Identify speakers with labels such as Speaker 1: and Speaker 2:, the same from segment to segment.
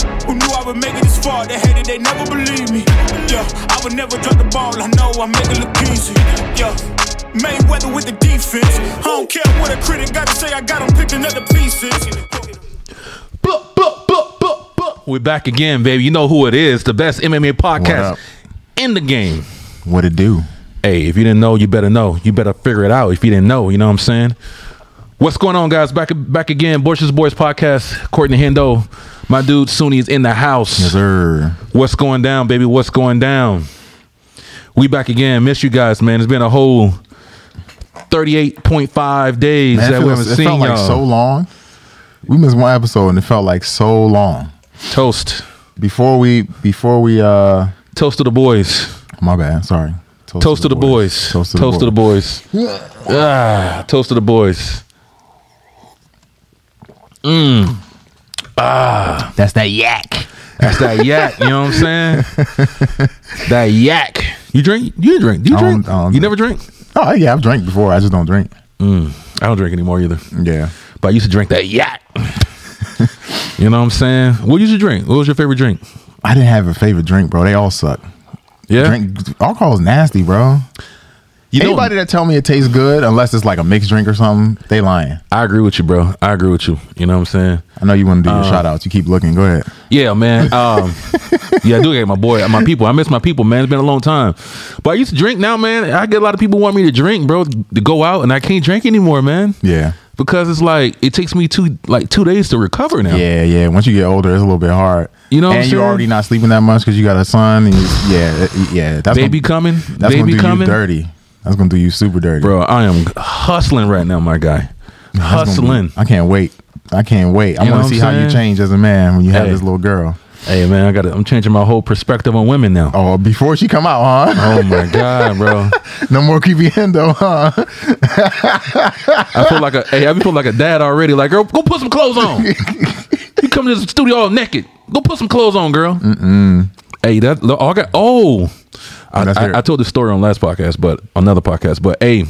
Speaker 1: I would make it this far. They hated, they never believe me. Yeah, I would never drop the ball. I know I make it look easy. Yeah. Mayweather with the defense. I don't care what a critic got to say. I got him picking up the pieces.
Speaker 2: Blah, blah, blah, blah, blah. We're back again, baby. You know who it is. The best MMA podcast
Speaker 3: up?
Speaker 2: in the game.
Speaker 3: What it do?
Speaker 2: Hey, if you didn't know, you better know. You better figure it out if you didn't know. You know what I'm saying? What's going on, guys? Back back again. Borchers Boys Podcast. Courtney Hendo. My dude, Suni, is in the house.
Speaker 3: Sir.
Speaker 2: What's going down, baby? What's going down? We back again. Miss you guys, man. It's been a whole 38.5 days
Speaker 3: Man,
Speaker 2: that
Speaker 3: it,
Speaker 2: we
Speaker 3: feels-
Speaker 2: haven't
Speaker 3: it
Speaker 2: seen
Speaker 3: felt
Speaker 2: y'all.
Speaker 3: like so long. We missed one episode and it felt like so long.
Speaker 2: Toast.
Speaker 3: Before we before we uh
Speaker 2: Toast to the boys.
Speaker 3: my bad, sorry.
Speaker 2: Toast to the boys.
Speaker 3: Toast to the boys.
Speaker 2: boys. Ah, toast to the boys. Mmm.
Speaker 3: That's that yak.
Speaker 2: Ah. That's that yak. You know what I'm saying? that yak. You drink? You drink? Do you
Speaker 3: I don't-
Speaker 2: drink?
Speaker 3: I don't
Speaker 2: you
Speaker 3: drink.
Speaker 2: never drink?
Speaker 3: Oh yeah, I've drank before. I just don't drink.
Speaker 2: I don't drink anymore either.
Speaker 3: Yeah.
Speaker 2: But I used to drink that yak. you know what I'm saying? What used to drink? What was your favorite drink?
Speaker 3: I didn't have a favorite drink, bro. They all suck.
Speaker 2: Yeah.
Speaker 3: Drink alcohol's nasty, bro.
Speaker 2: You know-
Speaker 3: Anybody that tell me it tastes good, unless it's like a mixed drink or something, they lying.
Speaker 2: I agree with you, bro. I agree with you. You know what I'm saying?
Speaker 3: I know you want to
Speaker 2: Uh,
Speaker 3: do your shout outs. You keep looking. Go ahead.
Speaker 2: Yeah, man. Um, yeah, I do get my boy, my people. I miss my people, man. It's been a long time. But I used to drink now, man. I get a lot of people want me to drink, bro, to go out, and I can't drink anymore, man.
Speaker 3: Yeah.
Speaker 2: Because it's like it takes me two like two days to recover now.
Speaker 3: Yeah, yeah. Once you get older, it's a little bit hard.
Speaker 2: You know what
Speaker 3: and
Speaker 2: I'm
Speaker 3: you're
Speaker 2: saying?
Speaker 3: already not sleeping that much because you got a son. And you, yeah, it- yeah. That's
Speaker 2: Baby
Speaker 3: gonna,
Speaker 2: coming,
Speaker 3: that's gonna
Speaker 2: baby
Speaker 3: do
Speaker 2: coming,
Speaker 3: you dirty. That's gonna do you super dirty,
Speaker 2: bro. I am hustling right now, my guy.
Speaker 3: That's gonna
Speaker 2: Hustling.
Speaker 3: Be, I can't wait. I can't wait. I
Speaker 2: You know
Speaker 3: want
Speaker 2: what I'm
Speaker 3: to see how you
Speaker 2: saying?
Speaker 3: change as a man when you have
Speaker 2: Hey.
Speaker 3: this little girl.
Speaker 2: Hey, man, I got. to I'm changing my whole perspective on women now.
Speaker 3: Oh, before she come out, huh?
Speaker 2: Oh my god, bro.
Speaker 3: no more creepy endo, huh?
Speaker 2: I feel like a hey, I feel like a dad already. Like, girl, go put some clothes on. you come to the studio all naked. Go put some clothes on, girl. Mm-mm. Hey, that look, I got. Oh, I,
Speaker 3: Let's hear it.
Speaker 2: I, I told the story on last podcast, but another podcast. But hey,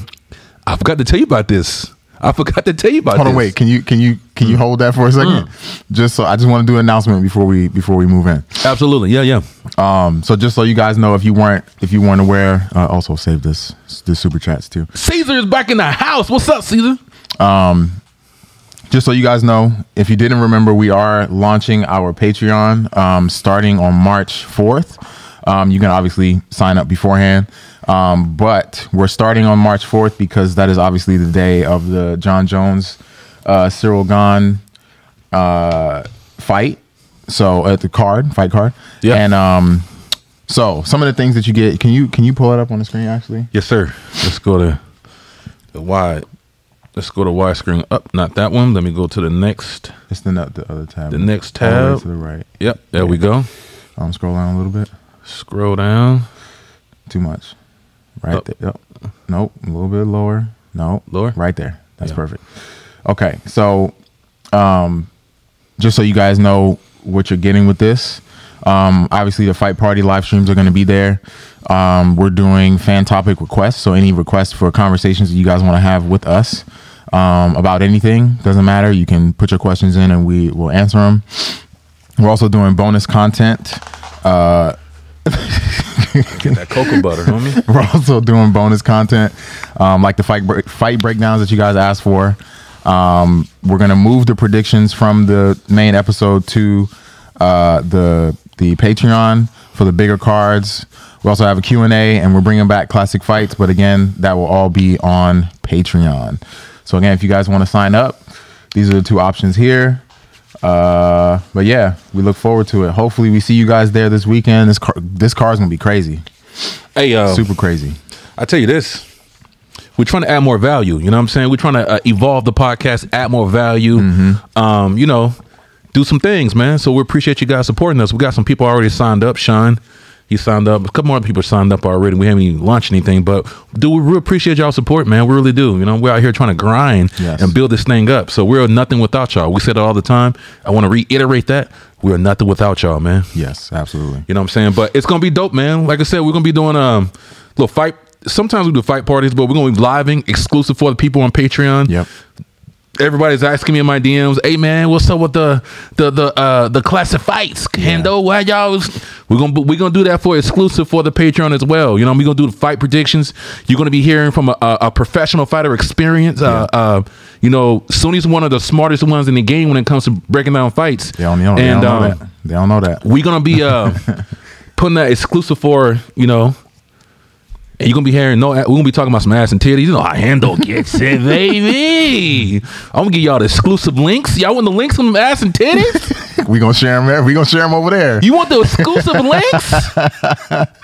Speaker 2: I forgot to tell you about this. I forgot to tell you about.
Speaker 3: Hold
Speaker 2: this. Mm.
Speaker 3: on, wait. Can you can you can you hold that for a second? Just so I just want to do an announcement before we before we move in.
Speaker 2: Absolutely, yeah, yeah.
Speaker 3: Um, so just so you guys know, if you weren't if you weren't aware, uh, also save this this super chats too.
Speaker 2: Caesar is back in the house. What's up, Caesar?
Speaker 3: just so you guys know, if you didn't remember, we are launching our Patreon um, starting on March 4th. Um, you can obviously sign up beforehand, um, but we're starting on March 4th because that is obviously the day of the John Jones, uh, Cyril Gahn uh, fight. So at the card, fight card,
Speaker 2: Yeah.
Speaker 3: And um, so some of the things that you get, can you can you pull it up on the screen actually?
Speaker 2: Yes, sir. Let's go to the wide. Let's go to widescreen up. Not that one. Let me go to the next.
Speaker 3: It's the, no- the other tab.
Speaker 2: The next
Speaker 3: All the way
Speaker 2: tab.
Speaker 3: to the right.
Speaker 2: Yep. There we go.
Speaker 3: Um, scroll down a little bit.
Speaker 2: Scroll down.
Speaker 3: Too much. Right
Speaker 2: Up.
Speaker 3: there. Yep. Nope. A little bit lower. No.
Speaker 2: Oh. Lower?
Speaker 3: Right there. That's
Speaker 2: Yeah.
Speaker 3: perfect. Okay. So, um, just so you guys know what you're getting with this, um, obviously the fight party live streams are going to be there. Um, we're doing fan topic requests. So any requests for conversations that you guys want to have with us um, about anything doesn't matter. You can put your questions in and we will answer them. We're also doing bonus content.
Speaker 2: Get that cocoa butter, homie.
Speaker 3: We're also doing bonus content, um, like the fight break, fight breakdowns that you guys asked for. Um, we're gonna move the predictions from the main episode to uh, the the Patreon for the bigger cards. We also have a Q and A, and we're bringing back classic fights. But again, that will all be on Patreon. So again, if you guys want to sign up, these are the two options here. Uh, but yeah, we look forward to it. Hopefully, we see you guys there this weekend. This car, this car's gonna be crazy,
Speaker 2: Hey, uh,
Speaker 3: super crazy.
Speaker 2: I tell you this. We're trying to add more value. You know what I'm saying? We're trying to uh, evolve the podcast, add more value. Um, you know, do some things, man. So we appreciate you guys supporting us. We got some people already signed up. Sean, he signed up. A couple more people signed up already. We haven't even launched anything, but do we really appreciate y'all support, man? We really do. You know, we're out here trying to grind
Speaker 3: Yes.
Speaker 2: and build this thing up. So we're nothing without y'all. We said it all the time. I want to reiterate that we are nothing without y'all, man.
Speaker 3: Yes, absolutely.
Speaker 2: You know what I'm saying? But it's gonna be dope, man. Like I said, we're gonna be doing um little fight. Sometimes we do fight parties, but we're gonna be living exclusive for the people on Patreon.
Speaker 3: Yep.
Speaker 2: Everybody's asking me in my DMs, "Hey man, what's up with the the the uh the classic fights, Kendo? Why y'all? Was, we're gonna we're gonna do that for exclusive for the Patreon as well. You know, we're gonna do the fight predictions. You're gonna be hearing from a, a, a professional fighter experience. Uh, uh, you know, Sunni's one of the smartest ones in the game when it comes to breaking down fights.
Speaker 3: They don't, they don't, they
Speaker 2: and
Speaker 3: don't know
Speaker 2: um,
Speaker 3: that. They don't know that.
Speaker 2: we're gonna be uh putting that exclusive for you know and you're gonna be hearing no we're gonna be talking about some ass and titties you know how handle gets it baby i'm gonna give y'all the exclusive links y'all want the links from ass and titties
Speaker 3: We gonna share them there. We gonna share them over there.
Speaker 2: you want the exclusive links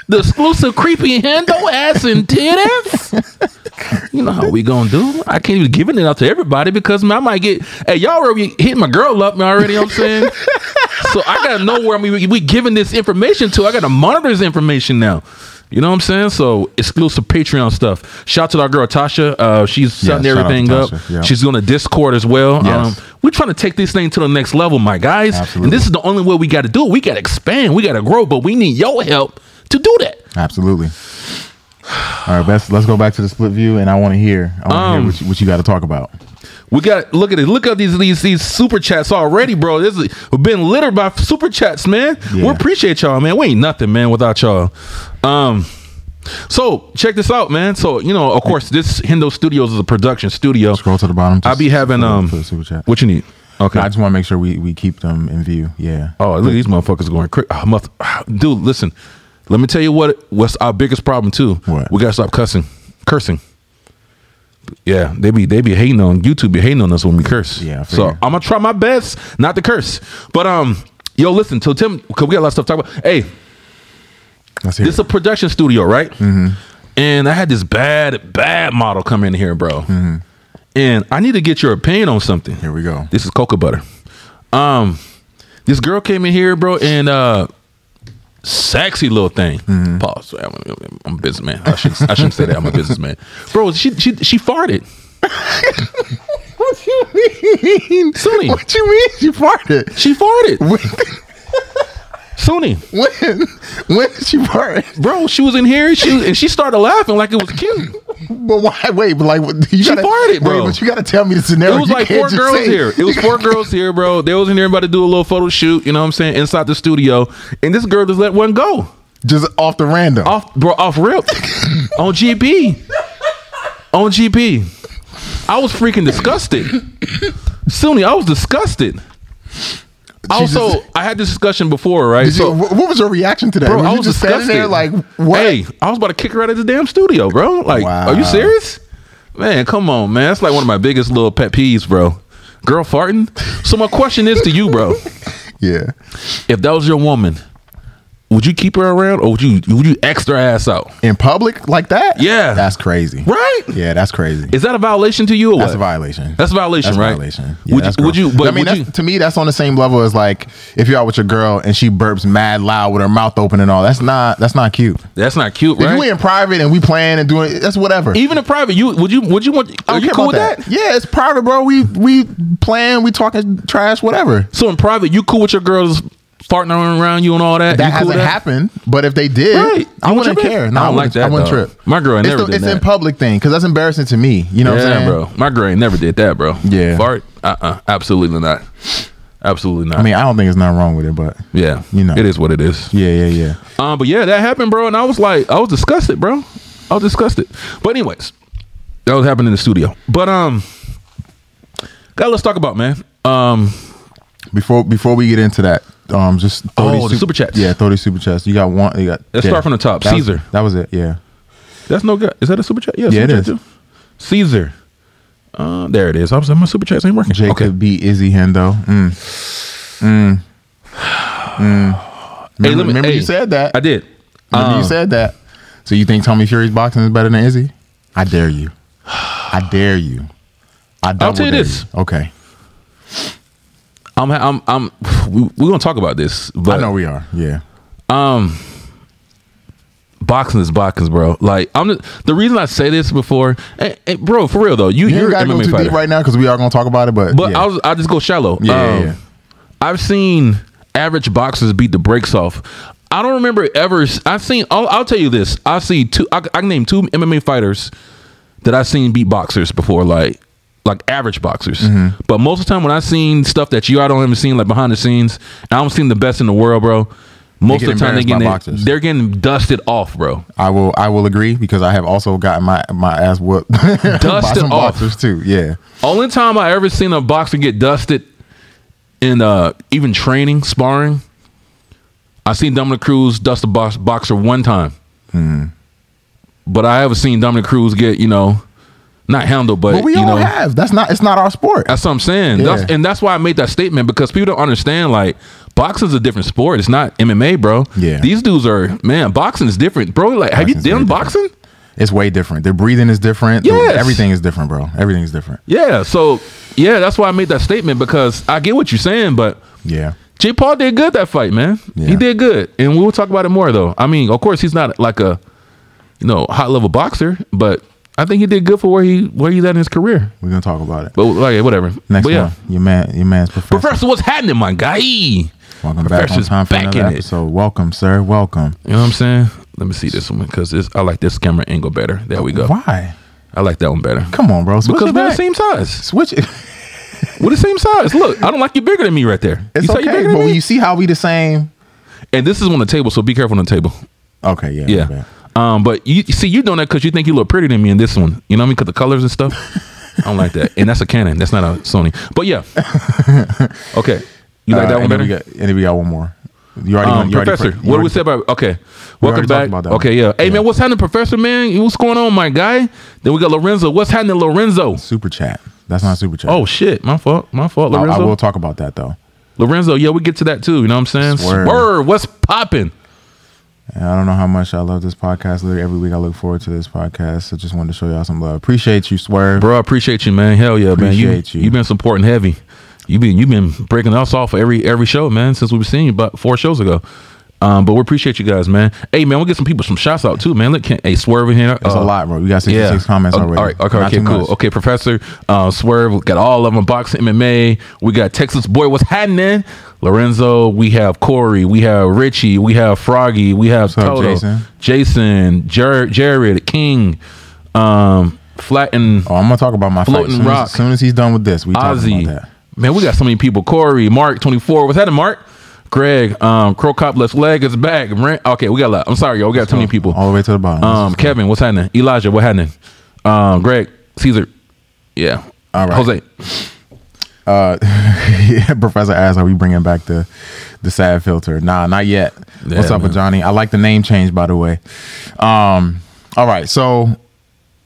Speaker 2: the exclusive creepy handle ass and titties you know how we gonna do i can't even give it out to everybody because man, i might get hey y'all already hit my girl up man already you know what i'm saying so I gotta know where I mean we, we giving this information to. I gotta monitor this information now. You know what I'm saying? So exclusive Patreon stuff. Shout out to our girl Tasha. Uh, she's
Speaker 3: Yeah,
Speaker 2: setting
Speaker 3: shout out to
Speaker 2: everything up.
Speaker 3: Tasha. Yeah.
Speaker 2: She's gonna Discord as well.
Speaker 3: Yes.
Speaker 2: Um, we're trying to take this thing to the next level, my guys.
Speaker 3: Absolutely.
Speaker 2: And this is the only way we got to do it. We got to expand. We got to grow, but we need your help to do that.
Speaker 3: Absolutely. All right, best. Let's go back to the split view, and I want to hear. I want to
Speaker 2: Um,
Speaker 3: hear what you, what you got to talk about.
Speaker 2: We got look at it. Look up these these these super chats already, bro. This is, we've been littered by super chats, man. We
Speaker 3: Yeah.
Speaker 2: appreciate y'all, man. We ain't nothing, man, without y'all. Um, so check this out, man. So you know, of course, this Hendo Studios is a production studio.
Speaker 3: Scroll to the bottom.
Speaker 2: I'll be having
Speaker 3: scroll
Speaker 2: um,
Speaker 3: to the super chat.
Speaker 2: what you need? Okay.
Speaker 3: I just want to make sure we we keep them in view. Yeah.
Speaker 2: Oh, look at these motherfuckers going crazy. Dude, listen. Let me tell you what what's our biggest problem too.
Speaker 3: What?
Speaker 2: We gotta stop cussing, cursing. Yeah, they be they be hating on YouTube. Be hating on us when we curse.
Speaker 3: Yeah, I
Speaker 2: So
Speaker 3: figure.
Speaker 2: I'm gonna try my best not to curse. But um, yo, listen. So Tim, cause we got a lot of stuff to talk about. Hey,
Speaker 3: Let's hear.
Speaker 2: this is a
Speaker 3: it.
Speaker 2: production studio, right? Mm-hmm. And I had this bad bad model come in here, bro. And I need to get your opinion on something.
Speaker 3: Mm-hmm. Here we go.
Speaker 2: This is cocoa butter. Um, this girl came in here, bro, and uh, sexy little thing.
Speaker 3: Mm-hmm.
Speaker 2: Pause. I'm, I'm a businessman. I shouldn't, I shouldn't say that. I'm a businessman, bro. She she she farted.
Speaker 3: What you mean?
Speaker 2: Sunny.
Speaker 3: What you mean? You farted.
Speaker 2: She farted. Sunny,
Speaker 3: When? When did she fart?
Speaker 2: bro, she was in here. She and she started laughing like it was cute.
Speaker 3: But why? Wait, but like, what- you
Speaker 2: She
Speaker 3: gotta,
Speaker 2: farted, bro.
Speaker 3: Wait, but you got to tell me the scenario.
Speaker 2: It was
Speaker 3: You
Speaker 2: like
Speaker 3: can't
Speaker 2: four
Speaker 3: just
Speaker 2: girls
Speaker 3: say-
Speaker 2: here. It was four girls here, bro. They was in here about to do a little photo shoot. You know what I'm saying? Inside the studio, and this girl just let one go
Speaker 3: just off the random.
Speaker 2: off, bro, off rip on GB, on GB. I was freaking disgusted. Sunni, I was disgusted. Also,
Speaker 3: just-
Speaker 2: I had this discussion before, right?
Speaker 3: Did you- wh- what was your reaction to that?
Speaker 2: Bro,
Speaker 3: Were
Speaker 2: I
Speaker 3: you
Speaker 2: was
Speaker 3: just
Speaker 2: disgusted.
Speaker 3: standing there like, what?
Speaker 2: Hey, I was about to kick her out of the damn studio, bro. Like,
Speaker 3: Wow.
Speaker 2: are you serious? Man, come on, man. That's like one of my biggest little pet peeves, bro. Girl farting. So my question is to you, bro.
Speaker 3: Yeah.
Speaker 2: If that was your woman, would you keep her around or would you would you X their ass out?
Speaker 3: In public like that?
Speaker 2: Yeah.
Speaker 3: That's crazy.
Speaker 2: Right?
Speaker 3: Yeah, that's crazy.
Speaker 2: Is that a violation to you or
Speaker 3: that's
Speaker 2: what?
Speaker 3: a violation.
Speaker 2: That's a violation,
Speaker 3: That's a
Speaker 2: right?
Speaker 3: violation.
Speaker 2: Would
Speaker 3: that's
Speaker 2: you- would
Speaker 3: girl-
Speaker 2: you- but
Speaker 3: I mean,
Speaker 2: would
Speaker 3: that's,
Speaker 2: you-
Speaker 3: to me, that's on the same level as like if you're out with your girl and she burps mad loud with her mouth open and all. That's not. That's not cute.
Speaker 2: That's not cute,
Speaker 3: If
Speaker 2: right?
Speaker 3: you in private and we playing and doing, that's whatever.
Speaker 2: Even in private, you would you would you want
Speaker 3: I
Speaker 2: are
Speaker 3: don't
Speaker 2: you
Speaker 3: care
Speaker 2: cool with
Speaker 3: about
Speaker 2: that?
Speaker 3: Yeah, it's private, bro. We we playing, we talking trash, whatever.
Speaker 2: So in private, you cool with your girls farting around you and all that?
Speaker 3: That
Speaker 2: you cool with
Speaker 3: hasn't happened, but if they did,
Speaker 2: Right. You
Speaker 3: I
Speaker 2: want
Speaker 3: wouldn't
Speaker 2: your man?
Speaker 3: care. No,
Speaker 2: I
Speaker 3: I,
Speaker 2: don't like
Speaker 3: wouldn't- I
Speaker 2: that,
Speaker 3: wouldn't
Speaker 2: though.
Speaker 3: trip.
Speaker 2: My girl ain't
Speaker 3: it's
Speaker 2: never
Speaker 3: the-
Speaker 2: did
Speaker 3: It's
Speaker 2: that.
Speaker 3: in public thing because that's embarrassing to me. You know what I'm
Speaker 2: Yeah,
Speaker 3: saying,
Speaker 2: bro. My girl ain't never did that, bro.
Speaker 3: Yeah.
Speaker 2: Fart? Uh uh Absolutely not. Absolutely not.
Speaker 3: I mean, I don't think there's nothing wrong with it, but
Speaker 2: yeah.
Speaker 3: you know.
Speaker 2: It is what it is.
Speaker 3: yeah, yeah, yeah.
Speaker 2: Um, but yeah, that happened, bro. And I was like, I was disgusted, bro. I was disgusted. But anyways, that was happening in the studio. But um, God, let's talk about man. Um,
Speaker 3: Before before we get into that, um, just
Speaker 2: Oh,
Speaker 3: 30
Speaker 2: the super chats.
Speaker 3: Yeah, thirty super chats. You got one. You got.
Speaker 2: Let's
Speaker 3: yeah.
Speaker 2: start from the top.
Speaker 3: That was-
Speaker 2: Caesar.
Speaker 3: that was it. Yeah.
Speaker 2: that's no good. Is that a super chat? Yeah,
Speaker 3: Yeah,
Speaker 2: super
Speaker 3: it
Speaker 2: chat
Speaker 3: is.
Speaker 2: too. Caesar. Uh, there it is. I was like, my super chats ain't working.
Speaker 3: Jake
Speaker 2: okay.
Speaker 3: could be Izzy Hendo. Mm. Mm. Mm. Remember,
Speaker 2: let me-
Speaker 3: remember
Speaker 2: hey,
Speaker 3: you said that.
Speaker 2: I did.
Speaker 3: Remember
Speaker 2: Um,
Speaker 3: you said that. So you think Tommy Fury's boxing is better than Izzy? I dare you. I dare you. I double
Speaker 2: tell you
Speaker 3: dare
Speaker 2: this.
Speaker 3: Okay.
Speaker 2: I'm. I'm. I'm. We, we're gonna talk about this, but
Speaker 3: I know we are. Yeah.
Speaker 2: boxing is boxing, bro. Like I'm. The, the reason I say this before, eh, eh, bro, for real though, you,
Speaker 3: You
Speaker 2: you are
Speaker 3: ain't
Speaker 2: an
Speaker 3: gotta go
Speaker 2: MMA
Speaker 3: too
Speaker 2: fighter.
Speaker 3: deep right now because we are gonna talk about it, but,
Speaker 2: But
Speaker 3: yeah.
Speaker 2: I was, I'll just go shallow.
Speaker 3: Yeah, yeah,
Speaker 2: Um,
Speaker 3: yeah.
Speaker 2: I've seen average boxers beat the brakes off. I don't remember ever. s- I've seen. I'll, I'll tell you this. I see two. I, I can name two MMA fighters that I've seen beat boxers before. Like, like average boxers.
Speaker 3: Mm-hmm.
Speaker 2: But most of the time, when I seen stuff that you I don't even seen like behind the scenes, and I don't seen the best in the world, bro. Most
Speaker 3: get
Speaker 2: of the time, they
Speaker 3: embarrassed by
Speaker 2: getting
Speaker 3: boxers.
Speaker 2: they're getting dusted off, bro.
Speaker 3: I will I will agree because I have also gotten my my ass whooped by
Speaker 2: Dusted
Speaker 3: some
Speaker 2: off.
Speaker 3: boxers too. Yeah,
Speaker 2: Only time I ever seen a boxer get dusted in uh, even training, sparring, I seen Dominic Cruz dust a box, boxer one time.
Speaker 3: Mm-hmm.
Speaker 2: But I haven't seen Dominic Cruz get, you know, not handled, but,
Speaker 3: but we
Speaker 2: you
Speaker 3: all
Speaker 2: know,
Speaker 3: have. That's not it's not our sport.
Speaker 2: that's what I'm saying. That's,
Speaker 3: Yeah.
Speaker 2: and that's why I made that statement because people don't understand, like, boxing's a different sport. It's not MMA, bro.
Speaker 3: Yeah.
Speaker 2: These dudes are, man, boxing is different. Bro, like, have
Speaker 3: Boxing's
Speaker 2: you
Speaker 3: very
Speaker 2: done
Speaker 3: different.
Speaker 2: boxing?
Speaker 3: It's way different. Their breathing is different. The-
Speaker 2: Yes.
Speaker 3: everything is different, bro. Everything is different.
Speaker 2: Yeah. So, yeah, that's why I made that statement because I get what you're saying, but.
Speaker 3: Yeah.
Speaker 2: Jake Paul did good that fight, man. He
Speaker 3: Yeah.
Speaker 2: did good, and we'll talk about it more though. I mean, of course, he's not like a you know high level boxer, but I think he did good for where he where he's at in his career.
Speaker 3: We're gonna talk about it.
Speaker 2: But like, whatever.
Speaker 3: Next
Speaker 2: but yeah,
Speaker 3: one. Your man your man's professor.
Speaker 2: Professor, what's happening, my guy? You
Speaker 3: Welcome back on
Speaker 2: Professor's
Speaker 3: time for
Speaker 2: back
Speaker 3: another
Speaker 2: in it.
Speaker 3: episode. Welcome, sir. Welcome.
Speaker 2: know what I'm saying? Let me see this one because this I like this camera angle better. There we go.
Speaker 3: Why?
Speaker 2: I like that one better
Speaker 3: Come on, bro. Switch
Speaker 2: because
Speaker 3: it
Speaker 2: we're the
Speaker 3: back.
Speaker 2: same size.
Speaker 3: Switch it.
Speaker 2: We're the same size. Look, I don't like you bigger than me right there.
Speaker 3: It's
Speaker 2: you say you
Speaker 3: okay.
Speaker 2: bigger than
Speaker 3: But
Speaker 2: me?
Speaker 3: when you see how we the same.
Speaker 2: and this is on the table, so be careful on the table.
Speaker 3: Okay. Yeah. my
Speaker 2: Yeah.
Speaker 3: bad.
Speaker 2: Um, but you you see, you're doing that because you think you look prettier than me in this one. You know what I mean? Because the colors and stuff. I don't like that. And that's a Canon. That's not a Sony. But yeah. Okay. You like
Speaker 3: Uh,
Speaker 2: that one
Speaker 3: and then
Speaker 2: better?
Speaker 3: we got- And then we got one more. You already.
Speaker 2: um,
Speaker 3: went- you already
Speaker 2: professor,
Speaker 3: pre- you
Speaker 2: what do we
Speaker 3: already
Speaker 2: say about? Okay, welcome
Speaker 3: already
Speaker 2: back.
Speaker 3: talked about that
Speaker 2: okay,
Speaker 3: one.
Speaker 2: yeah. Hey
Speaker 3: Yeah.
Speaker 2: man, what's happening, Professor? Man, what's going on, my guy? Then we got Lorenzo. What's happening, Lorenzo?
Speaker 3: Super chat. That's not super chat.
Speaker 2: Oh shit, my fault, my fault,
Speaker 3: I,
Speaker 2: Lorenzo.
Speaker 3: I will talk about that though.
Speaker 2: Lorenzo, yeah, we get to that too. You know what I'm saying?
Speaker 3: Swerve.
Speaker 2: Swerve, what's popping?
Speaker 3: And I don't know how much I love this podcast. Literally every week I look forward to this podcast. So just wanted to show y'all some love. Appreciate you, Swerve.
Speaker 2: Bro, I appreciate you, man. Hell yeah, man.
Speaker 3: Appreciate
Speaker 2: You
Speaker 3: you.
Speaker 2: you been supporting heavy. You been you been breaking us off for every every show, man, since we've seen you about four shows ago. Um, but we appreciate you guys, man. Hey, man, we'll get some people some shouts out too, man. Look, can, hey, Swerve in here.
Speaker 3: It's a
Speaker 2: uh,
Speaker 3: lot, bro. We got 66 comments
Speaker 2: Oh,
Speaker 3: already.
Speaker 2: All right, okay,
Speaker 3: Not
Speaker 2: okay,
Speaker 3: too
Speaker 2: cool.
Speaker 3: much.
Speaker 2: Okay, Professor uh, Swerve we got all of them. Boxing MMA. We got Texas Boy. What's happening? Lorenzo. We have Corey. We have Richie. We have Froggy. We have
Speaker 3: up,
Speaker 2: Toto.
Speaker 3: Jason?
Speaker 2: Jason. Jer- Jared. King. Um, Flatten.
Speaker 3: Oh, I'm gonna talk about my fight.
Speaker 2: Floating
Speaker 3: Soon as-
Speaker 2: Rock.
Speaker 3: As, soon as he's done with this, we talk about
Speaker 2: Ozzy.
Speaker 3: that.
Speaker 2: Man, we got so many people. Corey, Mark, 24. What's happening, Mark? Greg, um, Crow Cop Left Leg is back. Ran- okay, we got a lot. I'm sorry, y'all. We got too many people.
Speaker 3: All the way to the bottom.
Speaker 2: Um, Kevin, what's happening? Elijah, what happening? Um, Greg, Caesar. Yeah.
Speaker 3: All right.
Speaker 2: Jose.
Speaker 3: yeah, Professor asked, "Are we bringing back the the sad filter?" Nah, not yet.
Speaker 2: Yeah,
Speaker 3: What's up,
Speaker 2: man.
Speaker 3: with Johnny? I like the name change, by the way. Um, all right. So,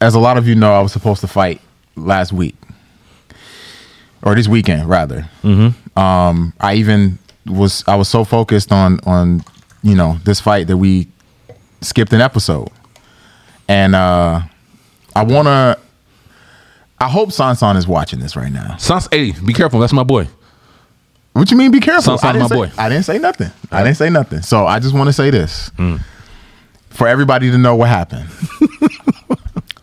Speaker 3: as a lot of you know, I was supposed to fight last week, or this weekend, rather. Um, I even was I was so focused on on you know this fight that we skipped an episode, and uh, I wanna. I hope Sansan is watching this right now.
Speaker 2: Sans hey, be careful. That's my boy.
Speaker 3: What you mean? Be careful.
Speaker 2: Sounds like
Speaker 3: I didn't
Speaker 2: my
Speaker 3: say,
Speaker 2: boy.
Speaker 3: I didn't say nothing. I didn't say nothing. So I just want to say this
Speaker 2: Hmm.
Speaker 3: for everybody to know what happened.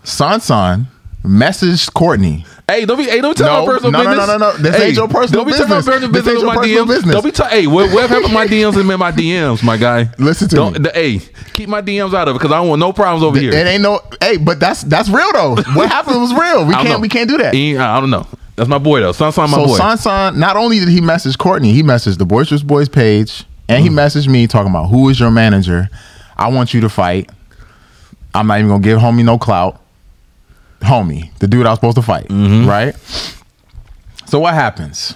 Speaker 3: Sansan messaged Courtney.
Speaker 2: Hey, don't be hey, don't tell
Speaker 3: No,
Speaker 2: my personal
Speaker 3: no, no,
Speaker 2: business.
Speaker 3: no, no, no. This
Speaker 2: hey,
Speaker 3: ain't your personal
Speaker 2: Don't be telling my
Speaker 3: business.
Speaker 2: personal
Speaker 3: This
Speaker 2: business
Speaker 3: ain't
Speaker 2: in my
Speaker 3: your personal
Speaker 2: DMs.
Speaker 3: business.
Speaker 2: Don't be telling hey, what what happened to my DMs and in my DMs, my guy.
Speaker 3: Listen to
Speaker 2: don't,
Speaker 3: me.
Speaker 2: The, hey, keep my DMs out of it because I don't want no problems over here.
Speaker 3: It ain't no hey, but that's that's real though. What happened was real. We
Speaker 2: I don't
Speaker 3: can't
Speaker 2: know.
Speaker 3: we can't do that.
Speaker 2: He- I don't know. That's my boy though. Sansan, my
Speaker 3: so
Speaker 2: boy.
Speaker 3: Sansan, not only did he message Courtney, he messaged the Boisterous Boys page, and
Speaker 2: Mm.
Speaker 3: he messaged me talking about who is your manager. I want you to fight. I'm not even gonna give homie no clout. Homie, the dude I was supposed to fight,
Speaker 2: Mm-hmm.
Speaker 3: right? So what happens?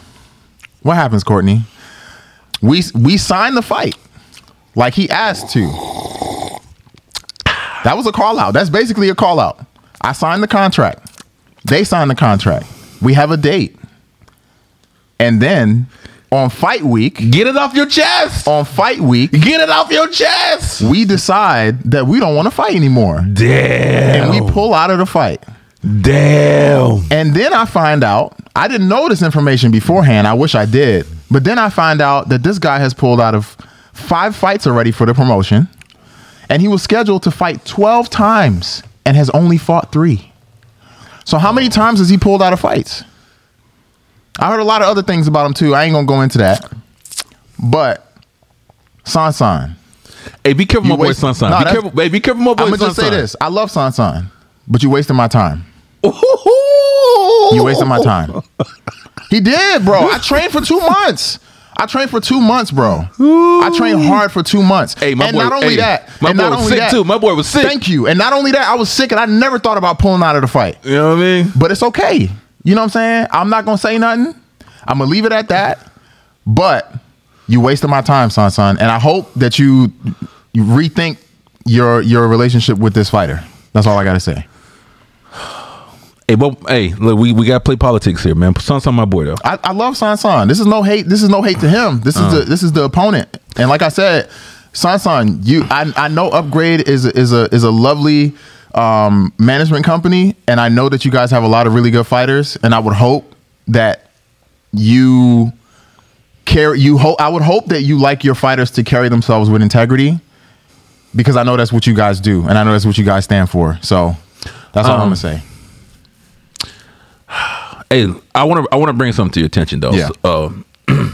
Speaker 3: What happens, Courtney? We we signed the fight, like he asked to. That was a call out. That's basically a call out. I signed the contract. They signed the contract. We have a date. And then on fight week,
Speaker 2: Get it off your chest.
Speaker 3: on fight week,
Speaker 2: Get it off your chest.
Speaker 3: we decide that we don't want to fight anymore.
Speaker 2: Damn.
Speaker 3: And we pull out of the fight.
Speaker 2: Damn.
Speaker 3: And then I find out, I didn't know this information beforehand. I wish I did. But then I find out that this guy has pulled out of five fights already for the promotion. And he was scheduled to fight 12 times and has only fought three. So, how many times has he pulled out of fights? I heard a lot of other things about him too. I ain't going to go into that. But, Sansan.
Speaker 2: Hey, be careful,
Speaker 3: You
Speaker 2: my boy
Speaker 3: waste-
Speaker 2: Sansan.
Speaker 3: Nah,
Speaker 2: be
Speaker 3: that's-
Speaker 2: careful, hey, be careful, my boy
Speaker 3: I'm going to just say
Speaker 2: Sansan.
Speaker 3: this I love Sansan, but you wasting my time. You wasting my time. He did, bro. I trained for two months. I trained for two months, bro. I trained hard for two months.
Speaker 2: Hey, my
Speaker 3: and
Speaker 2: boy.
Speaker 3: not only
Speaker 2: hey,
Speaker 3: that,
Speaker 2: my
Speaker 3: and
Speaker 2: boy
Speaker 3: not
Speaker 2: was
Speaker 3: only
Speaker 2: sick
Speaker 3: that-
Speaker 2: too. My boy was sick.
Speaker 3: Thank you. And not only that, I was sick, and I never thought about pulling out of the fight.
Speaker 2: you know what I mean?
Speaker 3: But it's okay. You know what I'm saying? I'm not gonna say nothing. I'm gonna leave it at that. But you wasted my time, son, son. And I hope that you you rethink your your relationship with this fighter. That's all I gotta say.
Speaker 2: Hey, but hey, look, we, we gotta play politics here, man. Son's on my boy though.
Speaker 3: I, I love Sansan. This is no hate. This is no hate to him. This is
Speaker 2: Uh-huh.
Speaker 3: the this is the opponent. And like I said, Sansan, you I, I know Upgrade is a- is a is a lovely um, management company, and I know that you guys have a lot of really good fighters, and I would hope that you carry you hope I would hope that you like your fighters to carry themselves with integrity, because I know that's what you guys do, and I know that's what you guys stand for. So that's
Speaker 2: Um,
Speaker 3: all I'm gonna say.
Speaker 2: Hey, I want to I want to bring something to your attention though.
Speaker 3: Yeah.
Speaker 2: So, uh,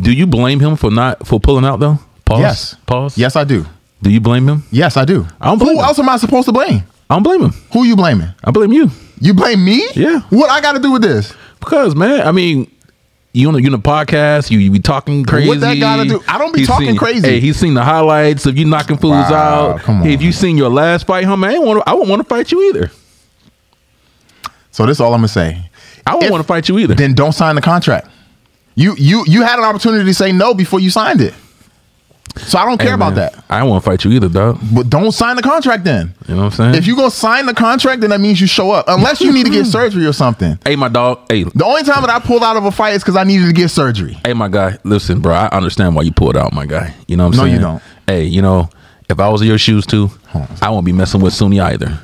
Speaker 2: do you blame him for not for pulling out though? Pause.
Speaker 3: Yes.
Speaker 2: Pause.
Speaker 3: Yes, I do.
Speaker 2: Do you blame him?
Speaker 3: Yes, I do.
Speaker 2: I don't blame
Speaker 3: Who
Speaker 2: him.
Speaker 3: else am I supposed to blame?
Speaker 2: I don't blame him.
Speaker 3: Who you blaming?
Speaker 2: I blame you
Speaker 3: You blame me?
Speaker 2: Yeah.
Speaker 3: What I got to do with this?
Speaker 2: because man, I mean. You on, the, you on the podcast, you, you be talking crazy.
Speaker 3: What that gotta do- I don't be talking
Speaker 2: seen-
Speaker 3: crazy.
Speaker 2: Hey, he's seen the highlights of you knocking fools
Speaker 3: Wow,
Speaker 2: out.
Speaker 3: come on.
Speaker 2: If you seen your last fight, homie, I ain't want I wouldn't want to fight you either.
Speaker 3: So this is all I'm gonna say.
Speaker 2: I
Speaker 3: If-
Speaker 2: wouldn't want to fight you either.
Speaker 3: Then don't sign the contract. You you you had an opportunity to say no before you signed it. So I don't care
Speaker 2: Hey,
Speaker 3: about
Speaker 2: man,
Speaker 3: that.
Speaker 2: I won't fight you either, dog.
Speaker 3: But don't sign the contract then.
Speaker 2: You know what I'm saying?
Speaker 3: If you gonna sign the contract, then that means you show up. Unless you need to get surgery or something.
Speaker 2: hey, my dog. Hey,
Speaker 3: The only time that I pulled out of a fight is because I needed to get surgery.
Speaker 2: Hey, my guy, listen, bro. I understand why you pulled out, my guy. You know what I'm
Speaker 3: No,
Speaker 2: saying?
Speaker 3: you don't.
Speaker 2: Hey, you know, if I was in your shoes too, I won't be messing with Suni either.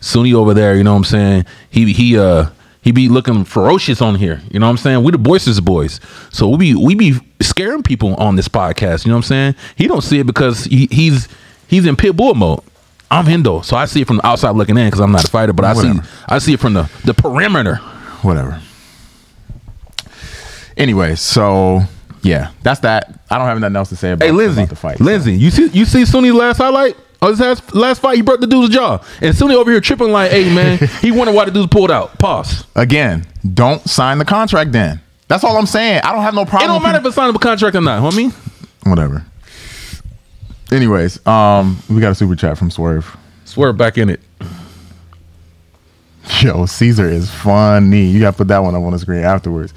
Speaker 2: Suni over there, you know what I'm saying? He he uh he be looking ferocious on here. You know what I'm saying? We the boisterous boys, so we be we be scaring people on this podcast. You know what I'm saying? He don't see it because he, he's he's in pit bull mode. I'm Hindo, so I see it from the outside looking in because I'm not a fighter, but I see
Speaker 3: Whatever.
Speaker 2: I see it from the the perimeter.
Speaker 3: Whatever. Anyway, so yeah, that's that. I don't have nothing else to say about,
Speaker 2: Hey Lindsay,
Speaker 3: about the fight.
Speaker 2: Lindsay, you see you see Sunni's last highlight? Oh, his last, last fight, he broke the dude's jaw, and Sunni over here tripping like, "Hey man, he wondered why the dude's pulled out." Pause.
Speaker 3: Again, don't sign the contract then. That's all I'm saying. I don't have no
Speaker 2: It
Speaker 3: problem.
Speaker 2: don't
Speaker 3: with
Speaker 2: matter if
Speaker 3: people-
Speaker 2: it's signed a contract or not, homie.
Speaker 3: Whatever. Anyways, um, we got a super chat from Swerve.
Speaker 2: Swear back in it.
Speaker 3: Yo, Caesar is funny. You gotta put that one up on the screen afterwards.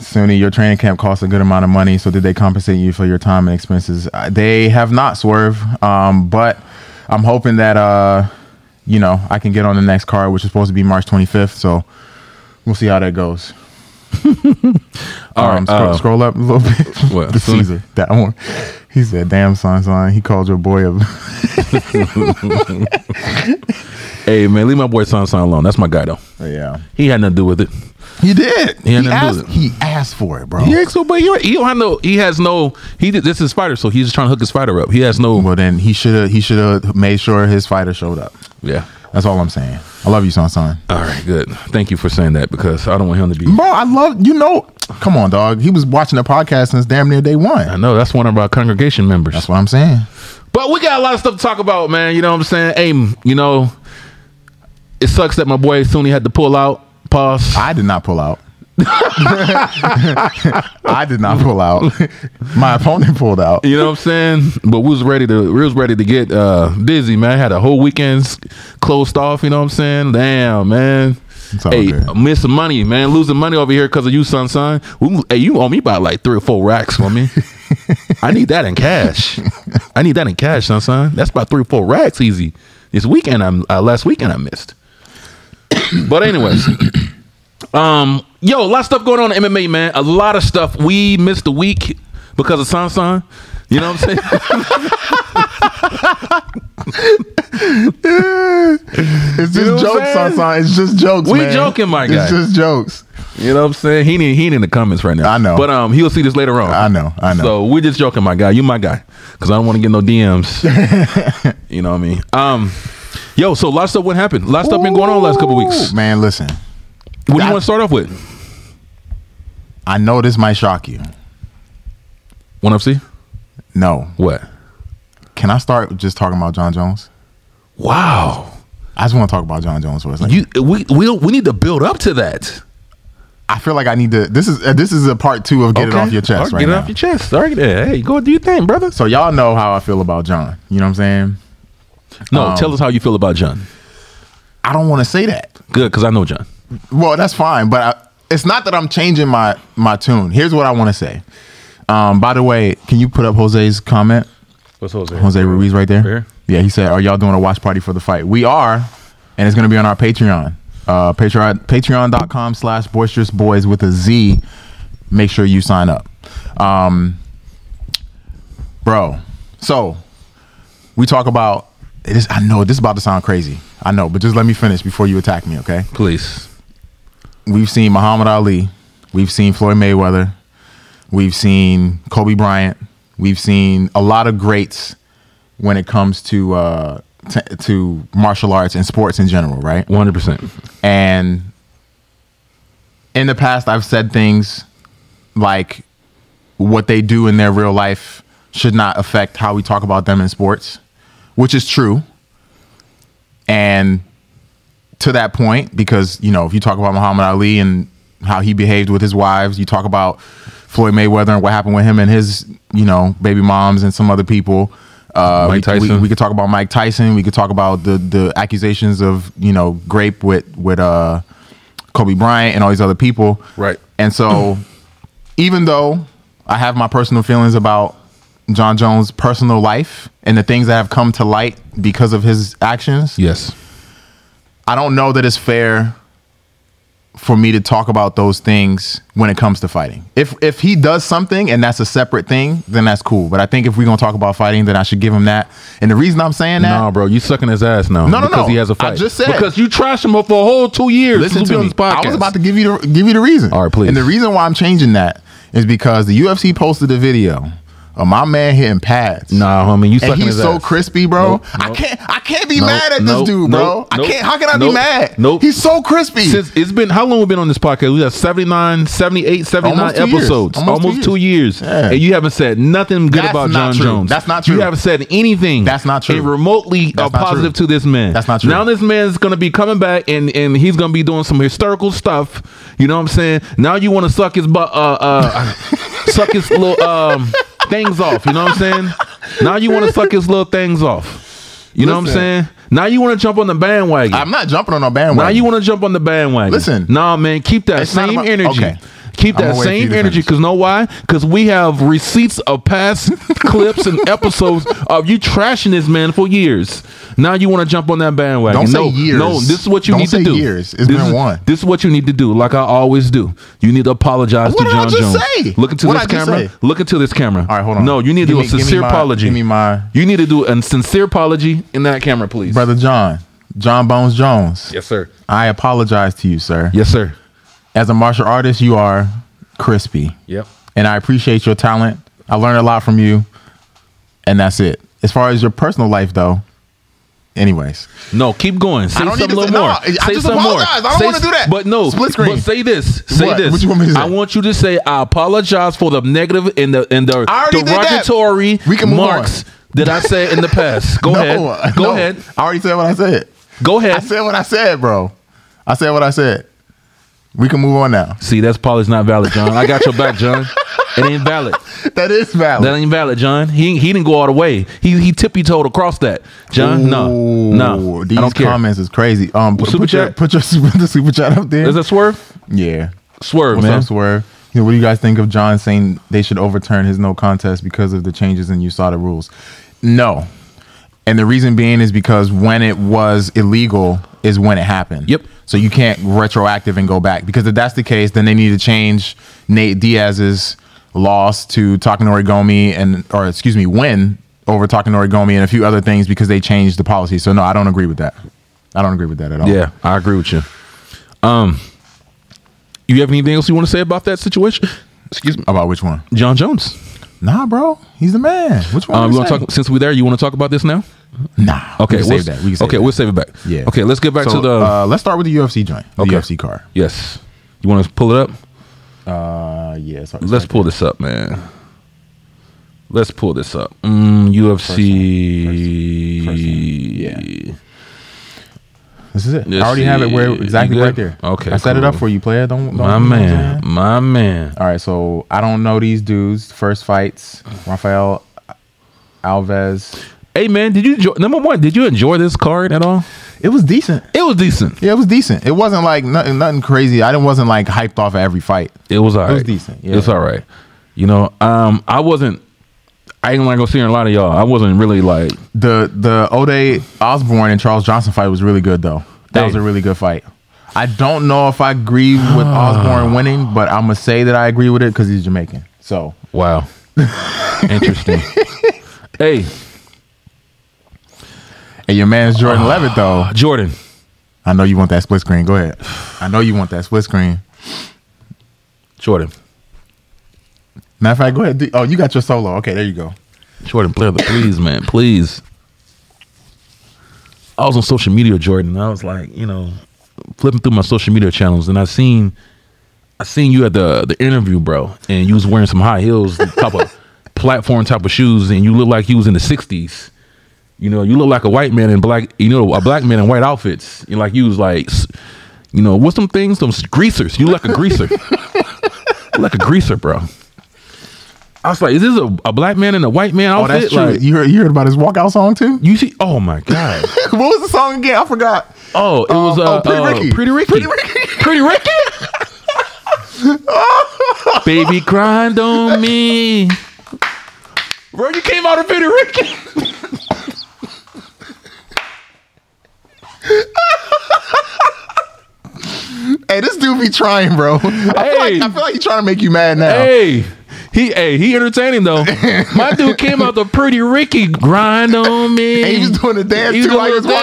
Speaker 3: SUNY, your training camp costs a good amount of money. So did they compensate you for your time and expenses? Uh, They have not, Swerve. Um, but I'm hoping that uh, you know, I can get on the next card, which is supposed to be March 25th. So we'll see how that goes.
Speaker 2: All right,
Speaker 3: um, scroll,
Speaker 2: uh,
Speaker 3: scroll up a little bit.
Speaker 2: What,
Speaker 3: the
Speaker 2: Sunny?
Speaker 3: Caesar, that one. He said, "Damn, son, son." He called your boy a.
Speaker 2: hey man, leave my boy Son Son alone. That's my guy though.
Speaker 3: yeah,
Speaker 2: He had nothing to do with it.
Speaker 3: he did.
Speaker 2: He
Speaker 3: He,
Speaker 2: had nothing to do
Speaker 3: asked,
Speaker 2: with it.
Speaker 3: he asked for it, bro.
Speaker 2: Yeah, so but he, he don't have no. He has no. He did, this is fighter, so he's just trying to hook his fighter up. He has no.
Speaker 3: Well, then he should have. He should have made sure his fighter showed up.
Speaker 2: Yeah.
Speaker 3: That's all I'm saying. I love you, son, son.
Speaker 2: All right, good. Thank you for saying that because I don't want him to be.
Speaker 3: Bro, I love you. Know, come on, dog. He was watching the podcast since damn near day
Speaker 2: I
Speaker 3: one.
Speaker 2: know that's one of our congregation members.
Speaker 3: That's what I'm saying.
Speaker 2: But we got a lot of stuff to talk about, man. You know what I'm saying? Aim, you know, it sucks that my boy Sunni had to pull out. Pause.
Speaker 3: I did not pull out. I did not pull out. My opponent pulled out.
Speaker 2: You know what I'm saying? But we was ready to we was ready to get uh busy, man. I had a whole weekend's closed off, you know what I'm saying? Damn, man.
Speaker 3: It's all
Speaker 2: hey,
Speaker 3: good.
Speaker 2: miss some money, man. Losing money over here because of you, son, son. We- Hey, you owe me about like three or four racks for me. I need that in cash. I need that in cash, son, son. That's about three or four racks easy. This weekend, I'm uh, last weekend I missed. but anyways, um, yo, a lot of stuff going on in MMA, man. A lot of stuff. We missed the week because of Sansan. You know what I'm saying?
Speaker 3: It's just
Speaker 2: know what I'm
Speaker 3: jokes,
Speaker 2: saying?
Speaker 3: son, son. It's just jokes.
Speaker 2: We
Speaker 3: man.
Speaker 2: joking, my guy.
Speaker 3: It's just jokes.
Speaker 2: You know what I'm saying? He ain't, he ain't in the comments right now.
Speaker 3: I know.
Speaker 2: But um, he'll see this later on.
Speaker 3: I know, I know.
Speaker 2: So we're just joking, my guy. You my guy. Because I don't want to get no DMs. you know what I mean? Um, yo, so lots of stuff what happened. Lots of stuff been going on the last couple weeks.
Speaker 3: Ooh, Man, listen.
Speaker 2: What do you
Speaker 3: I-
Speaker 2: want to start off with?
Speaker 3: I know this might shock you.
Speaker 2: One FC?
Speaker 3: No.
Speaker 2: What?
Speaker 3: Can I start just talking about John Jones?
Speaker 2: Wow.
Speaker 3: I just want to talk about John Jones for a second.
Speaker 2: You we we we need to build up to that.
Speaker 3: I feel like I need to. This is uh, this is a part two of get it
Speaker 2: Okay?
Speaker 3: off your chest
Speaker 2: All
Speaker 3: right
Speaker 2: get
Speaker 3: now.
Speaker 2: it off your chest. All right, yeah. hey, go do your thing, brother.
Speaker 3: so y'all know how I feel about John. You know what I'm saying?
Speaker 2: No, tell us how you feel about John.
Speaker 3: I don't want to say that.
Speaker 2: Good, because I know John.
Speaker 3: Well, that's fine, but I, it's not that I'm changing my my tune. Here's what I want to say. Um, by the way, can you put up Jose's comment?
Speaker 2: What's Jose?
Speaker 3: Jose Ruiz right there.
Speaker 2: Here?
Speaker 3: Yeah, he said, "Are y'all doing a watch party for the fight?" We are, and it's going to be on our Patreon. Uh, Patreon patreon.com slash boisterous boys with a Z. Make sure you sign up, um, bro. So we talk about this. I know this is about to sound crazy. I know, but just let me finish before you attack me, okay?
Speaker 2: Please.
Speaker 3: we've seen Muhammad Ali, we've seen Floyd Mayweather, we've seen Kobe Bryant, we've seen a lot of greats when it comes to uh, t- to martial arts and sports in general, right?
Speaker 2: One hundred percent.
Speaker 3: And in the past, I've said things like what they do in their real life should not affect how we talk about them in sports, which is true. And to that point, because, you know, if you talk about Muhammad Ali and how he behaved with his wives, you talk about Floyd Mayweather and what happened with him and his, you know, baby moms and some other people. Uh,
Speaker 2: Mike
Speaker 3: we- we-
Speaker 2: Tyson.
Speaker 3: we could talk about Mike Tyson. We could talk about the the accusations of you know grape with with uh, Kobe Bryant and all these other people.
Speaker 2: Right.
Speaker 3: And so, even though I have my personal feelings about John Jones' personal life and the things that have come to light because of his actions,
Speaker 2: Yes.
Speaker 3: I don't know that it's fair for me to talk about those things when it comes to fighting. If if he does something and that's a separate thing, then that's cool. But I think if we're gonna talk about fighting, then I should give him that. And the reason I'm saying that,
Speaker 2: No, bro, you sucking his ass now.
Speaker 3: No, no,
Speaker 2: because
Speaker 3: no.
Speaker 2: he has a
Speaker 3: I
Speaker 2: fight.
Speaker 3: just said-
Speaker 2: because you trashed him for a whole two years.
Speaker 3: listen
Speaker 2: We'll be
Speaker 3: to
Speaker 2: on
Speaker 3: me.
Speaker 2: This podcast.
Speaker 3: I was about to give you the, give you the reason.
Speaker 2: All right, please.
Speaker 3: And the reason why I'm changing that is because the UFC posted a video of my man hitting pads.
Speaker 2: Nah, homie, you
Speaker 3: And
Speaker 2: sucking
Speaker 3: he's
Speaker 2: his
Speaker 3: so
Speaker 2: ass.
Speaker 3: crispy, bro.
Speaker 2: Nope,
Speaker 3: I
Speaker 2: nope.
Speaker 3: can't. I can't be
Speaker 2: Nope,
Speaker 3: mad at
Speaker 2: nope,
Speaker 3: this dude, bro.
Speaker 2: nope,
Speaker 3: I
Speaker 2: nope,
Speaker 3: can't. How can I be
Speaker 2: nope,
Speaker 3: mad?
Speaker 2: nope.
Speaker 3: He's so crispy.
Speaker 2: Since it's been how long we been on this podcast? We got 79, 78, 79
Speaker 3: Almost two years.
Speaker 2: episodes.
Speaker 3: Almost two
Speaker 2: Almost, two years.
Speaker 3: Yeah.
Speaker 2: And you haven't said nothing good
Speaker 3: That's
Speaker 2: about John
Speaker 3: not true.
Speaker 2: Jones.
Speaker 3: That's not
Speaker 2: You
Speaker 3: true.
Speaker 2: haven't said anything.
Speaker 3: That's not true.
Speaker 2: And remotely
Speaker 3: That's
Speaker 2: uh,
Speaker 3: not
Speaker 2: positive
Speaker 3: true.
Speaker 2: to this man.
Speaker 3: That's not true.
Speaker 2: Now this man's gonna be coming back and and he's gonna be doing some historical stuff. You know what I'm saying? Now you wanna suck his butt uh uh suck his little um things off. You know what I'm saying? Now you wanna suck his little things off. You know what I'm
Speaker 3: Listen.
Speaker 2: saying? Now you want to jump on the bandwagon.
Speaker 3: I'm not jumping on no bandwagon.
Speaker 2: Now you want to jump on the bandwagon?
Speaker 3: Listen.
Speaker 2: nah, man, keep that
Speaker 3: It's not
Speaker 2: same
Speaker 3: about-
Speaker 2: energy.
Speaker 3: okay.
Speaker 2: Keep
Speaker 3: I'm
Speaker 2: that
Speaker 3: gonna wait for you
Speaker 2: same
Speaker 3: to
Speaker 2: energy,
Speaker 3: finish.
Speaker 2: cause know why? Cause we have receipts of past clips and episodes of you trashing this man for years. Now you want to jump on that bandwagon?
Speaker 3: Don't say
Speaker 2: no,
Speaker 3: years.
Speaker 2: No, this is what you
Speaker 3: Don't
Speaker 2: need to
Speaker 3: say
Speaker 2: do.
Speaker 3: years. It's
Speaker 2: this
Speaker 3: been
Speaker 2: is,
Speaker 3: one.
Speaker 2: This is what you need to do. Like I always do. You need to apologize to
Speaker 3: What did I
Speaker 2: John
Speaker 3: just
Speaker 2: Jones.
Speaker 3: say?
Speaker 2: Look into
Speaker 3: What
Speaker 2: this
Speaker 3: did I just
Speaker 2: camera.
Speaker 3: say?
Speaker 2: Look into this camera.
Speaker 3: All right, hold on.
Speaker 2: No, you need to
Speaker 3: Give
Speaker 2: do a
Speaker 3: me- give me
Speaker 2: sincere
Speaker 3: my-
Speaker 2: apology.
Speaker 3: give me my-
Speaker 2: You need to do a sincere apology in that camera, please,
Speaker 3: brother John, John Bones Jones.
Speaker 2: Yes, sir.
Speaker 3: I apologize to you, sir.
Speaker 2: Yes, sir.
Speaker 3: As a martial artist, you are crispy.
Speaker 2: Yep.
Speaker 3: and I appreciate your talent. I learned a lot from you, and that's it. As far as your personal life, though, anyways,
Speaker 2: No, keep going. Say
Speaker 3: I don't
Speaker 2: something
Speaker 3: need to
Speaker 2: a little
Speaker 3: say-
Speaker 2: more.
Speaker 3: no, I
Speaker 2: say
Speaker 3: just
Speaker 2: some more.
Speaker 3: apologize. I don't
Speaker 2: Say
Speaker 3: wanna
Speaker 2: s-
Speaker 3: do that.
Speaker 2: But no,
Speaker 3: Split screen.
Speaker 2: But say this. Say
Speaker 3: What?
Speaker 2: this.
Speaker 3: What you want me to say?
Speaker 2: I want you to say I apologize for the negative and the and the
Speaker 3: I already did that.
Speaker 2: derogatory
Speaker 3: We can move on.
Speaker 2: marks that I said in the past. Go
Speaker 3: No,
Speaker 2: ahead. Go
Speaker 3: no.
Speaker 2: ahead.
Speaker 3: I already said what I said.
Speaker 2: Go
Speaker 3: I
Speaker 2: ahead.
Speaker 3: said what I said, bro. I said what I said. We can move on now.
Speaker 2: See, that's probably not valid, John. I got your back, John. It ain't valid.
Speaker 3: That is valid.
Speaker 2: That ain't valid, John. He he didn't go all the way. He he tippy toed across that, John. no, no.
Speaker 3: Ooh, These
Speaker 2: I don't care.
Speaker 3: comments is crazy. Um, put,
Speaker 2: Super
Speaker 3: put your
Speaker 2: chat?
Speaker 3: put your super, the super chat up there.
Speaker 2: Is it swerve?
Speaker 3: yeah.
Speaker 2: Swerve,
Speaker 3: What's
Speaker 2: man.
Speaker 3: up, Swerve? You know, what do you guys think of John saying they should overturn his no contest because of the changes in USADA rules? No. And the reason being is because when it was illegal is when it happened.
Speaker 2: Yep.
Speaker 3: So you can't retroactive and go back because if that's the case, then they need to change Nate Diaz's loss to Takanori Gomi and or excuse me, win over Takanori Gomi and a few other things because they changed the policy. So no, I don't agree with that. I don't agree with that at all.
Speaker 2: Yeah, I agree with you. Um, you have anything else you want to say about that situation? Excuse me,
Speaker 3: About which one?
Speaker 2: John Jones.
Speaker 3: Nah, bro. He's the man. Which one?
Speaker 2: Um,
Speaker 3: we
Speaker 2: you want
Speaker 3: say?
Speaker 2: to talk since we're there? You want to talk about this now?
Speaker 3: Nah.
Speaker 2: Okay, we'll-
Speaker 3: Oh, we can save that. We can save
Speaker 2: okay,
Speaker 3: that.
Speaker 2: we'll save it back.
Speaker 3: yeah.
Speaker 2: Okay, let's get back
Speaker 3: So,
Speaker 2: to the
Speaker 3: Uh, let's start with the UFC joint. The
Speaker 2: okay.
Speaker 3: UFC card.
Speaker 2: Yes, you want to pull it up?
Speaker 3: Uh, yeah. it's- it's
Speaker 2: Let's
Speaker 3: like-
Speaker 2: pull this up, man. Let's pull this up. Mm, UFC.
Speaker 3: yeah. This is it.
Speaker 2: Let's
Speaker 3: I already have it where
Speaker 2: see.
Speaker 3: exactly
Speaker 2: You
Speaker 3: right
Speaker 2: good?
Speaker 3: there.
Speaker 2: Okay,
Speaker 3: I set it
Speaker 2: cool.
Speaker 3: up for you, player. Don't, don't
Speaker 2: My
Speaker 3: you know what I'm
Speaker 2: man,
Speaker 3: saying?
Speaker 2: my man.
Speaker 3: All right, so I don't know these dudes. First fights, Rafael Alves.
Speaker 2: Hey man, did you enjoy, number one? Did you enjoy this card at all?
Speaker 3: It was decent.
Speaker 2: It was decent.
Speaker 3: Yeah, it was decent. It wasn't like nothing, nothing crazy. I didn't wasn't like hyped off of every fight.
Speaker 2: It was all right.
Speaker 3: was decent, yeah.
Speaker 2: It was all right. You know, um, I wasn't. I ain't like gonna see a lot of y'all. I wasn't really like.
Speaker 3: The the Ode Osborne and Charles Johnson fight was really good though. That was
Speaker 2: Hey.
Speaker 3: a really good fight. I don't know if I agree with Osborne winning, but I'm gonna say that I agree with it because he's Jamaican. So
Speaker 2: Wow. Interesting. hey,
Speaker 3: and your man's Jordan Levitt though.
Speaker 2: Jordan.
Speaker 3: I know you want that split screen. Go ahead. I know you want that split screen.
Speaker 2: Jordan.
Speaker 3: Matter of fact, go ahead. Do- Oh, you got your solo. Okay, there you go.
Speaker 2: Jordan, play the please, man, please. I was on social media, Jordan. and I was like, you know, flipping through my social media channels, and I seen, I seen you at the the interview, bro, and you was wearing some high heels, type of platform type of shoes, and you look like you was in the '60s. You know, you look like a white man in black, you know, a black man in white outfits. You like you was like, s- you know, what's some things? Some greasers. You look like a greaser, You like a greaser, bro. I was like, is this a, a black man and a white man
Speaker 3: Oh,
Speaker 2: outfit?
Speaker 3: that's true.
Speaker 2: Like,
Speaker 3: you, heard, you heard about his walkout song too?
Speaker 2: you see? Oh my god!
Speaker 3: what was the song again? I forgot.
Speaker 2: Oh, it was
Speaker 3: Oh,
Speaker 2: uh,
Speaker 3: oh, Pretty
Speaker 2: uh,
Speaker 3: Ricky.
Speaker 2: Pretty Ricky. Pretty
Speaker 3: Pretty
Speaker 2: Ricky.
Speaker 3: Ricky.
Speaker 2: Baby grind on me. Bro, you came out of Pretty Ricky.
Speaker 3: Hey, this dude be trying, bro. I feel
Speaker 2: Hey.
Speaker 3: like I feel like he's trying to make you mad now.
Speaker 2: Hey, he hey he entertaining though. My dude came out the Pretty Ricky grind on me.
Speaker 3: And he was doing the dance
Speaker 2: He was
Speaker 3: too while he
Speaker 2: doing
Speaker 3: was
Speaker 2: the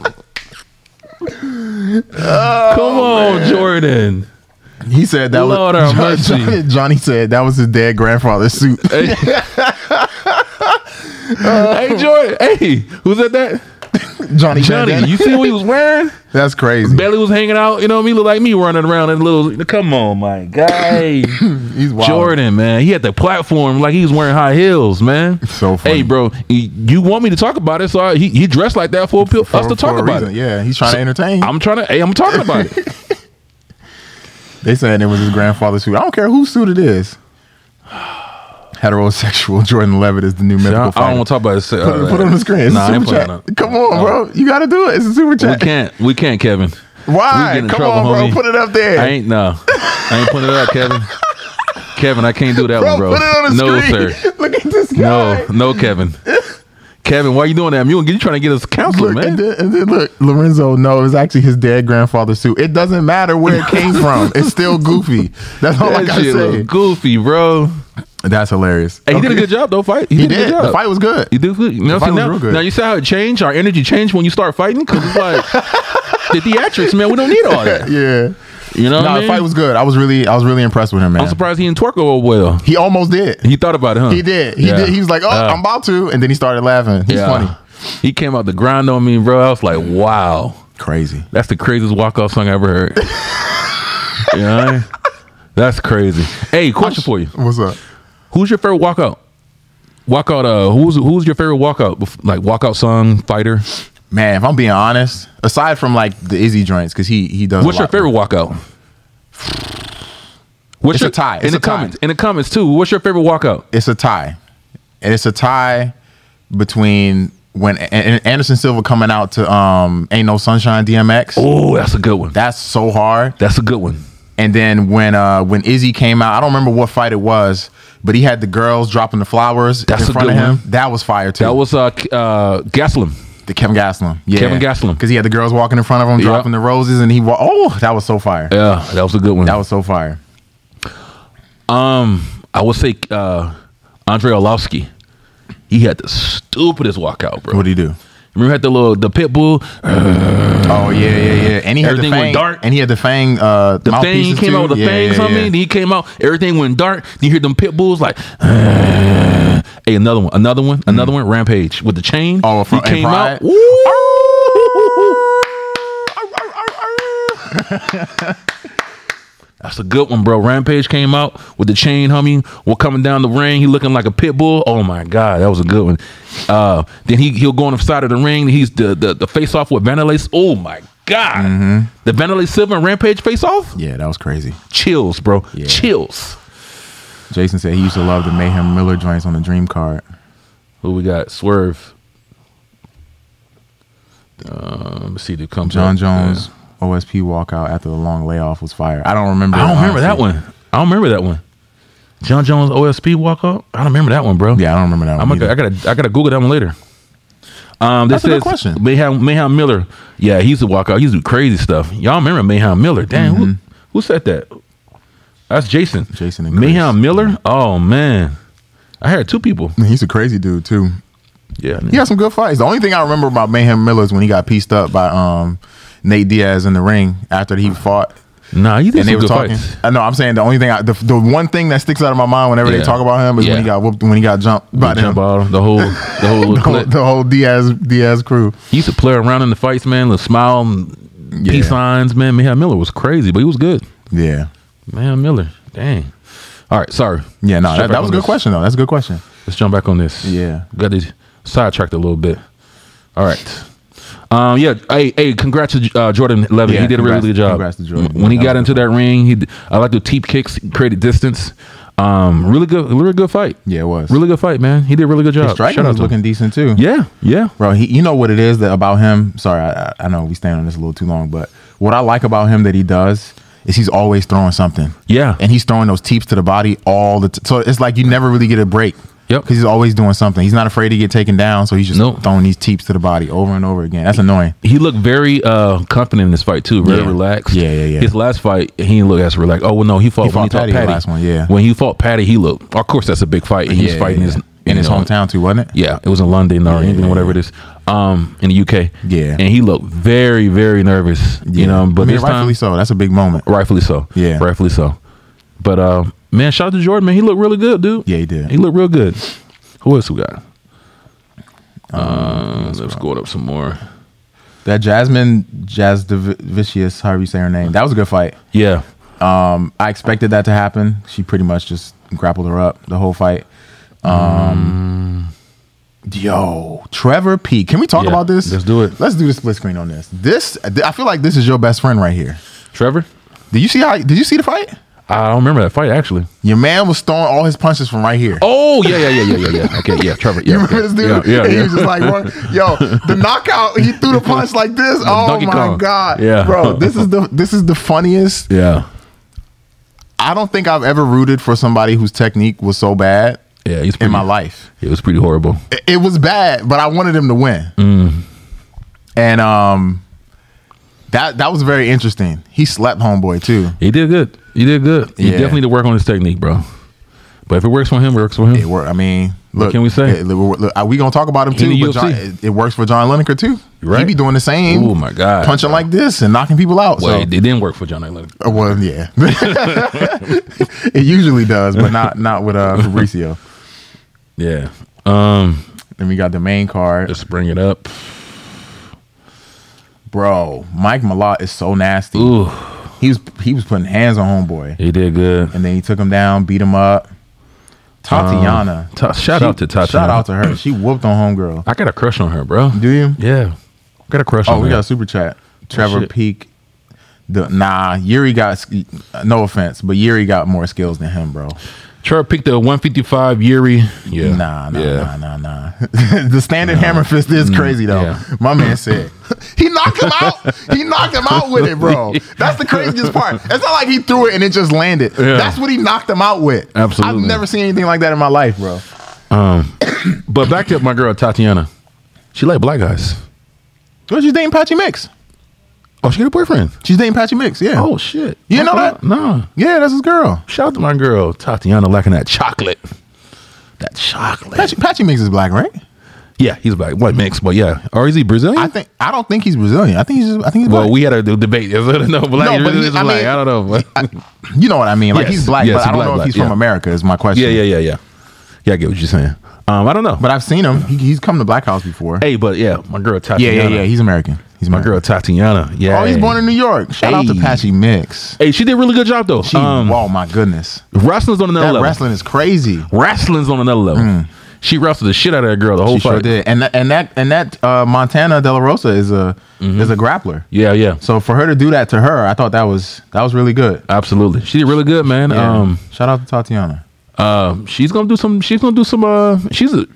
Speaker 3: walking
Speaker 2: dance.
Speaker 3: out.
Speaker 2: Come on, Jordan.
Speaker 3: He said that
Speaker 2: Lord
Speaker 3: was
Speaker 2: have mercy.
Speaker 3: Johnny, Johnny said that was his dead grandfather's suit.
Speaker 2: Hey. hey Jordan. Hey, who said that?
Speaker 3: Johnny,
Speaker 2: Johnny.
Speaker 3: Bandana.
Speaker 2: You see what he was wearing?
Speaker 3: That's crazy.
Speaker 2: Belly was hanging out. You know what I mean? Look like me running around in little. Come on, my guy.
Speaker 3: He's wild.
Speaker 2: Jordan, man, he had the platform like he was wearing high heels, man.
Speaker 3: So funny.
Speaker 2: hey, bro, y- you want me to talk about it? So I, he, he dressed like that for, a pil-
Speaker 3: For-
Speaker 2: us to
Speaker 3: for
Speaker 2: talk
Speaker 3: a
Speaker 2: about
Speaker 3: reason.
Speaker 2: it.
Speaker 3: Yeah, he's trying to entertain.
Speaker 2: I'm trying to. Hey, I'm talking about it.
Speaker 3: they said it was his grandfather's suit. I don't care whose suit it is. Heterosexual Jordan Levitt is the new
Speaker 2: I,
Speaker 3: mythical.
Speaker 2: I don't want to talk about it.
Speaker 3: put, it- put it on the screen. It's
Speaker 2: Nah, I
Speaker 3: a
Speaker 2: ain't
Speaker 3: super
Speaker 2: putting it
Speaker 3: chat.
Speaker 2: on.
Speaker 3: Come on, bro. You got to do it. It's a super
Speaker 2: We
Speaker 3: chat.
Speaker 2: can't. We can't, Kevin. We
Speaker 3: Why?
Speaker 2: get in
Speaker 3: Come
Speaker 2: trouble,
Speaker 3: on, bro.
Speaker 2: homie.
Speaker 3: Put it up
Speaker 2: I
Speaker 3: there.
Speaker 2: ain't no. I ain't putting it up, Kevin. Kevin, I can't do that
Speaker 3: Bro,
Speaker 2: one, bro.
Speaker 3: put it on the
Speaker 2: no,
Speaker 3: screen.
Speaker 2: sir.
Speaker 3: Look at this guy.
Speaker 2: No, no, Kevin. Kevin, why you doing that? You you trying to get us counseling,
Speaker 3: Look,
Speaker 2: man?
Speaker 3: and then, and then look, Lorenzo. No, it was actually his dead grandfather's suit. It doesn't matter where it came from. It's still goofy. That's all
Speaker 2: That
Speaker 3: I gotta
Speaker 2: shit
Speaker 3: say.
Speaker 2: look goofy, bro.
Speaker 3: That's hilarious.
Speaker 2: Hey, he did
Speaker 3: Okay.
Speaker 2: a good job though. Fight.
Speaker 3: He
Speaker 2: a
Speaker 3: did.
Speaker 2: good
Speaker 3: The
Speaker 2: job.
Speaker 3: fight was good.
Speaker 2: You do good. You know,
Speaker 3: The fight
Speaker 2: see,
Speaker 3: was
Speaker 2: now,
Speaker 3: real good.
Speaker 2: now you see how it changed. Our energy changed when you start fighting because it's like the theatrics, man. We don't need all that.
Speaker 3: Yeah.
Speaker 2: You know, what I
Speaker 3: No, the
Speaker 2: mean?
Speaker 3: fight was good. I was really, I was really impressed with him, man.
Speaker 2: I'm surprised he didn't twerk over well.
Speaker 3: He almost did.
Speaker 2: He thought about it, huh?
Speaker 3: He did. He
Speaker 2: Yeah.
Speaker 3: did. He was like, "Oh,
Speaker 2: Uh,
Speaker 3: I'm about to," and then he started laughing. He's
Speaker 2: yeah.
Speaker 3: funny.
Speaker 2: He came out the grind on me, bro. I was like, wow,
Speaker 3: Crazy.
Speaker 2: that's the craziest walk off song I ever heard. you know, what I mean? that's crazy. Hey, question for you:
Speaker 3: What's up?
Speaker 2: Who's your favorite walkout? Walkout. Uh, who's who's your favorite walkout? Bef- Like walkout song fighter.
Speaker 3: Man, if I'm being honest, aside from like the Izzy joints, because he he does. a
Speaker 2: What's your
Speaker 3: lot.
Speaker 2: favorite walkout? What's
Speaker 3: It's a tie.
Speaker 2: in
Speaker 3: It's
Speaker 2: the
Speaker 3: a tie.
Speaker 2: comments? In the comments too. What's your favorite walkout?
Speaker 3: It's a tie, and it's a tie between when A- A- Anderson Silva coming out to um "Ain't No Sunshine" DMX.
Speaker 2: Oh, that's a good one.
Speaker 3: That's so hard.
Speaker 2: That's a good one.
Speaker 3: And then when uh when Izzy came out, I don't remember what fight it was, but he had the girls dropping the flowers
Speaker 2: That's a
Speaker 3: in front
Speaker 2: good
Speaker 3: of him.
Speaker 2: one.
Speaker 3: That was fire too.
Speaker 2: That was uh, K- uh Gaslam.
Speaker 3: the Kevin Gaslam. Yeah.
Speaker 2: Kevin Gastelum.
Speaker 3: Because he had the girls walking in front of him,
Speaker 2: Yeah.
Speaker 3: dropping the roses, and he wa- oh, that was so fire.
Speaker 2: Yeah, that was a good one.
Speaker 3: That was so fire.
Speaker 2: um, I would say uh Andre Orlovsky. He had the stupidest walkout, bro.
Speaker 3: What'd he do?
Speaker 2: Remember he had the little the pit bull.
Speaker 3: Oh yeah, yeah, yeah. And he had
Speaker 2: Uh, Everything
Speaker 3: the
Speaker 2: went
Speaker 3: fang,
Speaker 2: dark.
Speaker 3: and he had the fang. Uh,
Speaker 2: The thing he came out with the fangs on me. Then he came out, everything went dark. Then you hear them pit bulls like, hey, another one, another one, another one. Rampage with the chain.
Speaker 3: Oh, from-
Speaker 2: he came
Speaker 3: and
Speaker 2: out.
Speaker 3: Pride?
Speaker 2: Woo! That's a good one, bro. Rampage came out with the chain humming. Well, coming down the ring, he looking like a pit bull. Oh my god, that was a good one. Uh, then he he'll go on the side of the ring. He's the the, the face off with Vandalay. Oh my god, the Vandalay Silver and Rampage face off.
Speaker 3: Yeah, that was crazy.
Speaker 2: Chills, bro.
Speaker 3: Yeah.
Speaker 2: Chills.
Speaker 3: Jason said he used to love the Mayhem Miller joints on the Dream card.
Speaker 2: Who we got? Swerve. Um, let's see who comes.
Speaker 3: John
Speaker 2: up.
Speaker 3: Jones OSP walkout after the long layoff was fired. I don't remember.
Speaker 2: I don't
Speaker 3: it,
Speaker 2: remember that
Speaker 3: honestly.
Speaker 2: one. I don't remember that one. John Jones OSP walk up. I don't remember that one, bro.
Speaker 3: Yeah, I don't remember that
Speaker 2: I'm
Speaker 3: one.
Speaker 2: gonna, I
Speaker 3: either.
Speaker 2: gotta I gotta Google that one later. Um, this
Speaker 3: That's a good
Speaker 2: says
Speaker 3: question.
Speaker 2: Mayhem, Mayhem Miller. Yeah, he used to walk out. He used to do crazy stuff. Y'all remember Mayhem Miller? Damn, who, who said that? That's Jason.
Speaker 3: Mm-hmm. Jason and
Speaker 2: Mayhem
Speaker 3: Chris.
Speaker 2: Miller. Oh man, I heard two people.
Speaker 3: He's a crazy dude too.
Speaker 2: Yeah,
Speaker 3: He had some good fights. The only thing I remember about Mayhem Miller is when he got pieced up by um, Nate Diaz in the ring after he fought.
Speaker 2: Nah, you did
Speaker 3: And they
Speaker 2: some
Speaker 3: were
Speaker 2: good
Speaker 3: talking.
Speaker 2: fights.
Speaker 3: I know. I'm saying the only thing, I, the, the one thing that sticks out of my mind whenever
Speaker 2: Yeah.
Speaker 3: they talk about him is
Speaker 2: Yeah.
Speaker 3: when he got whooped, when he got jumped by them.
Speaker 2: Jump ball, the whole, the whole,
Speaker 3: The whole,
Speaker 2: clip.
Speaker 3: the whole Diaz Diaz crew.
Speaker 2: He used to play around in the fights, man. The smile, and peace
Speaker 3: Yeah.
Speaker 2: signs, man. Mayhem Miller was crazy, but he was good.
Speaker 3: Yeah,
Speaker 2: Man, Miller. Dang. All right, sorry.
Speaker 3: yeah. No,
Speaker 2: Let's jump
Speaker 3: that,
Speaker 2: back
Speaker 3: that
Speaker 2: on
Speaker 3: was a good
Speaker 2: this.
Speaker 3: question though. That's a good question.
Speaker 2: Let's jump back on this.
Speaker 3: Yeah.
Speaker 2: Got to sidetracked a little bit. All right. Um, yeah. Hey, hey, congrats to uh, Jordan Levin.
Speaker 3: Yeah,
Speaker 2: he did a really
Speaker 3: congrats-
Speaker 2: good job.
Speaker 3: congrats to Jordan.
Speaker 2: When he
Speaker 3: That
Speaker 2: got
Speaker 3: was
Speaker 2: into that ring, he d- I like the teep kicks, created distance. Um, really good, really good fight.
Speaker 3: Yeah, it was.
Speaker 2: Really good fight, man. He did a really good job.
Speaker 3: His striking
Speaker 2: Oh, Shout out
Speaker 3: was
Speaker 2: to him.
Speaker 3: looking decent too.
Speaker 2: Yeah, yeah.
Speaker 3: bro. He, you know what it is that about him. Sorry, I, I- I know we stand on this a little too long, but what I like about him that he does is he's always throwing something.
Speaker 2: Yeah.
Speaker 3: and he's throwing those teeps to the body all the. T- so it's like you never really get a break.
Speaker 2: Yep.
Speaker 3: because he's always doing something. He's not afraid to get taken down, so he's just
Speaker 2: Nope.
Speaker 3: throwing these teeps to the body over and over again. That's annoying.
Speaker 2: He looked very uh, confident in this fight too. Very
Speaker 3: Yeah.
Speaker 2: relaxed.
Speaker 3: Yeah, yeah, yeah.
Speaker 2: His last fight, he didn't look as relaxed. Oh well, no, he fought,
Speaker 3: He
Speaker 2: when
Speaker 3: fought
Speaker 2: he
Speaker 3: Patty,
Speaker 2: fought
Speaker 3: the
Speaker 2: Patty.
Speaker 3: last one, yeah.
Speaker 2: When he fought Patty, he looked. Of course, that's a big fight. and He was fighting his
Speaker 3: in his
Speaker 2: you know,
Speaker 3: hometown too, wasn't it?
Speaker 2: Yeah, it was in London or
Speaker 3: Yeah,
Speaker 2: England,
Speaker 3: yeah,
Speaker 2: whatever it is, um, in the UK.
Speaker 3: Yeah.
Speaker 2: and he looked very, very nervous. You know, but
Speaker 3: I mean,
Speaker 2: this
Speaker 3: rightfully
Speaker 2: time,
Speaker 3: so. That's a big moment.
Speaker 2: rightfully so.
Speaker 3: Yeah.
Speaker 2: rightfully so. But uh, man, shout out to Jordan. Man, he looked really good, dude.
Speaker 3: Yeah, he did.
Speaker 2: He looked real good. Who else we got?
Speaker 3: Um,
Speaker 2: Uh, let's go up some more.
Speaker 3: That Jasmine Jazz Vicious, however you say her name, that was a good fight.
Speaker 2: Yeah,
Speaker 3: Um, I expected that to happen. She pretty much just grappled her up the whole fight. Um, Yo, Trevor P. Can we talk
Speaker 2: Yeah,
Speaker 3: about this?
Speaker 2: let's do it.
Speaker 3: Let's do the split screen on this. This, I feel like this is your best friend right here.
Speaker 2: Trevor.
Speaker 3: Did you see how? Did you see the fight?
Speaker 2: I don't remember that fight actually.
Speaker 3: Your man was throwing all his punches from right here.
Speaker 2: Oh yeah, yeah, yeah, yeah, yeah, yeah. Okay, yeah, Trevor. Yeah,
Speaker 3: You
Speaker 2: okay.
Speaker 3: remember this dude?
Speaker 2: yeah, yeah,
Speaker 3: And he
Speaker 2: yeah.
Speaker 3: was just like, "What?" yo, the knockout. He threw the punch like this. Oh
Speaker 2: Donkey
Speaker 3: my
Speaker 2: Kong.
Speaker 3: god,
Speaker 2: Yeah.
Speaker 3: bro, this is the this is the funniest
Speaker 2: yeah,
Speaker 3: I don't think I've ever rooted for somebody whose technique was so bad
Speaker 2: yeah. He's pretty,
Speaker 3: in my life.
Speaker 2: It was pretty horrible.
Speaker 3: It- It was bad, but I wanted him to win.
Speaker 2: Mm.
Speaker 3: And um, that that was very interesting. He slept homeboy too.
Speaker 2: He did good. He did good. He
Speaker 3: Yeah.
Speaker 2: definitely need to work on his technique, bro. But if it works for him, it works for him.
Speaker 3: It worked. I mean, look,
Speaker 2: can we say?
Speaker 3: It, look, look, are we gonna talk about him
Speaker 2: In
Speaker 3: too?
Speaker 2: the
Speaker 3: but John,
Speaker 2: UFC.
Speaker 3: it, it works for John Lineker too.
Speaker 2: You're right.
Speaker 3: He be doing the same.
Speaker 2: Oh my god,
Speaker 3: punching like this and knocking people out.
Speaker 2: Well,
Speaker 3: so.
Speaker 2: it didn't work for John Island.
Speaker 3: Uh, Well, yeah, it usually does, but not not with uh, Fabricio.
Speaker 2: Yeah. Um.
Speaker 3: Then we got the main card.
Speaker 2: Let's bring it up.
Speaker 3: Bro, Mike Malott is so nasty.
Speaker 2: Ooh,
Speaker 3: He was he was putting hands on homeboy,
Speaker 2: he did good.
Speaker 3: and then he took him down, beat him up. Tatiana,
Speaker 2: Ta- Uh, shout
Speaker 3: She-
Speaker 2: out to Tatiana.
Speaker 3: shout out to her. She whooped on homegirl.
Speaker 2: I got a crush on her, bro.
Speaker 3: Do you?
Speaker 2: Yeah. I got a crush
Speaker 3: Oh,
Speaker 2: on
Speaker 3: we
Speaker 2: her.
Speaker 3: got a super chat. Trevor
Speaker 2: shit.
Speaker 3: Peak. The, nah, Yuri got sk- no offense, but Yuri got more skills than him, bro.
Speaker 2: Trevor picked a 155 Yuri. Yeah.
Speaker 3: Nah, nah,
Speaker 2: yeah. Mm,
Speaker 3: nah, nah, nah. the standard hammer fist is crazy though.
Speaker 2: yeah.
Speaker 3: My man said he knocked him out. He knocked him out with it, bro. That's the craziest part. It's not like he threw it and it just landed.
Speaker 2: Yeah.
Speaker 3: That's what he knocked him out with.
Speaker 2: Absolutely.
Speaker 3: I've never seen anything like that in my life, bro.
Speaker 2: But back to my girl Tatiana. She like black guys.
Speaker 3: What you dating Patchy Mix?
Speaker 2: Oh, she got a boyfriend.
Speaker 3: She's dating Patchy Mix. Yeah.
Speaker 2: Oh shit.
Speaker 3: You
Speaker 2: Oh,
Speaker 3: know that?
Speaker 2: Nah.
Speaker 3: yeah, that's his girl.
Speaker 2: Shout out to my girl Tatiana lacking that chocolate. That chocolate.
Speaker 3: Patchy, Patchy Mix is black, right?
Speaker 2: Hmm. yeah, he's black. White mix, but yeah. Or is he Brazilian?
Speaker 3: I think I don't think he's Brazilian. I think he's just, I think he's
Speaker 2: well,
Speaker 3: black.
Speaker 2: we had a d- debate. I don't know. Black,
Speaker 3: No, but he-
Speaker 2: is
Speaker 3: I
Speaker 2: black.
Speaker 3: mean-
Speaker 2: I don't know. but-
Speaker 3: you know what I mean? Like
Speaker 2: Yes,
Speaker 3: he's black,
Speaker 2: yes,
Speaker 3: but I
Speaker 2: he's
Speaker 3: don't
Speaker 2: black,
Speaker 3: know if
Speaker 2: black,
Speaker 3: he's
Speaker 2: yeah.
Speaker 3: from America. Is my question.
Speaker 2: yeah, yeah, yeah, yeah. Yeah, I get what you're saying. Um, I don't know.
Speaker 3: But I've seen him. He, he's come to Black House before.
Speaker 2: Hey, but yeah, my girl Tatiana.
Speaker 3: Yeah, yeah, yeah. He's American. He's
Speaker 2: My
Speaker 3: married.
Speaker 2: girl Tatiana. Yeah.
Speaker 3: Oh, he's born in New York. Shout out to
Speaker 2: Hey.
Speaker 3: Patchy Mix.
Speaker 2: Hey, she did a really good job though.
Speaker 3: She,
Speaker 2: um,
Speaker 3: oh my goodness,
Speaker 2: wrestling's on another
Speaker 3: that
Speaker 2: level.
Speaker 3: wrestling is crazy.
Speaker 2: Wrestling's on another level. She wrestled the shit out of that girl the whole
Speaker 3: Mm. She sure
Speaker 2: fight.
Speaker 3: did, and that, and that and that uh, Montana De La Rosa is a
Speaker 2: Mm-hmm.
Speaker 3: is a grappler.
Speaker 2: Yeah, yeah.
Speaker 3: So for her to do that to her, I thought that was that was really good.
Speaker 2: Absolutely. She did really good, man.
Speaker 3: Yeah.
Speaker 2: Um
Speaker 3: Shout out to Tatiana.
Speaker 2: uh, she's gonna do some she's gonna do some uh she's a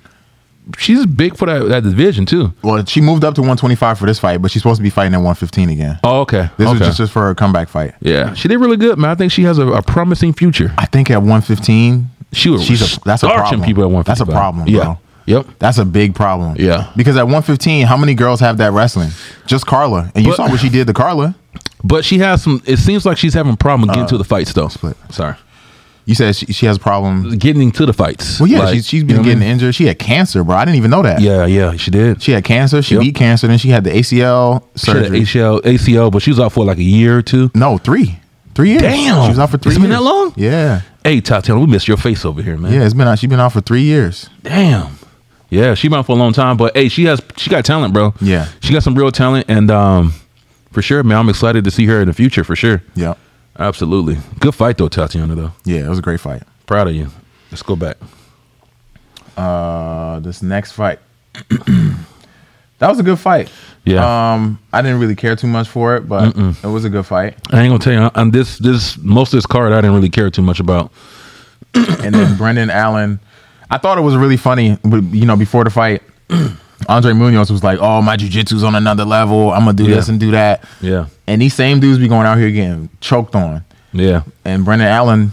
Speaker 2: she's big for that, that division too.
Speaker 3: Well, she moved up to 125 for this fight, but she's supposed to be fighting at 115 again.
Speaker 2: Oh, okay.
Speaker 3: This was
Speaker 2: okay.
Speaker 3: just, just for her comeback fight.
Speaker 2: yeah. She did really good, man. I think she has a, a promising future.
Speaker 3: I think at 115,
Speaker 2: She was
Speaker 3: she's a that's a
Speaker 2: scorching
Speaker 3: problem.
Speaker 2: people at one.
Speaker 3: That's a problem,
Speaker 2: Yeah.
Speaker 3: bro.
Speaker 2: Yep.
Speaker 3: That's a big problem.
Speaker 2: Yeah.
Speaker 3: Because at 115, how many girls have that wrestling? Just Carla. And you
Speaker 2: But-
Speaker 3: saw what she did to Carla.
Speaker 2: But she has some. It seems like she's having a problem
Speaker 3: Uh,
Speaker 2: getting to the fights, though. Sorry,
Speaker 3: You said she, she has a problem.
Speaker 2: getting to the fights.
Speaker 3: Well, yeah,
Speaker 2: Like,
Speaker 3: she, she's
Speaker 2: you
Speaker 3: been
Speaker 2: know what I
Speaker 3: getting
Speaker 2: mean?
Speaker 3: injured. She had cancer, bro. I didn't even know that.
Speaker 2: Yeah, yeah, she did.
Speaker 3: She had cancer. She
Speaker 2: Yep.
Speaker 3: beat cancer. Then she had the ACL
Speaker 2: She had an
Speaker 3: surgery.
Speaker 2: ACL, ACL, but she was out for like a year or two.
Speaker 3: no, three. Three years.
Speaker 2: Damn.
Speaker 3: She was out for three
Speaker 2: It's
Speaker 3: years.
Speaker 2: been that long?
Speaker 3: Yeah.
Speaker 2: Hey, Tatiana, we missed your face over here, man.
Speaker 3: Yeah, it's been out. She's been out for three years.
Speaker 2: Damn. Yeah, she been out for a long time, but hey, she has she got talent, bro.
Speaker 3: Yeah.
Speaker 2: she got some real talent, and um, for sure, man, I'm excited to see her in the future for sure.
Speaker 3: Yeah.
Speaker 2: Absolutely, good fight though, Tatiana. Though,
Speaker 3: Yeah, it was a great fight.
Speaker 2: proud of you. Let's go back.
Speaker 3: Uh, this next fight. that was a good fight.
Speaker 2: Yeah,
Speaker 3: Um, I didn't really care too much for it, but it was a good fight.
Speaker 2: I ain't gonna tell you. I- I'm this this most of this card I didn't really care too much about.
Speaker 3: and then Brendan Allen. I thought it was really funny, but you know, before the fight, Andre Munoz was like, "Oh, my jujitsu's on another level. I'm gonna do this
Speaker 2: Yeah.
Speaker 3: and do that."
Speaker 2: Yeah,
Speaker 3: And these same dudes be going out here getting choked on,
Speaker 2: yeah,
Speaker 3: and Brendan Allen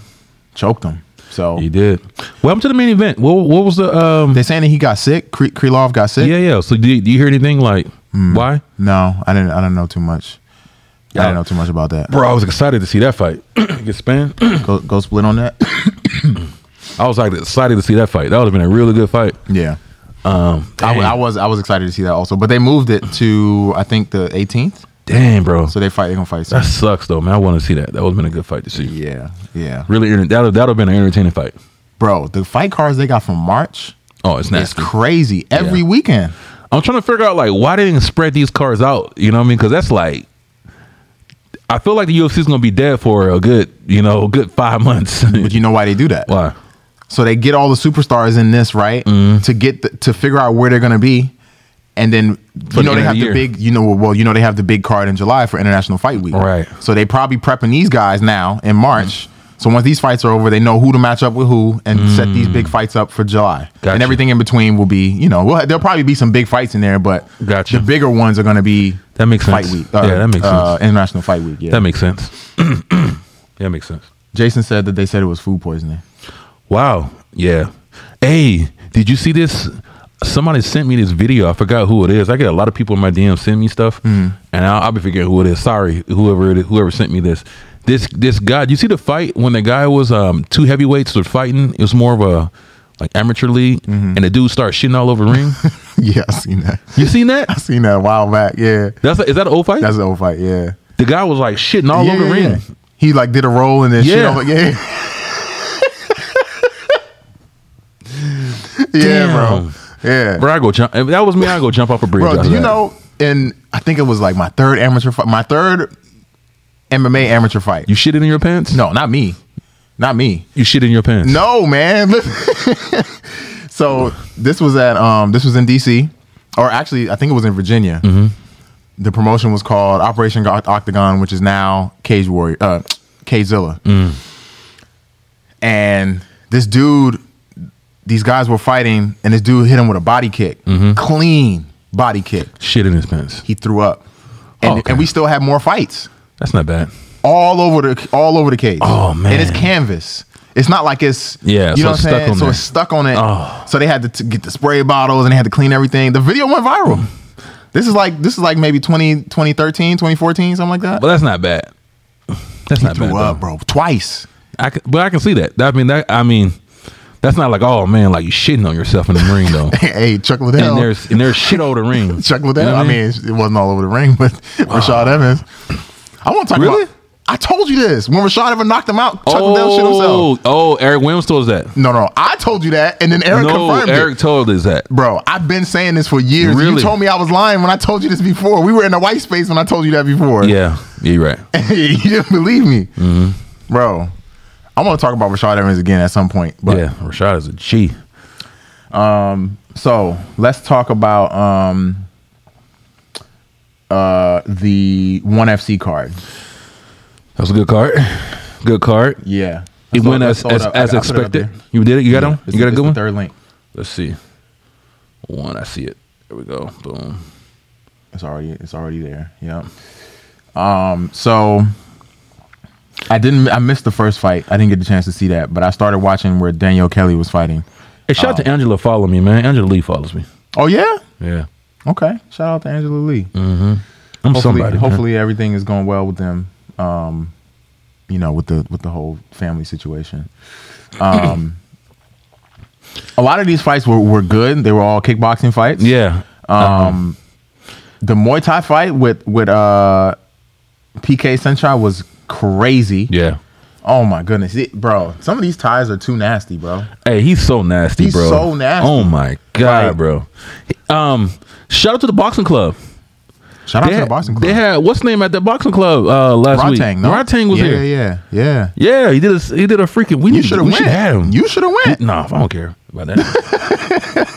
Speaker 3: choked him. So
Speaker 2: he did. Welcome to the main event. What what was the um?
Speaker 3: they saying that he got sick. Kri- Krylov got sick.
Speaker 2: Yeah, yeah. So do you, do you hear anything like
Speaker 3: Hmm.
Speaker 2: why?
Speaker 3: No, I didn't. I don't know too much. I
Speaker 2: Yeah.
Speaker 3: didn't know too much about that.
Speaker 2: Bro, I was excited to see that fight. Get spanned.
Speaker 3: Go, go split on that.
Speaker 2: I was like excited to see that fight. That would have been a really good fight.
Speaker 3: yeah.
Speaker 2: Um,
Speaker 3: I,
Speaker 2: dang,
Speaker 3: I was I was excited to see that also, but they moved it to I think the 18th.
Speaker 2: damn, bro.
Speaker 3: So they fight. They're gonna fight. Soon.
Speaker 2: That sucks though, man. I want to see that. That would have been a good fight to see.
Speaker 3: Yeah, yeah.
Speaker 2: Really, enter- that would that would have been an entertaining fight.
Speaker 3: bro the fight cards they got from march
Speaker 2: Oh, it's
Speaker 3: is
Speaker 2: nasty.
Speaker 3: crazy every
Speaker 2: Yeah.
Speaker 3: weekend
Speaker 2: I'm trying to figure out like why they didn't spread these cards out. You know what I mean? Because that's like, I feel like the UFC is gonna be dead for a good, you know, good five months.
Speaker 3: but you know why they do that
Speaker 2: why?
Speaker 3: so they get all the superstars in this right
Speaker 2: Mm.
Speaker 3: to get the, to figure out where they're gonna be and then
Speaker 2: the
Speaker 3: you know
Speaker 2: end
Speaker 3: they
Speaker 2: of
Speaker 3: have
Speaker 2: the
Speaker 3: the,
Speaker 2: year.
Speaker 3: big you know well you know they have the big card in july for international fight week
Speaker 2: Right.
Speaker 3: so they probably prepping these guys now in march so once these fights are over they know who to match up with who and set these big fights up for july
Speaker 2: Mm. Gotcha.
Speaker 3: and everything in between will be you know well, there'll probably be some big fights in there but
Speaker 2: Gotcha.
Speaker 3: the bigger ones are gonna be
Speaker 2: That makes
Speaker 3: fight
Speaker 2: sense.
Speaker 3: week uh,
Speaker 2: Yeah, that makes
Speaker 3: uh,
Speaker 2: sense.
Speaker 3: international fight week yeah
Speaker 2: That makes sense. yeah, makes sense.
Speaker 3: Jason said that they said it was food poisoning.
Speaker 2: Wow. Yeah. Hey, did you see this? Somebody sent me this video. I forgot who it is. I get a lot of people in my DM send me stuff,
Speaker 3: Hmm.
Speaker 2: and I'll, I'll be forgetting who it is. Sorry, whoever it is, whoever sent me this. This this guy. You see the fight when the guy was um two heavyweights were fighting. It was more of a like amateur league,
Speaker 3: Mm-hmm.
Speaker 2: and the dude started shitting all over the ring.
Speaker 3: yeah, I seen that.
Speaker 2: you seen that?
Speaker 3: I seen that a while back. Yeah,
Speaker 2: That's is that an old fight?
Speaker 3: that's an old fight. Yeah,
Speaker 2: the guy was like shitting all
Speaker 3: yeah,
Speaker 2: over the
Speaker 3: yeah,
Speaker 2: ring.
Speaker 3: yeah. He like did a roll and then shit.
Speaker 2: Yeah.
Speaker 3: I'm like, yeah, yeah, bro.
Speaker 2: Damn.
Speaker 3: Yeah,
Speaker 2: Bro, I go jump. If that was me. I go jump off a bridge.
Speaker 3: bro.
Speaker 2: after
Speaker 3: Do you
Speaker 2: that.
Speaker 3: know? And I think it was like my third amateur fight. My third MMA amateur fight.
Speaker 2: you shitted in your pants?
Speaker 3: no, not me. Not me.
Speaker 2: you shit in your pants.
Speaker 3: No, man. so this was at um this was in DC, or actually I think it was in Virginia. The promotion was called Operation Oc- Octagon, which is now Cage Warrior, uh, Cagezilla. And this dude, these guys were fighting, and this dude hit him with a body kick, clean body kick.
Speaker 2: shit in his pants.
Speaker 3: He threw up, and,
Speaker 2: Okay.
Speaker 3: and we still had more fights
Speaker 2: That's not bad.
Speaker 3: all over the all over the cage.
Speaker 2: Oh, man.
Speaker 3: And it's canvas. It's not like it's
Speaker 2: Yeah,
Speaker 3: You
Speaker 2: so
Speaker 3: know
Speaker 2: it's stuck
Speaker 3: what I'm saying?
Speaker 2: on
Speaker 3: So
Speaker 2: there.
Speaker 3: it's stuck on it.
Speaker 2: Oh.
Speaker 3: So they had to t- get the spray bottles and they had to clean everything. The video went viral. this is like this is like maybe 20, 2013, 2014, something like that.
Speaker 2: But that's not bad. That's not bad.
Speaker 3: Threw
Speaker 2: though.
Speaker 3: up, bro, twice.
Speaker 2: I can, but I can see that. That- I mean, that I mean, that's not like oh man, like you shitting on yourself in the ring though.
Speaker 3: hey, Chuck Liddell.
Speaker 2: and there's and there's shit over the ring.
Speaker 3: Chuck Liddell.
Speaker 2: You know what
Speaker 3: I mean, it wasn't all over the ring, but Rashad Evans. I want to talk
Speaker 2: Really?
Speaker 3: about. I I told you this when Rashad ever knocked him out. Chuck Liddell shit himself.
Speaker 2: Oh, oh, Eric Williams told us that.
Speaker 3: No, no, I told you that, and then Eric
Speaker 2: no,
Speaker 3: confirmed
Speaker 2: Eric
Speaker 3: it.
Speaker 2: told us that.
Speaker 3: Bro, I've been saying this for years. You
Speaker 2: Really?
Speaker 3: told me I was lying when I told you this before. We were in the white space when I told you that before.
Speaker 2: Yeah, yeah, you're right.
Speaker 3: you didn't believe me,
Speaker 2: Mm-hmm.
Speaker 3: bro. I want to talk about Rashad Evans again at some point, but
Speaker 2: yeah, Rashad is a G.
Speaker 3: so let's talk about um uh the one FC card.
Speaker 2: That's a good card. Good card.
Speaker 3: Yeah,
Speaker 2: It
Speaker 3: That's
Speaker 2: went
Speaker 3: all-
Speaker 2: as
Speaker 3: that's all
Speaker 2: as,
Speaker 3: that- I-
Speaker 2: as
Speaker 3: I put it up
Speaker 2: expected.
Speaker 3: there.
Speaker 2: You did it. You got him.
Speaker 3: It's-
Speaker 2: You got a good
Speaker 3: it's the
Speaker 2: one.
Speaker 3: Third link.
Speaker 2: Let's see. One, I see it. There we go. Boom.
Speaker 3: It's already it's already there. Yep. Um. So I didn't. I missed the first fight. I didn't get the chance to see that, but I started watching where Daniel Kelly was fighting.
Speaker 2: Hey, shout out to Angela. Follow me, man. Angela Lee follows me.
Speaker 3: Oh yeah.
Speaker 2: Yeah.
Speaker 3: Okay. Shout out to Angela Lee.
Speaker 2: I'm
Speaker 3: hopefully,
Speaker 2: Mm-hmm. somebody. man.
Speaker 3: hopefully everything is going well with them. Um, you know, with the with the whole family situation. Um, a lot of these fights were, were good. They were all kickboxing fights.
Speaker 2: Yeah.
Speaker 3: Um, the Muay Thai fight with with uh, PK Sunshine was crazy.
Speaker 2: yeah.
Speaker 3: Oh my goodness, It- bro! Some of these ties are too nasty, bro.
Speaker 2: Hey, he's so nasty,
Speaker 3: He's
Speaker 2: bro.
Speaker 3: so nasty.
Speaker 2: Oh my god,
Speaker 3: Like-
Speaker 2: bro. Um, shout out to the boxing club.
Speaker 3: Shout out
Speaker 2: They
Speaker 3: to the
Speaker 2: had,
Speaker 3: boxing
Speaker 2: they
Speaker 3: club.
Speaker 2: had what's the name at that boxing club uh, last week?
Speaker 3: Rotang, no?
Speaker 2: Rotang was
Speaker 3: yeah,
Speaker 2: here. Yeah,
Speaker 3: Yeah, yeah, yeah.
Speaker 2: he did a he did a freaking. We
Speaker 3: You
Speaker 2: need-
Speaker 3: should have
Speaker 2: we should
Speaker 3: went.
Speaker 2: have him.
Speaker 3: You should have went.
Speaker 2: Nah, I don't care about that.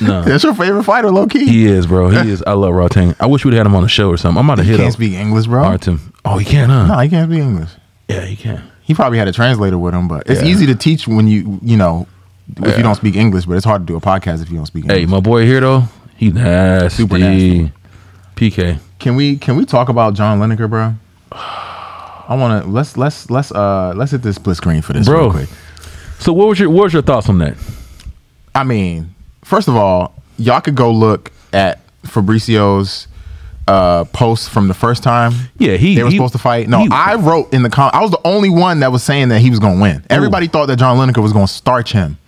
Speaker 2: no,
Speaker 3: That's your favorite fighter, low key.
Speaker 2: he is, bro. He is. I love Rotang. I wish we'd had him on the show or something. I'm about to hit
Speaker 3: can't
Speaker 2: up
Speaker 3: speak English, bro.
Speaker 2: Artem. Oh, he can, huh?
Speaker 3: No, he can't speak English.
Speaker 2: Yeah, he can.
Speaker 3: He probably had a translator with him, but it's
Speaker 2: Yeah.
Speaker 3: easy to teach when you you know if
Speaker 2: Yeah.
Speaker 3: you don't speak English. But it's hard to do a podcast if you don't speak English.
Speaker 2: Hey, my boy here though. He nasty.
Speaker 3: Super nasty.
Speaker 2: PK.
Speaker 3: Can we can we talk about John Lineker, bro? I want to let's let's let's uh let's hit this split screen for this
Speaker 2: Bro.
Speaker 3: real quick.
Speaker 2: So what was your what was your thoughts on that?
Speaker 3: I mean, first of all, y'all could go look at Fabricio's uh post from the first time.
Speaker 2: Yeah, he-
Speaker 3: they were
Speaker 2: he-
Speaker 3: supposed to fight. No,
Speaker 2: he-
Speaker 3: I wrote in the com. I was the only one that was saying that he was going to
Speaker 2: Oh.
Speaker 3: win. Everybody thought that John Lineker was going to starch him.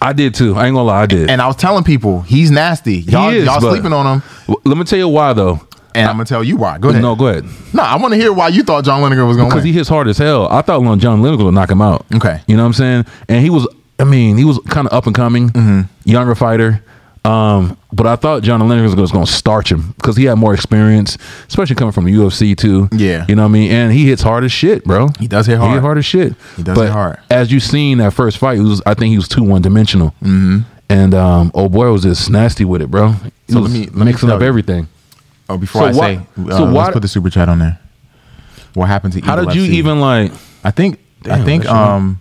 Speaker 2: I did too. I ain't gonna lie, I did.
Speaker 3: And I was telling people he's nasty. Y'all,
Speaker 2: is,
Speaker 3: y'all
Speaker 2: but-
Speaker 3: sleeping on him,
Speaker 2: W- Let me tell you why though.
Speaker 3: and I, am gonna tell you why. Go ahead.
Speaker 2: No, go ahead.
Speaker 3: No, I want to hear why you thought John Lineker was gonna
Speaker 2: Because he
Speaker 3: win.
Speaker 2: hits hard as hell. I thought Lon John Lineker would knock him out.
Speaker 3: Okay.
Speaker 2: You know what I'm saying? And he was, I mean, he was kind of up and coming,
Speaker 3: Mm-hmm.
Speaker 2: younger fighter. Um, but I thought John Lineker was going to starch him because he had more experience, especially coming from the UFC too.
Speaker 3: Yeah.
Speaker 2: You know what I mean? And he hits hard as shit, bro.
Speaker 3: He does hit
Speaker 2: He
Speaker 3: hard.
Speaker 2: hit hard as shit.
Speaker 3: He does
Speaker 2: but
Speaker 3: hit hard.
Speaker 2: As you seen that first fight, it was, I think he was too one dimensional. Mm-hmm. And um, oh boy, was just nasty with it, bro. He
Speaker 3: So let
Speaker 2: was
Speaker 3: me- let me
Speaker 2: mixing
Speaker 3: tell
Speaker 2: up
Speaker 3: you.
Speaker 2: everything.
Speaker 3: oh, before
Speaker 2: So
Speaker 3: I
Speaker 2: why-
Speaker 3: say, uh,
Speaker 2: so why-
Speaker 3: let's put the super chat on there. What happened to?
Speaker 2: How
Speaker 3: Eagle
Speaker 2: did you
Speaker 3: FC?
Speaker 2: even like?
Speaker 3: I think. I
Speaker 2: Damn,
Speaker 3: think.
Speaker 2: that's right.
Speaker 3: Um,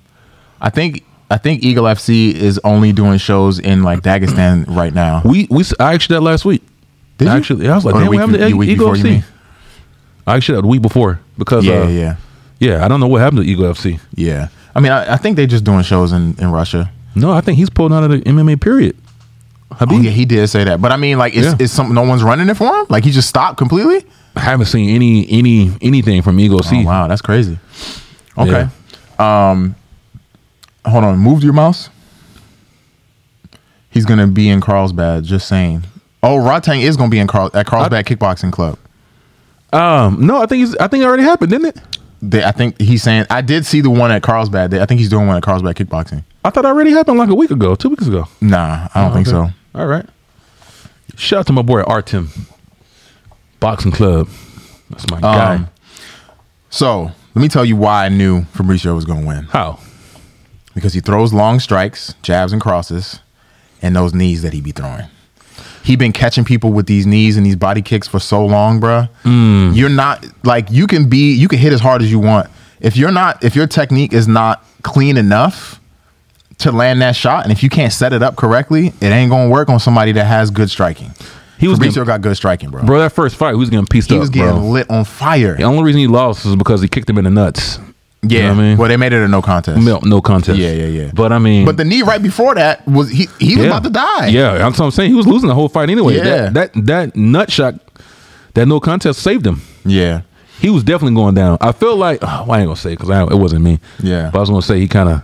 Speaker 3: I think. I think Eagle FC is only doing shows in like Dagestan right now.
Speaker 2: We we I asked you that last week.
Speaker 3: Did you?
Speaker 2: Actually, I was like,
Speaker 3: Or the
Speaker 2: damn, we
Speaker 3: week-
Speaker 2: haven't
Speaker 3: the
Speaker 2: the E
Speaker 3: week
Speaker 2: Eagle
Speaker 3: before, you
Speaker 2: FC.
Speaker 3: mean?
Speaker 2: I actually the week before because
Speaker 3: Yeah,
Speaker 2: uh, yeah.
Speaker 3: yeah,
Speaker 2: I don't know what happened to Eagle FC.
Speaker 3: yeah. I mean, I, I think they're just doing shows in in Russia.
Speaker 2: No, I think he's pulled out of the MMA period.
Speaker 3: Oh,
Speaker 2: Habib,
Speaker 3: yeah, he did say that, but I mean, like, it's
Speaker 2: Yeah.
Speaker 3: it's some no one's running it for him. Like, he just stopped completely.
Speaker 2: I haven't seen any any anything from Eagle FC.
Speaker 3: Oh, wow, that's crazy. Okay.
Speaker 2: Yeah.
Speaker 3: Um, hold on. Move your mouse. He's gonna be in Carlsbad. Just saying. Oh, Rotang is gonna be in Carl at Carlsbad Kickboxing Club.
Speaker 2: Um, no, I think he's I think it already happened, didn't it?
Speaker 3: They, I think he's saying. I did see the one at Carlsbad. They- I think he's doing one at Carlsbad Kickboxing.
Speaker 2: I thought it already happened like a week ago, two weeks ago.
Speaker 3: Nah, I don't think so.
Speaker 2: All right. Shout out to my boy Artem, boxing club. That's my guy.
Speaker 3: Um, So let me tell you why I knew Fabricio was gonna win
Speaker 2: How?
Speaker 3: because he throws long strikes, jabs, and crosses, and those knees that he be throwing. He been catching people with these knees and these body kicks for so long, bruh.
Speaker 2: Mm.
Speaker 3: You're not like you can be, you can hit as hard as you want. If you're not, if your technique is not clean enough to land that shot, and if you can't set it up correctly, it ain't gonna work on somebody that has good striking.
Speaker 2: He was
Speaker 3: Fabricio
Speaker 2: getting-
Speaker 3: got good striking, bro.
Speaker 2: Bro, that first fight, who's getting pieced
Speaker 3: he
Speaker 2: up,
Speaker 3: was getting
Speaker 2: bro?
Speaker 3: lit on fire.
Speaker 2: The only reason he lost is because he kicked him in the nuts.
Speaker 3: Yeah,
Speaker 2: you know what I mean,
Speaker 3: well, they made it a no contest.
Speaker 2: No, no contest.
Speaker 3: Yeah, yeah, yeah.
Speaker 2: But I mean,
Speaker 3: But the knee right before that was he he was
Speaker 2: yeah.
Speaker 3: about to die.
Speaker 2: Yeah, that's what I'm saying. He was losing the whole fight anyway.
Speaker 3: Yeah.
Speaker 2: That that, that nut shot, that no contest saved him.
Speaker 3: Yeah.
Speaker 2: He was definitely going down. I feel like oh, well, I ain't gonna say because it wasn't me.
Speaker 3: Yeah.
Speaker 2: but I was gonna say he kind of.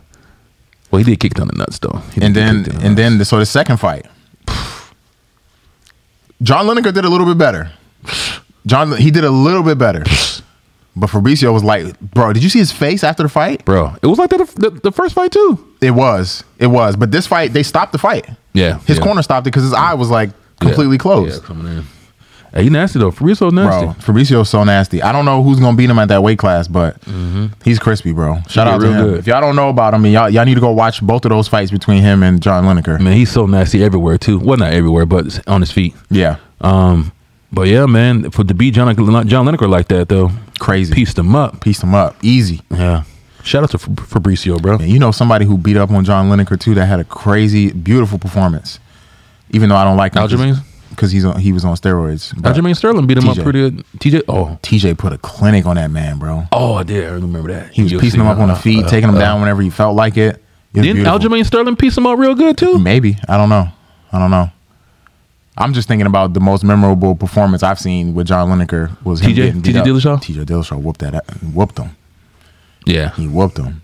Speaker 2: Well, he did kick down the nuts though. He did
Speaker 3: And
Speaker 2: get
Speaker 3: then
Speaker 2: kicked down the
Speaker 3: and
Speaker 2: nuts.
Speaker 3: then the, so the second fight. John Lineker did a little bit better. John he did a little bit better. But Fabricio was like, bro, did you see his face after the fight?
Speaker 2: bro. It was like that the, the first fight too.
Speaker 3: It was. It was. But this fight, they stopped the fight.
Speaker 2: Yeah,
Speaker 3: His
Speaker 2: yeah.
Speaker 3: corner stopped it because his eye was like completely
Speaker 2: Yeah,
Speaker 3: closed.
Speaker 2: yeah, coming in. Hey, he nasty though. Fabrizio nasty.
Speaker 3: Bro, Fabrizio's so nasty. I don't know who's gonna beat him at that weight class, but he's crispy, bro. Shout
Speaker 2: did
Speaker 3: out
Speaker 2: Mm-hmm.
Speaker 3: to
Speaker 2: real
Speaker 3: him.
Speaker 2: good.
Speaker 3: If y'all don't know about him, y'all y'all need to go watch both of those fights between him and John Lineker.
Speaker 2: Man, he's so nasty everywhere too. Well, not everywhere, but on his feet.
Speaker 3: Yeah,
Speaker 2: Um, but yeah, man, for to beat John John Lineker like that though,
Speaker 3: crazy. Piece
Speaker 2: pieced him up.
Speaker 3: pieced him up easy.
Speaker 2: Yeah. Shout out to Fab- Fabrizio, bro.
Speaker 3: And you know somebody who beat up on John Lineker too that had a crazy, beautiful performance. Even though I don't like him
Speaker 2: Aljamain?
Speaker 3: because he's on, he was on steroids. but
Speaker 2: Aljamain Sterling beat him
Speaker 3: TJ.
Speaker 2: up pretty. good. TJ. Oh,
Speaker 3: TJ put a clinic on that man, bro.
Speaker 2: oh, I did. I remember that.
Speaker 3: He was
Speaker 2: UFC,
Speaker 3: piecing him up on the
Speaker 2: uh,
Speaker 3: feet,
Speaker 2: uh,
Speaker 3: taking him
Speaker 2: uh,
Speaker 3: down whenever he felt like it. It was
Speaker 2: Didn't
Speaker 3: beautiful.
Speaker 2: Aljamain Sterling piece him up real good too?
Speaker 3: Maybe. I don't know. I don't know. I'm just thinking about the most memorable performance I've seen with John Lineker was him
Speaker 2: TJ?
Speaker 3: getting beat
Speaker 2: TJ
Speaker 3: up.
Speaker 2: Dillashaw?
Speaker 3: TJ Dillashaw whooped that whooped him.
Speaker 2: Yeah,
Speaker 3: He whooped him.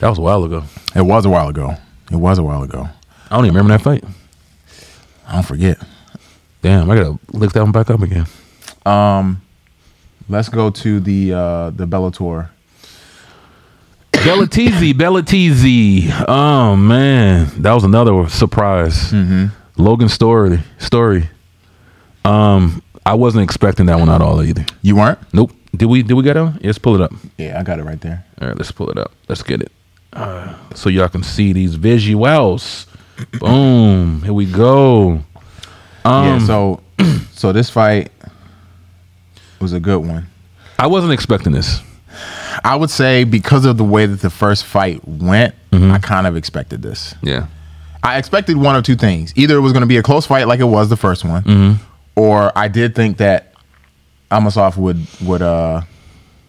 Speaker 2: that was a while ago.
Speaker 3: It was a while ago. It was a while ago.
Speaker 2: I don't even remember that fight.
Speaker 3: I don't forget.
Speaker 2: Damn, I gotta look that one back up again.
Speaker 3: Let's go to the uh the Bellator.
Speaker 2: Bellatizi, Bellatizi. Oh man, that was another surprise. Logan story, story. Um, I wasn't expecting that one at all either.
Speaker 3: You weren't?
Speaker 2: Nope. Did we? Did we get that one? Let's pull it up.
Speaker 3: Yeah, I got it right there.
Speaker 2: All right, let's pull it up. Let's get it. Uh, so y'all can see these visuals. Boom. Here we go.
Speaker 3: yeah, so so this fight was a good one.
Speaker 2: I wasn't expecting this.
Speaker 3: I would say because of the way that the first fight went, I kind of expected this.
Speaker 2: Yeah.
Speaker 3: I expected one of two things. Either it was going to be a close fight like it was the first one, or I did think that Amosov would would uh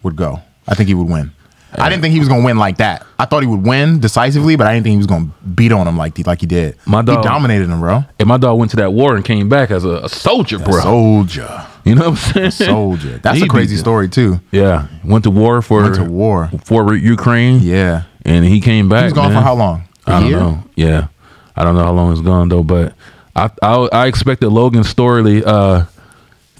Speaker 3: would go. I think he would win. I didn't think he was going to win like that. I thought he would win decisively, but I didn't think he was going to beat on him like he, like he did.
Speaker 2: My
Speaker 3: He
Speaker 2: dog-
Speaker 3: dominated him, bro.
Speaker 2: And my dog went to that war and came back as a, a soldier, bro.
Speaker 3: Soldier.
Speaker 2: you know what I'm saying?
Speaker 3: Soldier. That's
Speaker 2: He
Speaker 3: a crazy
Speaker 2: beat them.
Speaker 3: story too.
Speaker 2: Yeah, went to war for
Speaker 3: Went to war.
Speaker 2: for Ukraine.
Speaker 3: Yeah.
Speaker 2: and he came back.
Speaker 3: He was gone
Speaker 2: man.
Speaker 3: for how long? A
Speaker 2: I don't
Speaker 3: year?
Speaker 2: know. Yeah, I don't know how long it's gone though. But I I, I expected Logan Storley uh,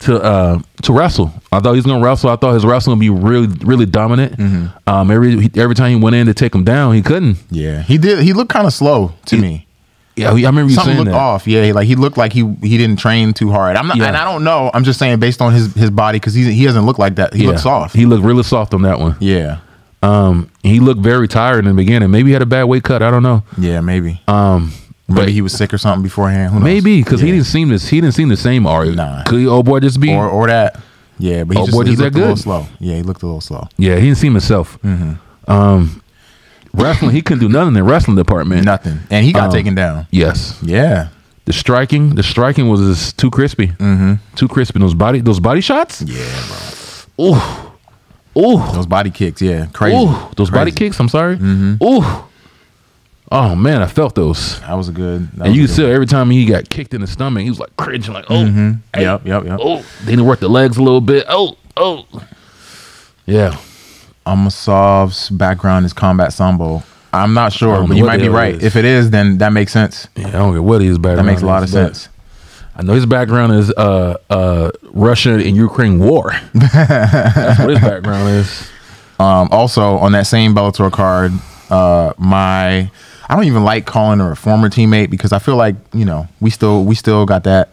Speaker 2: to uh, to wrestle. I thought he was gonna wrestle. I thought his wrestling would be really really dominant.
Speaker 3: Mm-hmm.
Speaker 2: Um, every he- every time he went in to take him down, he couldn't.
Speaker 3: Yeah. He did he looked kind of slow to me.
Speaker 2: Yeah, I remember you
Speaker 3: something
Speaker 2: saying
Speaker 3: looked
Speaker 2: that.
Speaker 3: off. Yeah, he- like he looked like he he didn't train too hard. I'm not,
Speaker 2: Yeah.
Speaker 3: and I don't know. I'm just saying based on his his body because he he doesn't look like that. He
Speaker 2: yeah.
Speaker 3: looks soft.
Speaker 2: He looked really soft on that one.
Speaker 3: yeah,
Speaker 2: Um, he looked very tired in the beginning. Maybe he had a bad weight cut. I don't know.
Speaker 3: yeah, maybe.
Speaker 2: Um,
Speaker 3: maybe
Speaker 2: but-
Speaker 3: he was sick or something beforehand. Who knows?
Speaker 2: Maybe because he
Speaker 3: Yeah.
Speaker 2: didn't seem this. He didn't seem the same. Ari.
Speaker 3: Nah.
Speaker 2: Could old boy just be?
Speaker 3: or or that. Yeah, but he
Speaker 2: Oh,
Speaker 3: just
Speaker 2: boy,
Speaker 3: he
Speaker 2: is that
Speaker 3: looked a little
Speaker 2: good?
Speaker 3: slow. Yeah, he looked a little slow.
Speaker 2: yeah, he didn't seem himself.
Speaker 3: Mm-hmm.
Speaker 2: Um, wrestling. he couldn't do nothing in the wrestling department.
Speaker 3: Nothing, and he got
Speaker 2: Um,
Speaker 3: taken down.
Speaker 2: Yes,
Speaker 3: Yeah,
Speaker 2: the striking. The striking was just too crispy. Mm-hmm. Too crispy. Those body. Those body shots.
Speaker 3: yeah, bro.
Speaker 2: Ooh, ooh,
Speaker 3: Those body kicks. Yeah, crazy.
Speaker 2: ooh. Those body
Speaker 3: Crazy. Mm-hmm.
Speaker 2: kicks. I'm sorry. Ooh. Oh man, I felt those.
Speaker 3: That was a good. That
Speaker 2: and
Speaker 3: was
Speaker 2: you
Speaker 3: a
Speaker 2: could
Speaker 3: good
Speaker 2: tell every time he got kicked in the stomach, he was like cringing, like oh, hey,
Speaker 3: Mm-hmm. Yep, yep, yep.
Speaker 2: oh. Then he worked the legs a little bit. Oh, oh. Yeah.
Speaker 3: Amasov's background is combat sambo. I'm not
Speaker 2: I
Speaker 3: sure,
Speaker 2: don't
Speaker 3: but
Speaker 2: know
Speaker 3: you
Speaker 2: what
Speaker 3: might
Speaker 2: the
Speaker 3: be
Speaker 2: hell it
Speaker 3: right.
Speaker 2: is.
Speaker 3: If it is, then that makes sense.
Speaker 2: Yeah, I don't care what his background.
Speaker 3: That makes a lot of
Speaker 2: is, but
Speaker 3: sense.
Speaker 2: I know his background is uh uh Russia and Ukraine war. That's what his background is.
Speaker 3: Um, also on that same Bellator card, uh, my I don't even like calling her a former teammate because I feel like you know we still we still got that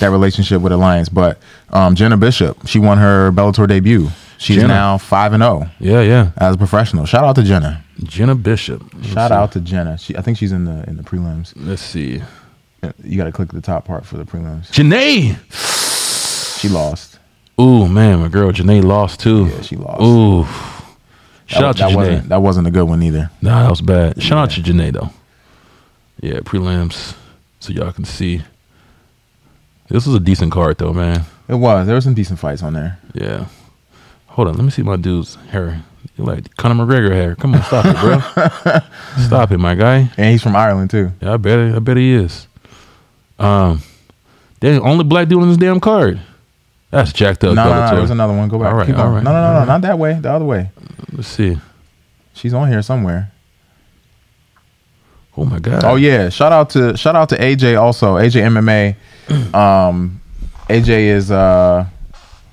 Speaker 3: that relationship with Alliance. But um, Jenna Bishop, she won her Bellator debut. She's
Speaker 2: Jenna.
Speaker 3: now five and zero
Speaker 2: Yeah, yeah.
Speaker 3: as a professional. Shout out to Jenna.
Speaker 2: Jenna Bishop. Let's
Speaker 3: Shout
Speaker 2: see.
Speaker 3: out to Jenna. She, I think she's in the in the prelims.
Speaker 2: Let's see.
Speaker 3: You got to click the top part for the prelims.
Speaker 2: Janae.
Speaker 3: She lost.
Speaker 2: Ooh man, my girl Janae lost too.
Speaker 3: Yeah, she lost.
Speaker 2: Ooh.
Speaker 3: That,
Speaker 2: Shout out to
Speaker 3: that
Speaker 2: Janae.
Speaker 3: wasn't that wasn't a good one either.
Speaker 2: Nah, that was bad. Shout out to Janae though. Yeah, prelims, so y'all can see. This was a decent card though, man.
Speaker 3: It was. There were some decent fights on there.
Speaker 2: Yeah. Hold on, let me see my dude's hair. You're like Conor McGregor hair. Come on, stop it, bro. stop it, my guy.
Speaker 3: And he's from Ireland too.
Speaker 2: Yeah, I bet. I bet he is. Um, they only black dude on this damn card. That's jacked up.
Speaker 3: No, no,
Speaker 2: Bellator.
Speaker 3: no, there was another one. Go back.
Speaker 2: All right,
Speaker 3: Keep going.
Speaker 2: all right,
Speaker 3: no, no, no,
Speaker 2: all
Speaker 3: no,
Speaker 2: right.
Speaker 3: not that way. The other way.
Speaker 2: Let's see.
Speaker 3: She's on here somewhere.
Speaker 2: Oh my god.
Speaker 3: Oh yeah! Shout out to shout out to AJ also AJ MMA. Um, AJ is uh,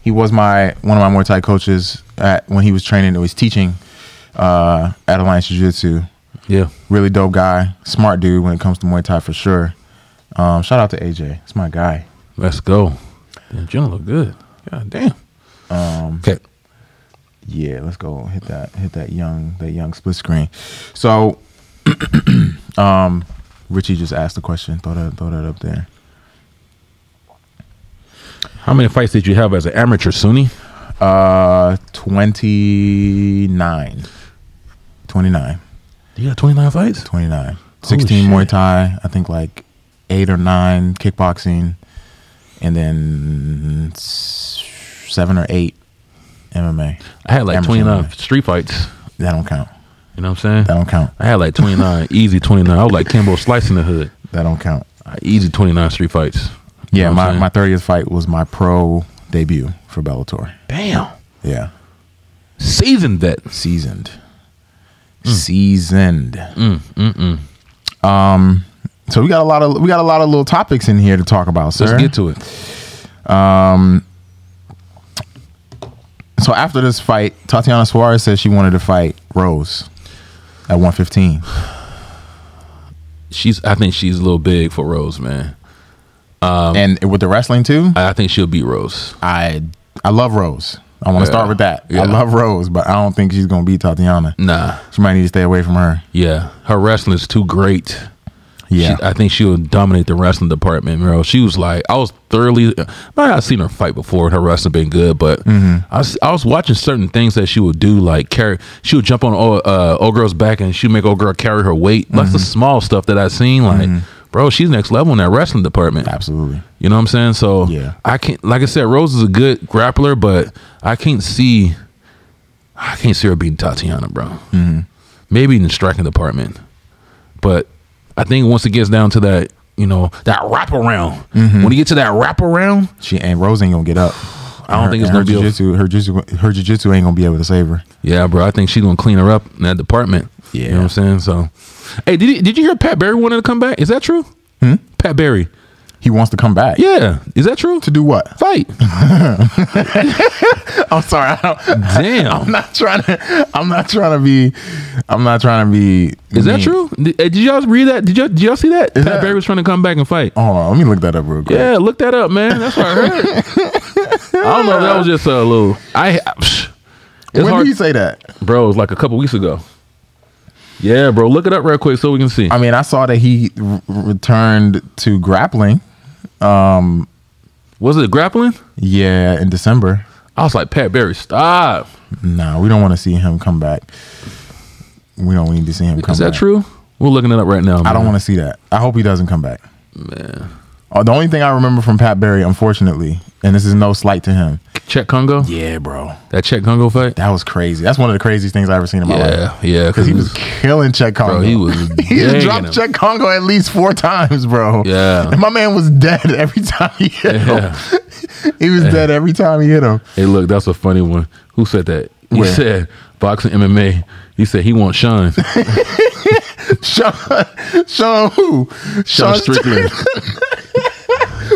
Speaker 3: He was my one of my Muay Thai coaches at when he was training. He was teaching uh, at Alliance Jiu Jitsu.
Speaker 2: Yeah.
Speaker 3: Really dope guy, smart dude when it comes to Muay Thai for sure. Um, shout out to AJ. It's my guy.
Speaker 2: Let's go. Damn, Jim look good. God damn.
Speaker 3: Um,
Speaker 2: okay.
Speaker 3: Yeah, let's go hit that hit that young that young split screen. So, um, Richie just asked the question. Throw that throw that up there.
Speaker 2: How many fights did you have as an amateur, Sunni?
Speaker 3: Uh, 29. 29.
Speaker 2: You got 29 fights?
Speaker 3: 29. 16
Speaker 2: shit.
Speaker 3: Muay Thai, I think like 8 or 9 kickboxing, and then s- 7 or 8 MMA.
Speaker 2: I had like
Speaker 3: Amateur
Speaker 2: 29
Speaker 3: MMA.
Speaker 2: street fights.
Speaker 3: That don't count.
Speaker 2: You know what I'm saying?
Speaker 3: That don't count.
Speaker 2: I had like 29, easy 29. I was like Kimbo slicing the hood.
Speaker 3: That don't count.
Speaker 2: Uh, Easy 29 street fights. You
Speaker 3: Yeah,
Speaker 2: know what
Speaker 3: my,
Speaker 2: I'm
Speaker 3: my 30th fight was my pro debut for Bellator.
Speaker 2: saying? damn
Speaker 3: Yeah.
Speaker 2: seasoned vet.
Speaker 3: seasoned Mm. seasoned um mm. so we got a lot of we got a lot of little topics in here to talk about sir.
Speaker 2: Let's get to it.
Speaker 3: so after this fight tatiana suarez says she wanted to fight rose at 115
Speaker 2: She's. I think she's a little big for Rose, man. Um,
Speaker 3: and with the wrestling too
Speaker 2: I, I think she'll beat Rose.
Speaker 3: i i love rose i want to
Speaker 2: Yeah.
Speaker 3: start with that
Speaker 2: Yeah.
Speaker 3: i love rose but i don't think she's gonna beat tatiana
Speaker 2: Nah.
Speaker 3: she might need to stay away from her
Speaker 2: Yeah, her wrestling's too great.
Speaker 3: yeah
Speaker 2: She, uh, I think she'll dominate the wrestling department, bro. She was like, I was thoroughly. Man, I've seen her fight before. and Her wrestling been good, but I, was, I was watching certain things that she would do, like carry. She would jump on old, uh, old girl's back and she would make old girl carry her weight. That's the small stuff that I seen. Like, bro, she's next level in that wrestling department.
Speaker 3: absolutely
Speaker 2: You know what I'm saying? So
Speaker 3: Yeah.
Speaker 2: I can't. Like I said, Rose is a good grappler, but I can't see. I can't see her beating Tatiana, bro.
Speaker 3: Mm-hmm.
Speaker 2: Maybe in the striking department, but I think once it gets down to that, you know, that wraparound.
Speaker 3: Mm-hmm.
Speaker 2: When you get to that wraparound,
Speaker 3: she ain't rose ain't gonna get up
Speaker 2: I don't think it's
Speaker 3: And her
Speaker 2: gonna be a-
Speaker 3: jiu-jitsu, her jiu-jitsu her jiu-jitsu ain't gonna be able to save her
Speaker 2: yeah, bro. I think she's gonna clean her up in that department. you know
Speaker 3: Yeah.
Speaker 2: what I'm saying. So, hey, did you, did you hear Pat Barry wanted to come back? Is that true? Hmm? Pat Barry,
Speaker 3: he wants to come back
Speaker 2: yeah, is that true?
Speaker 3: to do what
Speaker 2: Fight,
Speaker 3: I'm sorry. I don't, I'm
Speaker 2: damn.
Speaker 3: not trying to. I'm not trying to be. I'm not trying to be.
Speaker 2: Is that
Speaker 3: mean.
Speaker 2: true? Did, hey, did y'all read that? Did y'all, did y'all see that?
Speaker 3: Is
Speaker 2: Pat
Speaker 3: that- Oh,
Speaker 2: Barry was trying to come back and fight.
Speaker 3: Hold on. Let me look that up real quick.
Speaker 2: Yeah, look that up, man. That's what I heard. I don't know if that was just uh, a little. I. It's
Speaker 3: when
Speaker 2: hard,
Speaker 3: did you say that?
Speaker 2: bro. It was like a couple weeks ago. Yeah, bro. Look it up real quick so we can see.
Speaker 3: I mean, I saw that he r- returned to grappling.
Speaker 2: Was it grappling?
Speaker 3: Yeah, in December.
Speaker 2: I was like, Pat Barry, stop.
Speaker 3: No, we don't want to see him come back. We don't need to see him come.
Speaker 2: Is that
Speaker 3: back.
Speaker 2: true? We're looking it up right now.
Speaker 3: Oh, I don't want to see that. I hope he doesn't come back.
Speaker 2: Man.
Speaker 3: Oh, the only thing I remember from Pat Barry, unfortunately, and this is no slight to him.
Speaker 2: Check Congo.
Speaker 3: Yeah, bro,
Speaker 2: That Check Congo fight.
Speaker 3: that was crazy. That's one of the craziest things I ever seen in my life.
Speaker 2: Yeah, yeah.
Speaker 3: because he was killing Chet Congo.
Speaker 2: Bro, he was
Speaker 3: he
Speaker 2: banging him.
Speaker 3: dropped Chet Congo at least four times, bro.
Speaker 2: Yeah.
Speaker 3: and my man was dead every time he hit
Speaker 2: Yeah.
Speaker 3: him. he was dead every time he hit him.
Speaker 2: Hey, look, that's a funny one. Who said that? He
Speaker 3: Where?
Speaker 2: said boxing MMA. He said he wants Sean.
Speaker 3: Sean, Sean who?
Speaker 2: Sean Strickland.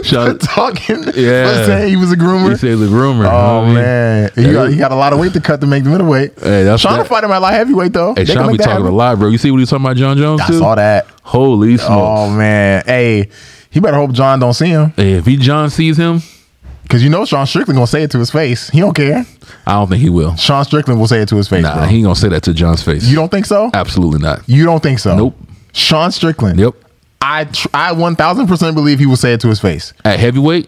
Speaker 2: Sean,
Speaker 3: talking.
Speaker 2: Yeah.
Speaker 3: but saying he was a groomer.
Speaker 2: he said the rumor.
Speaker 3: Oh
Speaker 2: homie.
Speaker 3: man, he got, he got a lot of weight to cut to make the middleweight.
Speaker 2: Hey, that's
Speaker 3: Sean
Speaker 2: that-
Speaker 3: fighting my light heavyweight though.
Speaker 2: Hey,
Speaker 3: They can
Speaker 2: Sean
Speaker 3: make
Speaker 2: be
Speaker 3: that
Speaker 2: talking a
Speaker 3: happen.
Speaker 2: lot, bro. You see what he was talking about, John Jones?
Speaker 3: I
Speaker 2: too?
Speaker 3: saw that.
Speaker 2: Holy smokes!
Speaker 3: Oh man, hey, he better hope John don't see him
Speaker 2: Hey, if he John sees him,
Speaker 3: because you know Sean Strickland gonna say it to his face. He don't care.
Speaker 2: I don't think he will.
Speaker 3: Sean Strickland will say it to his face,
Speaker 2: Nah,
Speaker 3: bro.
Speaker 2: he ain't gonna say that to John's face.
Speaker 3: you don't think so?
Speaker 2: Absolutely not.
Speaker 3: You don't think so?
Speaker 2: Nope.
Speaker 3: Sean Strickland.
Speaker 2: Yep.
Speaker 3: I tr- I one thousand percent believe he will say it to his face.
Speaker 2: At heavyweight,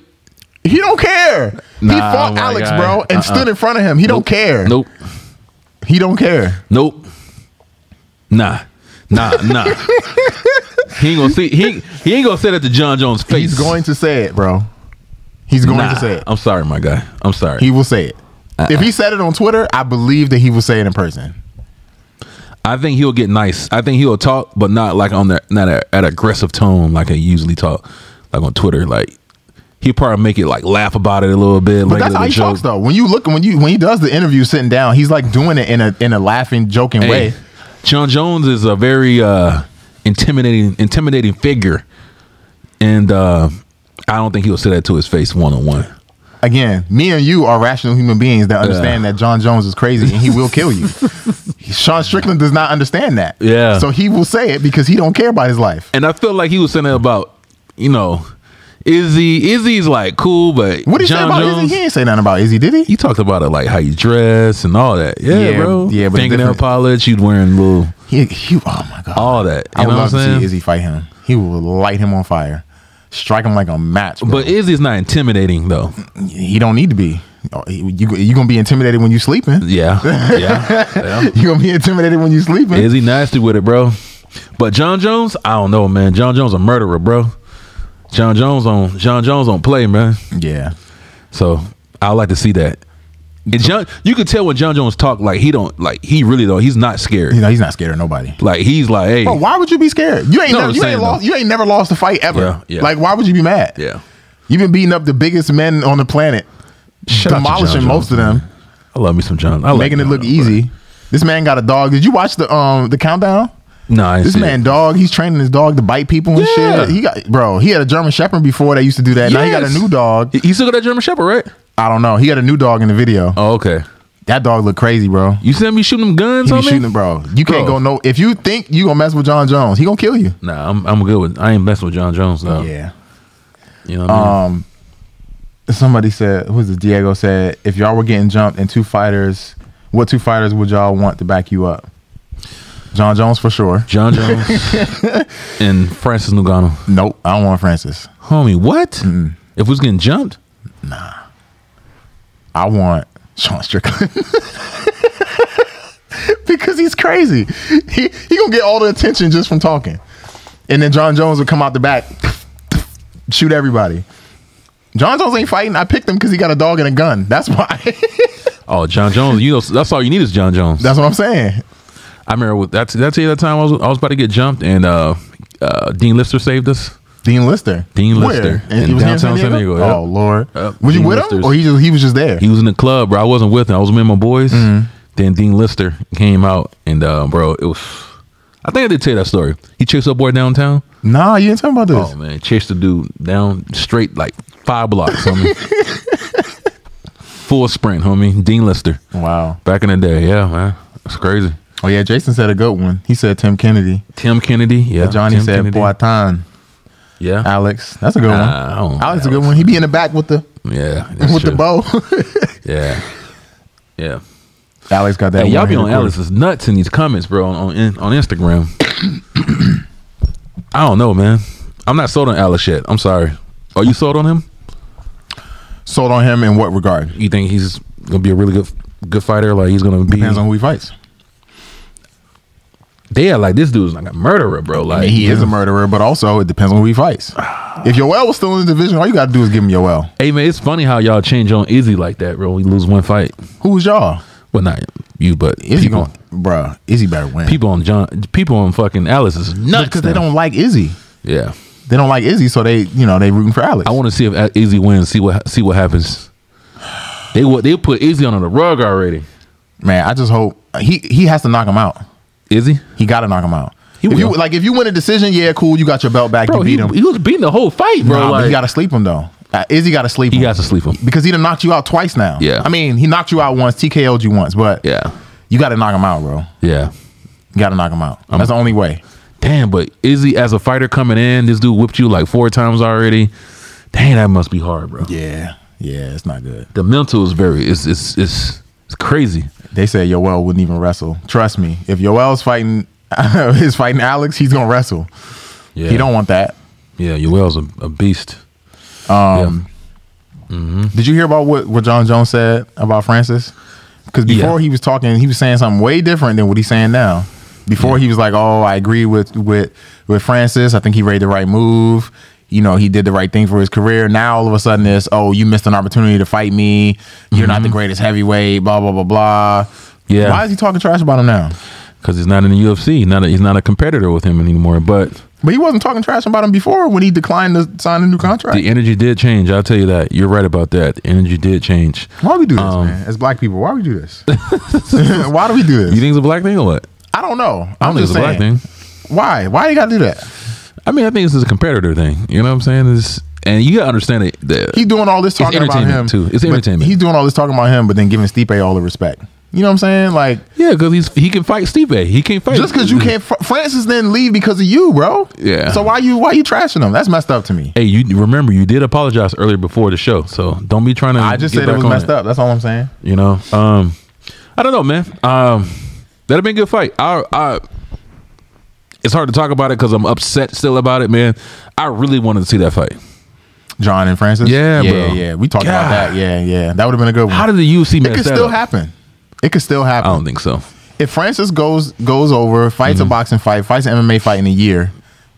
Speaker 3: He don't care. he
Speaker 2: Nah,
Speaker 3: fought
Speaker 2: my
Speaker 3: Alex,
Speaker 2: guy.
Speaker 3: bro, and
Speaker 2: Uh-uh.
Speaker 3: stood in front of him. He don't care.
Speaker 2: nope,
Speaker 3: He don't care.
Speaker 2: nope, nah, nah, nah. he ain't gonna see. He he ain't gonna say that to John Jones' face.
Speaker 3: He's going to say it, bro. He's going
Speaker 2: Nah,
Speaker 3: to say it.
Speaker 2: I'm sorry, my guy. I'm sorry.
Speaker 3: He will say it. If
Speaker 2: Uh-uh.
Speaker 3: he said it on Twitter, I believe that he will say it in person.
Speaker 2: I think he'll get nice. I think he'll talk, but not like on that, not at, at aggressive tone like I usually talk, like on Twitter. Like he probably make it like laugh about it a little bit. like
Speaker 3: But that's
Speaker 2: a
Speaker 3: how he
Speaker 2: joke.
Speaker 3: talks, though. When you look, when you when he does the interview sitting down, he's like doing it in a in a laughing, joking
Speaker 2: Hey,
Speaker 3: way.
Speaker 2: John Jones is a very uh, intimidating, intimidating figure, and uh, I don't think he'll say that to his face one on one.
Speaker 3: again, me and you are rational human beings that understand that John Jones is crazy and he will kill you. Sean Strickland does not understand that.
Speaker 2: Yeah.
Speaker 3: So he will say it because he don't care about his life.
Speaker 2: And I feel like he was saying that about, you know, Izzy. Izzy's like cool, but
Speaker 3: What did he say
Speaker 2: John
Speaker 3: about
Speaker 2: Jones.
Speaker 3: Izzy? He ain't say nothing about Izzy, did he?
Speaker 2: He talked about it like how you dress and all that. Yeah,
Speaker 3: Yeah,
Speaker 2: bro.
Speaker 3: yeah, but
Speaker 2: fingernail
Speaker 3: different-
Speaker 2: polish. You'd wearing little
Speaker 3: He, he- oh my god,
Speaker 2: all that. You
Speaker 3: I would
Speaker 2: know
Speaker 3: love
Speaker 2: what I'm
Speaker 3: to
Speaker 2: saying?
Speaker 3: see Izzy fight him. He will light him on fire, strike him like a match. bro.
Speaker 2: But Izzy's not intimidating though.
Speaker 3: he don't need to be. Oh, he- You you gonna be intimidated when you sleeping.
Speaker 2: Yeah, yeah. yeah.
Speaker 3: You gonna be intimidated when you sleeping.
Speaker 2: Izzy nasty with it, bro. But John Jones, I don't know, man. John Jones a murderer, bro. John Jones on John Jones on play, man.
Speaker 3: yeah,
Speaker 2: So I would like to see that. And John, you could tell when John Jones talk, like he don't, like he really though, he's not scared.
Speaker 3: you know he's not scared of nobody.
Speaker 2: Like he's like, hey,
Speaker 3: Bro, why would you be scared? You ain't
Speaker 2: No,
Speaker 3: never,
Speaker 2: I'm
Speaker 3: you
Speaker 2: saying,
Speaker 3: ain't lost
Speaker 2: though.
Speaker 3: you ain't never lost a fight ever.
Speaker 2: Yeah, yeah.
Speaker 3: Like why would you be mad?
Speaker 2: yeah,
Speaker 3: You've been beating up the biggest men on the planet,
Speaker 2: Shout out to
Speaker 3: demolishing
Speaker 2: John
Speaker 3: most of
Speaker 2: Jones,
Speaker 3: them,
Speaker 2: I love me some John. I like
Speaker 3: making it
Speaker 2: John,
Speaker 3: look
Speaker 2: bro.
Speaker 3: easy. This man got a dog. Did you watch the um the countdown?
Speaker 2: Nah, I ain't
Speaker 3: This
Speaker 2: see
Speaker 3: man
Speaker 2: it.
Speaker 3: dog, he's training his dog to bite people and
Speaker 2: Yeah.
Speaker 3: shit. He got bro, he had a German shepherd before that used to do that. Now he got a
Speaker 2: Yes.
Speaker 3: new dog.
Speaker 2: He- He still got that German Shepherd, right?
Speaker 3: I don't know. He got a new dog in the video.
Speaker 2: Oh, okay.
Speaker 3: That dog look crazy, bro.
Speaker 2: You see him? You shooting them guns
Speaker 3: He be
Speaker 2: on
Speaker 3: shooting,
Speaker 2: me?
Speaker 3: bro. You can't
Speaker 2: Bro.
Speaker 3: go no. If you think you gonna mess with John Jones, he gonna kill you.
Speaker 2: Nah, I'm I'm good with. I ain't messing with John Jones though.
Speaker 3: Yeah.
Speaker 2: You know what I mean?
Speaker 3: Um, somebody said, who was it? Diego said, if y'all were getting jumped and two fighters, what two fighters would y'all want to back you up? John Jones for sure.
Speaker 2: John Jones and Francis Nugano.
Speaker 3: Nope, I don't want Francis.
Speaker 2: Homie, what? If we was getting jumped,
Speaker 3: I want Sean Strickland. because he's crazy. He he gonna get all the attention just from talking. And then John Jones would come out the back, shoot everybody. John Jones ain't fighting. I picked him because he got a dog and a gun. That's why.
Speaker 2: oh John Jones, you know that's all you need is John Jones.
Speaker 3: That's what I'm saying.
Speaker 2: I remember with, that's that's the other time I was I was about to get jumped and uh, uh, Dean Lister saved us.
Speaker 3: Dean Lister.
Speaker 2: Dean
Speaker 3: Where?
Speaker 2: Lister
Speaker 3: And
Speaker 2: in
Speaker 3: he was here
Speaker 2: downtown San Diego, yep.
Speaker 3: Oh Lord.
Speaker 2: Yep.
Speaker 3: Were you
Speaker 2: Dean
Speaker 3: with him,
Speaker 2: Lister's-
Speaker 3: or he just he was just there?
Speaker 2: He was in the club, bro. I wasn't with him. I was with my boys. Then Dean Lister came out and uh, bro, it was. I think I did tell you that story. He chased up boy downtown.
Speaker 3: nah, you didn't talk about this.
Speaker 2: Oh man, chased the dude down straight like five blocks, homie. Full sprint, homie. Dean Lister.
Speaker 3: Wow.
Speaker 2: Back in the day, yeah, man. It's crazy.
Speaker 3: Oh yeah, Jason said a good one. He said Tim Kennedy.
Speaker 2: Tim Kennedy, yeah.
Speaker 3: Johnny
Speaker 2: Tim
Speaker 3: said
Speaker 2: Kennedy.
Speaker 3: Boatan.
Speaker 2: yeah.
Speaker 3: Alex, that's a good
Speaker 2: I don't
Speaker 3: one.
Speaker 2: know,
Speaker 3: Alex is a good
Speaker 2: Alex.
Speaker 3: one. He be in the back with the
Speaker 2: Yeah, that's
Speaker 3: with the
Speaker 2: true.
Speaker 3: bow.
Speaker 2: Yeah, yeah.
Speaker 3: Alex got that.
Speaker 2: Hey, y'all
Speaker 3: one
Speaker 2: be
Speaker 3: hit
Speaker 2: on
Speaker 3: record.
Speaker 2: Alice's nuts in these comments, bro, on on, in- on Instagram. I don't know, man. I'm not sold on Alice yet. I'm sorry. Are you sold on him?
Speaker 3: Sold on him in what regard?
Speaker 2: You think he's gonna be a really good good fighter? Like he's gonna be?
Speaker 3: Depends on who he fights.
Speaker 2: They are like this dude's like a murderer, bro. Like
Speaker 3: I mean, he is a murderer, but also it depends on who he fights. If Yoel was still in the division, all you got to do is give him Yoel.
Speaker 2: Hey man, it's funny how y'all change on Izzy like that, bro. We lose one fight.
Speaker 3: Who's y'all?
Speaker 2: Well, not you, but
Speaker 3: Izzy
Speaker 2: people,
Speaker 3: going, bruh. Izzy better win.
Speaker 2: people on John, people on fucking Alice is nuts
Speaker 3: because they
Speaker 2: now.
Speaker 3: don't like Izzy.
Speaker 2: Yeah,
Speaker 3: They don't like Izzy, so they you know they rooting for Alex.
Speaker 2: I want to see if A- Izzy wins. See what see what happens. They wa- they put Izzy on the rug already.
Speaker 3: Man, I just hope uh, he he has to knock him out.
Speaker 2: Izzy,
Speaker 3: He got to knock him out.
Speaker 2: He
Speaker 3: if you,
Speaker 2: will.
Speaker 3: like if you win a decision, yeah, cool. You got your belt back.
Speaker 2: bro,
Speaker 3: you
Speaker 2: he,
Speaker 3: beat him.
Speaker 2: he was beating the whole fight, bro.
Speaker 3: Nah, but
Speaker 2: like,
Speaker 3: you got to sleep him though. Uh, Izzy got to sleep.
Speaker 2: he
Speaker 3: him.
Speaker 2: got to sleep him.
Speaker 3: because he done knocked you out twice now.
Speaker 2: Yeah.
Speaker 3: I mean, he knocked you out once, TKO'd you once, but
Speaker 2: Yeah,
Speaker 3: you got to knock him out, bro.
Speaker 2: yeah.
Speaker 3: You got to knock him out.
Speaker 2: Um,
Speaker 3: That's the only way.
Speaker 2: Damn, but Izzy as a fighter coming in, this dude whipped you like four times already. Dang, that must be hard, bro.
Speaker 3: Yeah. Yeah, it's not good.
Speaker 2: The mental is very it's it's it's, it's crazy.
Speaker 3: They said Yoel wouldn't even wrestle. Trust me, if Yoel's fighting is fighting Alex, he's gonna wrestle.
Speaker 2: Yeah,
Speaker 3: He don't want that.
Speaker 2: Yeah, Yoel's a, a beast.
Speaker 3: Um, Did you hear about what, what John Jones said about Francis? Because before
Speaker 2: Yeah.
Speaker 3: he was talking, he was saying something way different than what he's saying now. Before he was like, "Oh, I agree with with with Francis. I think he made the right move. You know, he did the right thing for his career." Now all of a sudden, it's, "Oh, you missed an opportunity to fight me. You're not the greatest heavyweight." Blah blah blah blah.
Speaker 2: Mm-hmm. Yeah.
Speaker 3: Why is he talking trash about him now?
Speaker 2: because he's not in the UFC. Not a, he's not a competitor with him anymore. But
Speaker 3: But he wasn't talking trash about him before when he declined to sign a new contract.
Speaker 2: the energy did change. I'll tell you that. You're right about that. The energy did change.
Speaker 3: why we do this,
Speaker 2: Um,
Speaker 3: man? As black people, why we do this? why do we do this?
Speaker 2: You think it's a black thing or what?
Speaker 3: I don't know.
Speaker 2: I
Speaker 3: I'm
Speaker 2: don't think it's
Speaker 3: just
Speaker 2: a
Speaker 3: saying.
Speaker 2: black thing.
Speaker 3: Why? Why do you gotta do that?
Speaker 2: I mean, I think this is a competitor thing. You know what I'm saying? It's and you gotta understand it. The,
Speaker 3: He's doing all this talking about
Speaker 2: entertainment,
Speaker 3: him
Speaker 2: too. It's
Speaker 3: but
Speaker 2: entertainment.
Speaker 3: He's doing all this talking about him, but then giving Stipe all the respect. You know what I'm saying? Like
Speaker 2: yeah, because he's he can fight Steve. He can't fight
Speaker 3: just because you can't, Fr- Francis didn't leave because of you, bro.
Speaker 2: Yeah.
Speaker 3: So why you why you trashing him? That's messed up to me.
Speaker 2: Hey, you remember you did apologize earlier before the show, so don't be trying to.
Speaker 3: I just
Speaker 2: get
Speaker 3: said it
Speaker 2: back
Speaker 3: was
Speaker 2: on
Speaker 3: messed up. That's all I'm saying.
Speaker 2: You know, um, I don't know, man. Um, that'd have been a good fight. I, I, it's hard to talk about it because I'm upset still about it, man. I really wanted to see that fight.
Speaker 3: John and Francis.
Speaker 2: Yeah,
Speaker 3: yeah,
Speaker 2: bro.
Speaker 3: yeah. We talked about
Speaker 2: God.
Speaker 3: that. Yeah, yeah. That would have been a good one.
Speaker 2: How did the UFC
Speaker 3: it
Speaker 2: mess
Speaker 3: could
Speaker 2: that
Speaker 3: still
Speaker 2: up?
Speaker 3: happen? It could still
Speaker 2: I
Speaker 3: happen.
Speaker 2: don't think so.
Speaker 3: if Francis goes goes over, fights
Speaker 2: Mm-hmm.
Speaker 3: a boxing fight, fights an MMA fight in a year,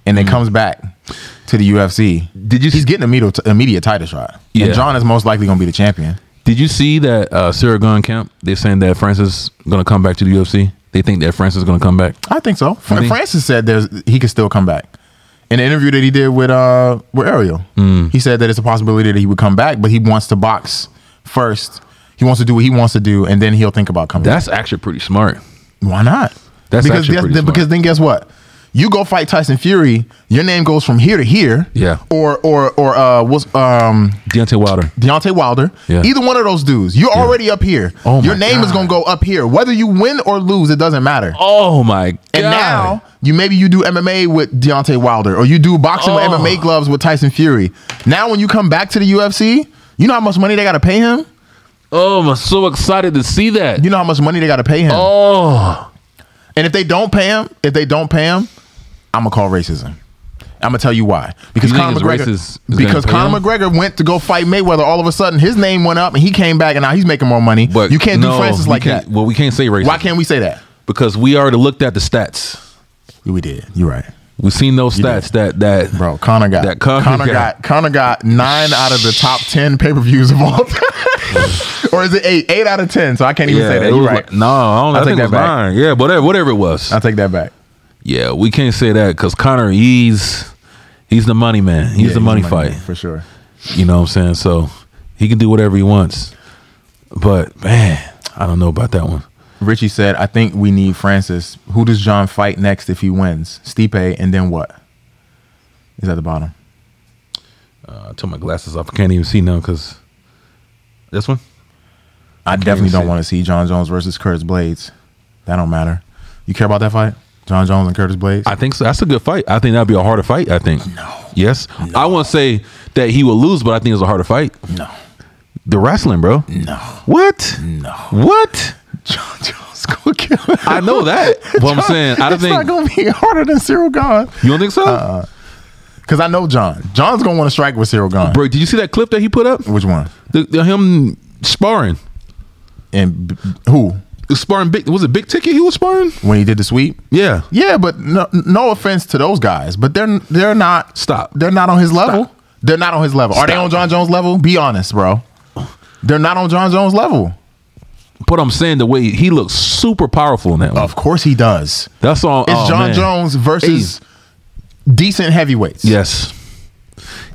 Speaker 3: and then comes back to the UFC,
Speaker 2: Did you
Speaker 3: he's getting immediate immediate title shot.
Speaker 2: Yeah.
Speaker 3: And John is most likely going to be the champion.
Speaker 2: did you see that uh, Sarah Gunn camp? They're saying that Francis gonna come back to the UFC. They think that Francis is gonna come back.
Speaker 3: I think so. Fr-
Speaker 2: Really?
Speaker 3: Francis said there's he could still come back. In the interview that he did with uh with Ariel,
Speaker 2: Mm.
Speaker 3: he said that it's a possibility that he would come back, but he wants to box first. He wants to do what he wants to do, and then he'll think about coming. back.
Speaker 2: That's actually pretty smart.
Speaker 3: Why not?
Speaker 2: That's
Speaker 3: because
Speaker 2: actually pretty
Speaker 3: guess- then,
Speaker 2: smart.
Speaker 3: because then guess what? You go fight Tyson Fury, your name goes from here to here.
Speaker 2: Yeah.
Speaker 3: Or or or uh what's um
Speaker 2: Deontay Wilder.
Speaker 3: Deontay Wilder.
Speaker 2: Yeah.
Speaker 3: Either one of those dudes. You're already up here.
Speaker 2: Oh, my
Speaker 3: your name is
Speaker 2: God.
Speaker 3: gonna go up here. Whether you win or lose, it doesn't matter.
Speaker 2: Oh my god!
Speaker 3: And now you maybe you do MMA with Deontay Wilder, or you do boxing with
Speaker 2: Oh.
Speaker 3: MMA gloves with Tyson Fury. Now when you come back to the UFC, you know how much money they gotta pay him?
Speaker 2: oh, I'm so excited to see that.
Speaker 3: You know how much money they gotta pay him.
Speaker 2: oh,
Speaker 3: And if they don't pay him, if they don't pay him, I'm gonna call racism. I'm gonna tell you why. Because
Speaker 2: You think
Speaker 3: Conor
Speaker 2: it's
Speaker 3: McGregor,
Speaker 2: racist is they
Speaker 3: because
Speaker 2: pay
Speaker 3: Conor
Speaker 2: him?
Speaker 3: McGregor went to go fight Mayweather. All of a sudden, his name went up, and he came back, and now he's making more money. But you can't do
Speaker 2: no,
Speaker 3: Francis
Speaker 2: we
Speaker 3: like
Speaker 2: can't-
Speaker 3: that.
Speaker 2: Well, we can't say racism.
Speaker 3: Why can't we say that?
Speaker 2: because we already looked at the stats.
Speaker 3: We did. You're right,
Speaker 2: We've seen those
Speaker 3: did.
Speaker 2: stats that that
Speaker 3: bro. Conor got
Speaker 2: That Conor
Speaker 3: Conor
Speaker 2: got-
Speaker 3: got Conor got nine out of the top ten pay per views of all time, or is it eight? Eight out of ten. So I can't even say that.
Speaker 2: it
Speaker 3: You're
Speaker 2: was
Speaker 3: right.
Speaker 2: like- no, I don't. I, think,
Speaker 3: I'll take
Speaker 2: it was
Speaker 3: that back.
Speaker 2: nine. Yeah, whatever, whatever it was.
Speaker 3: I'll take that back.
Speaker 2: yeah, we can't say that because Connor, he's he's the money man. He's
Speaker 3: Yeah,
Speaker 2: the money fight.
Speaker 3: man, for sure.
Speaker 2: You know what I'm saying? So he can do whatever he wants. But man, I don't know about that one.
Speaker 3: Richie said, I think we need Francis. Who does John fight next if he wins? Stipe, and then what? Is at the bottom.
Speaker 2: Uh, I took my glasses off. I can't even see now because this one.
Speaker 3: I definitely
Speaker 2: even
Speaker 3: don't
Speaker 2: see.
Speaker 3: want to see John Jones versus Curtis Blades. That don't matter. You care about that fight? John Jones and Curtis Blades?
Speaker 2: I think so. That's a good fight. I think that'd be a harder fight. I think. No. Yes. I won't say that he will lose, but I think it's a harder fight.
Speaker 3: no.
Speaker 2: The wrestling, bro.
Speaker 3: No.
Speaker 2: What?
Speaker 3: No.
Speaker 2: What?
Speaker 3: John Jones gonna kill him.
Speaker 2: I know that. But I'm saying I don't
Speaker 3: it's not
Speaker 2: think
Speaker 3: gonna Uh-uh. be harder than Cyril Gone.
Speaker 2: you don't think so,
Speaker 3: Cause I know John. John's gonna want to strike with Cyril Gone.
Speaker 2: bro. Did you see that clip that he put up?
Speaker 3: Which one?
Speaker 2: The, the- him sparring,
Speaker 3: And b- who?
Speaker 2: sparring big. Was it big ticket he was sparring?
Speaker 3: When he did the sweep?
Speaker 2: Yeah.
Speaker 3: Yeah, but no, no offense to those guys, but they're they're not
Speaker 2: Stop.
Speaker 3: They're not on his level. They're not on his level. Are they
Speaker 2: Stop.
Speaker 3: on John Jones level? Be honest, bro. They're not on John Jones level.
Speaker 2: But I'm saying the way he looks super powerful in that one.
Speaker 3: Of course he does.
Speaker 2: That's all.
Speaker 3: It's
Speaker 2: oh,
Speaker 3: Uh, John
Speaker 2: man.
Speaker 3: Jones versus decent heavyweights.
Speaker 2: Yes.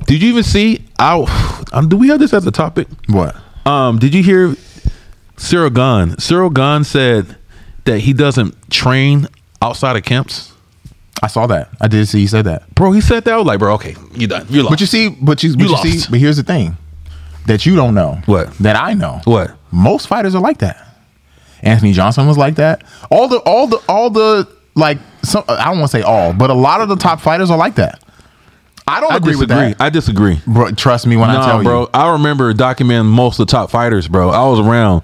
Speaker 2: Did you even see? I um, do we have this as a topic?
Speaker 3: What?
Speaker 2: Um, did you hear Cyril Gunn? Cyril Gunn said that he doesn't train outside of camps.
Speaker 3: I saw that. I did see he said that.
Speaker 2: Bro, he said that. I was like, bro, okay, you done. You lost.
Speaker 3: But you see, but you, but
Speaker 2: You
Speaker 3: you see,
Speaker 2: lost.
Speaker 3: but here's the thing that you don't know.
Speaker 2: What?
Speaker 3: That I know.
Speaker 2: What?
Speaker 3: Most fighters are like that. Anthony Johnson was like that. All the all the all the like some I don't want to say all, but a lot of the top fighters are like that. I don't
Speaker 2: I
Speaker 3: agree
Speaker 2: disagree.
Speaker 3: with that.
Speaker 2: I disagree.
Speaker 3: Bro, trust me when I
Speaker 2: Nah,
Speaker 3: tell
Speaker 2: bro.
Speaker 3: you.
Speaker 2: I remember documenting most of the top fighters, bro. I was around,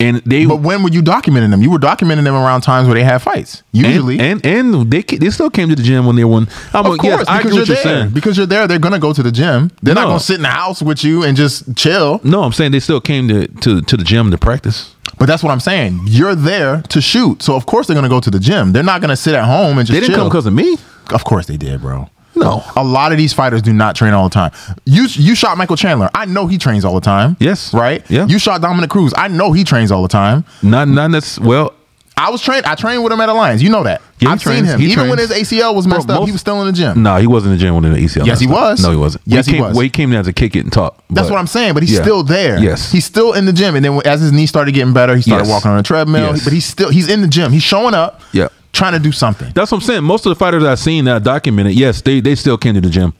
Speaker 2: and they
Speaker 3: But when were you documenting them? You were documenting them around times where they had fights. Usually.
Speaker 2: and, and and they ca- they still came to the gym when they won. I'm
Speaker 3: of
Speaker 2: like,
Speaker 3: course,
Speaker 2: yes, I agree
Speaker 3: because you're
Speaker 2: with you
Speaker 3: there.
Speaker 2: saying.
Speaker 3: Because you're there, they're gonna go to the gym. They're not
Speaker 2: No.
Speaker 3: gonna sit in the house with you and just chill.
Speaker 2: No, I'm saying they still came to to to the gym to practice.
Speaker 3: But that's what I'm saying. You're there to shoot, so of course they're gonna go to the gym. They're not gonna sit at home and just
Speaker 2: They didn't
Speaker 3: chill.
Speaker 2: come because of me.
Speaker 3: Of course they did, bro.
Speaker 2: No.
Speaker 3: A lot of these fighters do not train all the time. You you shot Michael Chandler. I know he trains all the time.
Speaker 2: Yes.
Speaker 3: Right?
Speaker 2: Yeah.
Speaker 3: You shot Dominic Cruz. I know he trains all the time.
Speaker 2: Not not that's well.
Speaker 3: I was trained I trained with him at Alliance. You know that.
Speaker 2: Yeah, he
Speaker 3: I've seen
Speaker 2: trains.
Speaker 3: him.
Speaker 2: He
Speaker 3: Even when
Speaker 2: trains.
Speaker 3: his ACL was
Speaker 2: Bro,
Speaker 3: messed up,
Speaker 2: most-
Speaker 3: he was still in the gym.
Speaker 2: No, he wasn't in the gym when in the ECL.
Speaker 3: Yes, he
Speaker 2: last time.
Speaker 3: was.
Speaker 2: No, he wasn't.
Speaker 3: Yes, he
Speaker 2: came,
Speaker 3: was.
Speaker 2: Well, he came down as a kick it and talk.
Speaker 3: That's
Speaker 2: but-
Speaker 3: what I'm saying, but he's
Speaker 2: Yeah.
Speaker 3: still there.
Speaker 2: Yes.
Speaker 3: He's still in the gym. And then when- as his knee started getting better, he started
Speaker 2: Yes.
Speaker 3: walking on a treadmill.
Speaker 2: Yes.
Speaker 3: But he's still he's in the gym. He's showing up,
Speaker 2: Yeah.
Speaker 3: trying to do something.
Speaker 2: That's what I'm saying. Most of the fighters I've seen that I documented, yes, they they still came to the gym.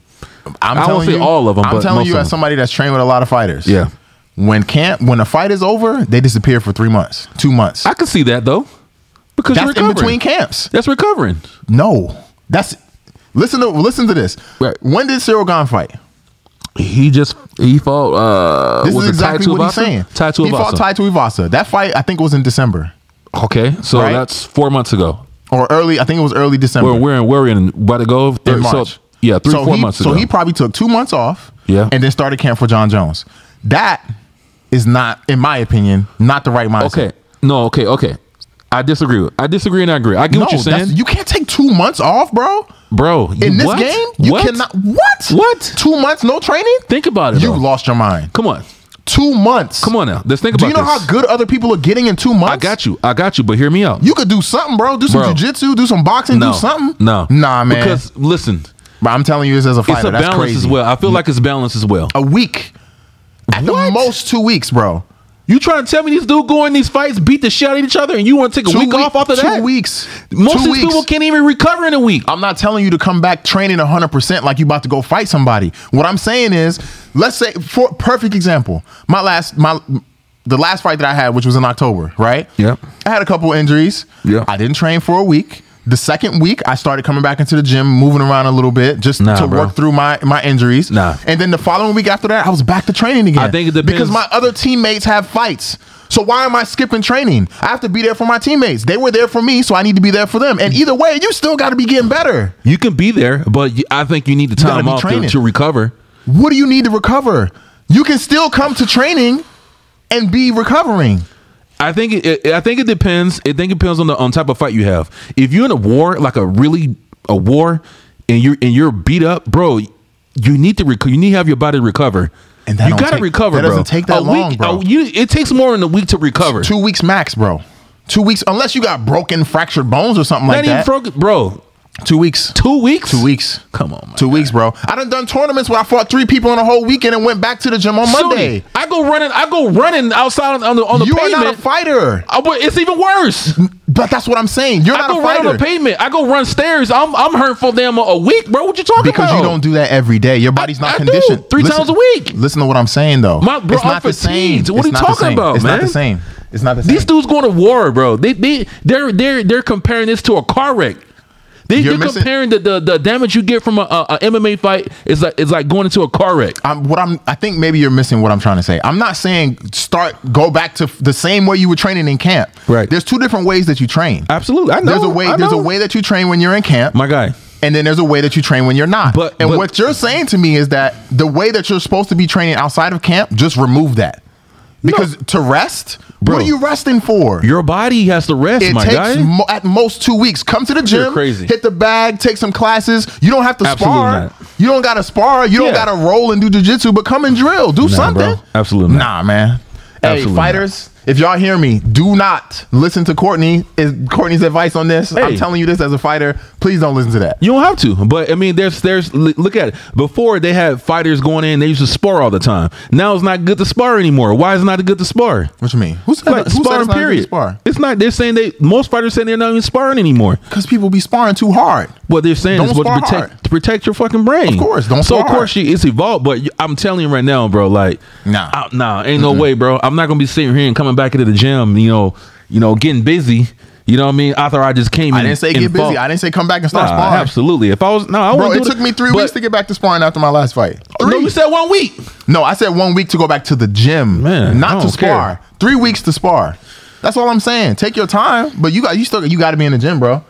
Speaker 2: I
Speaker 3: I'm
Speaker 2: won't
Speaker 3: telling
Speaker 2: say
Speaker 3: you,
Speaker 2: all of 'em,
Speaker 3: I'm
Speaker 2: but
Speaker 3: telling
Speaker 2: most
Speaker 3: you,
Speaker 2: of
Speaker 3: as
Speaker 2: 'em.
Speaker 3: somebody that's trained with a lot of fighters,
Speaker 2: Yeah.
Speaker 3: When camp, when a fight is over, they disappear for three months, two months.
Speaker 2: I could see that though, because
Speaker 3: that's
Speaker 2: you're
Speaker 3: in
Speaker 2: recovering.
Speaker 3: between camps.
Speaker 2: That's recovering.
Speaker 3: No, that's listen to listen to this. When did Cyril Gon fight?
Speaker 2: He just he fought. Uh,
Speaker 3: This
Speaker 2: was
Speaker 3: is
Speaker 2: it Tai
Speaker 3: exactly what he's
Speaker 2: Tuivasa?
Speaker 3: saying.
Speaker 2: Tai
Speaker 3: he fought
Speaker 2: Tuivasa.
Speaker 3: Tai Tuivasa. That fight, I think, was in December
Speaker 2: Okay, so
Speaker 3: Right?
Speaker 2: that's four months ago.
Speaker 3: or early. I think it was early December.
Speaker 2: We're we're in, we're in about to go
Speaker 3: in
Speaker 2: third,
Speaker 3: March.
Speaker 2: So, yeah, three
Speaker 3: so
Speaker 2: four
Speaker 3: he,
Speaker 2: months
Speaker 3: So
Speaker 2: ago.
Speaker 3: he probably took two months off.
Speaker 2: Yeah.
Speaker 3: and then started camp for John Jones. That is not, in my opinion, not the right mindset.
Speaker 2: okay, no, okay, okay. I disagree. with- I disagree and I agree. I get
Speaker 3: No,
Speaker 2: what you're
Speaker 3: that's-
Speaker 2: saying,
Speaker 3: you can't take two months off, bro.
Speaker 2: bro. you-
Speaker 3: In this
Speaker 2: what?
Speaker 3: game, you
Speaker 2: What?
Speaker 3: cannot. What?
Speaker 2: What?
Speaker 3: Two months, no training?
Speaker 2: think about it.
Speaker 3: You
Speaker 2: though.
Speaker 3: lost your mind.
Speaker 2: Come on,
Speaker 3: Two months.
Speaker 2: come on now. Let's think
Speaker 3: Do
Speaker 2: about.
Speaker 3: you know
Speaker 2: this.
Speaker 3: how good other people are getting in two months?
Speaker 2: I got you. I got you. But hear me out.
Speaker 3: You could do something, bro. Do some
Speaker 2: Bro.
Speaker 3: jujitsu, do some boxing,
Speaker 2: no
Speaker 3: do something.
Speaker 2: No,
Speaker 3: Nah, man.
Speaker 2: Because listen,
Speaker 3: but I'm telling you this as a fighter.
Speaker 2: it's a
Speaker 3: that's
Speaker 2: balance
Speaker 3: crazy.
Speaker 2: as well. I feel like it's balance as well.
Speaker 3: A week. At the
Speaker 2: What?
Speaker 3: most two weeks, bro.
Speaker 2: You trying to tell me these dudes go in these fights, beat the shit out of each other, and you want to take a
Speaker 3: Two
Speaker 2: week,
Speaker 3: week-
Speaker 2: off after
Speaker 3: two
Speaker 2: that?
Speaker 3: weeks.
Speaker 2: Most
Speaker 3: Two
Speaker 2: of these
Speaker 3: weeks.
Speaker 2: people can't even recover in a week.
Speaker 3: I'm not telling you to come back training 100% like you about to go fight somebody. What I'm saying is, let's say for perfect example, my last my the last fight that I had which was in October, right?
Speaker 2: Yep.
Speaker 3: I had a couple injuries.
Speaker 2: Yeah.
Speaker 3: I didn't train for a week. The second week, I started coming back into the gym, moving around a little bit just
Speaker 2: Nah,
Speaker 3: to
Speaker 2: bro.
Speaker 3: work through my my injuries.
Speaker 2: Nah.
Speaker 3: And then the following week after that, I was back to training again.
Speaker 2: I think it
Speaker 3: Because
Speaker 2: depends-
Speaker 3: my other teammates have fights. So why am I skipping training? I have to be there for my teammates. They were there for me, so I need to be there for them. And either way, you still got to be getting better.
Speaker 2: You can be there, but you- I think you need the
Speaker 3: gotta
Speaker 2: time
Speaker 3: be
Speaker 2: off to,
Speaker 3: training.
Speaker 2: to recover.
Speaker 3: What do you need to recover? You can still come to training and be recovering.
Speaker 2: I think it, it- I think it depends. I think it depends on the on type of fight you have. If you're in a war, like a really a war, and you're and you're beat up, bro, you need to rec- you need to have your body recover.
Speaker 3: And that
Speaker 2: you
Speaker 3: don't
Speaker 2: gotta
Speaker 3: take-
Speaker 2: recover.
Speaker 3: that
Speaker 2: bro.
Speaker 3: doesn't take that
Speaker 2: a
Speaker 3: long,
Speaker 2: week,
Speaker 3: bro.
Speaker 2: a- you, it takes more than a week to recover.
Speaker 3: Two weeks max, bro. Two weeks, unless you got broken, fractured bones or something like
Speaker 2: Not even
Speaker 3: that.
Speaker 2: fro- bro.
Speaker 3: two weeks.
Speaker 2: Two weeks.
Speaker 3: Two weeks.
Speaker 2: Come on, man.
Speaker 3: Two weeks, bro. I done done tournaments where I fought three people in a whole weekend and went back to the gym on Monday.
Speaker 2: Sonny, I go running. I go running outside on- on the on the
Speaker 3: you are
Speaker 2: pavement.
Speaker 3: not a fighter.
Speaker 2: Oh, but it's even worse.
Speaker 3: But that's what I'm saying. You're
Speaker 2: I
Speaker 3: not
Speaker 2: go
Speaker 3: a
Speaker 2: run on the
Speaker 3: fighter.
Speaker 2: pavement. I go run stairs. I'm I'm hurt for damn a, a week, bro. What you talking
Speaker 3: because
Speaker 2: about?
Speaker 3: you don't do that every day. Your body's not
Speaker 2: I do,
Speaker 3: conditioned.
Speaker 2: three times a week.
Speaker 3: Listen to what I'm saying though.
Speaker 2: My- bro,
Speaker 3: it's
Speaker 2: I'm
Speaker 3: not the same.
Speaker 2: fatigued. What
Speaker 3: It's
Speaker 2: are you
Speaker 3: not the
Speaker 2: talking
Speaker 3: same.
Speaker 2: about,
Speaker 3: It's not the
Speaker 2: man?
Speaker 3: same. It's not the same.
Speaker 2: These dudes going to war, bro. They they they're they're they're comparing this to a car wreck. They,
Speaker 3: You're
Speaker 2: they're
Speaker 3: missing-
Speaker 2: comparing the, the the damage you get from a, a, a MMA fight is like is like going into a car wreck.
Speaker 3: I'm, what I'm, I think maybe you're missing what I'm trying to say. I'm not saying start go back to f- the same way you were training in camp.
Speaker 2: Right.
Speaker 3: There's two different ways that you train.
Speaker 2: Absolutely, I know.
Speaker 3: There's a way.
Speaker 2: I
Speaker 3: There's a
Speaker 2: know.
Speaker 3: way that you train when you're in camp.
Speaker 2: My guy,
Speaker 3: and then there's a way that you train when you're not.
Speaker 2: But-
Speaker 3: and
Speaker 2: but-
Speaker 3: what you're saying to me is that the way that you're supposed to be training outside of camp, just remove that. Because to rest,
Speaker 2: Bro.
Speaker 3: what are you resting for?
Speaker 2: your body has to rest,
Speaker 3: it
Speaker 2: my
Speaker 3: takes
Speaker 2: guy.
Speaker 3: mo- at most two weeks. Come to the gym,
Speaker 2: crazy.
Speaker 3: hit the bag, take some classes. You don't have to
Speaker 2: Absolutely
Speaker 3: spar.
Speaker 2: not.
Speaker 3: You don't got to spar. You don't
Speaker 2: Yeah.
Speaker 3: got to roll and do jujitsu, but come and drill. Do something.
Speaker 2: bro. Absolutely not.
Speaker 3: Nah, man. Hey,
Speaker 2: Absolutely
Speaker 3: fighters, if y'all hear me, do not listen to Courtney. Is Courtney's advice on this? I'm
Speaker 2: Hey.
Speaker 3: telling you this as a fighter. Please don't listen to that.
Speaker 2: You don't have to, but I mean, there's there's l- look at it. Before they had fighters going in, they used to spar all the time. Now it's not good to spar anymore. Why is it not good to spar?
Speaker 3: What you mean? Who said,
Speaker 2: Like
Speaker 3: who
Speaker 2: sparring
Speaker 3: said it's not good to
Speaker 2: period.
Speaker 3: Spar?
Speaker 2: It's not. They're saying they most fighters saying they're not even sparring anymore.
Speaker 3: Because people be sparring too hard.
Speaker 2: What they're saying
Speaker 3: Don't
Speaker 2: is what to
Speaker 3: spar
Speaker 2: protect
Speaker 3: hard.
Speaker 2: to protect your fucking brain.
Speaker 3: Of course, don't
Speaker 2: So of
Speaker 3: spar
Speaker 2: course you, it's evolved, but you- I'm telling you right now, bro. Like
Speaker 3: Nah.
Speaker 2: I- nah, ain't no way, bro. I'm not gonna be sitting here and coming back into the gym. You know, you know, getting busy. You know what I mean? After I just came,
Speaker 3: I didn't say get busy. I didn't say come back and start sparring.
Speaker 2: Absolutely. If I was no, I
Speaker 3: Bro,
Speaker 2: wouldn't
Speaker 3: it
Speaker 2: do
Speaker 3: took me three
Speaker 2: but-
Speaker 3: weeks to get back to sparring after my last fight.
Speaker 2: No,
Speaker 3: Three.
Speaker 2: you said one week.
Speaker 3: No, I said one week to go back to the gym,
Speaker 2: Man,
Speaker 3: not
Speaker 2: I
Speaker 3: to
Speaker 2: don't
Speaker 3: spar.
Speaker 2: care.
Speaker 3: Three weeks to spar. That's all I'm saying. Take your time, but you got you still you got to be in the gym, bro.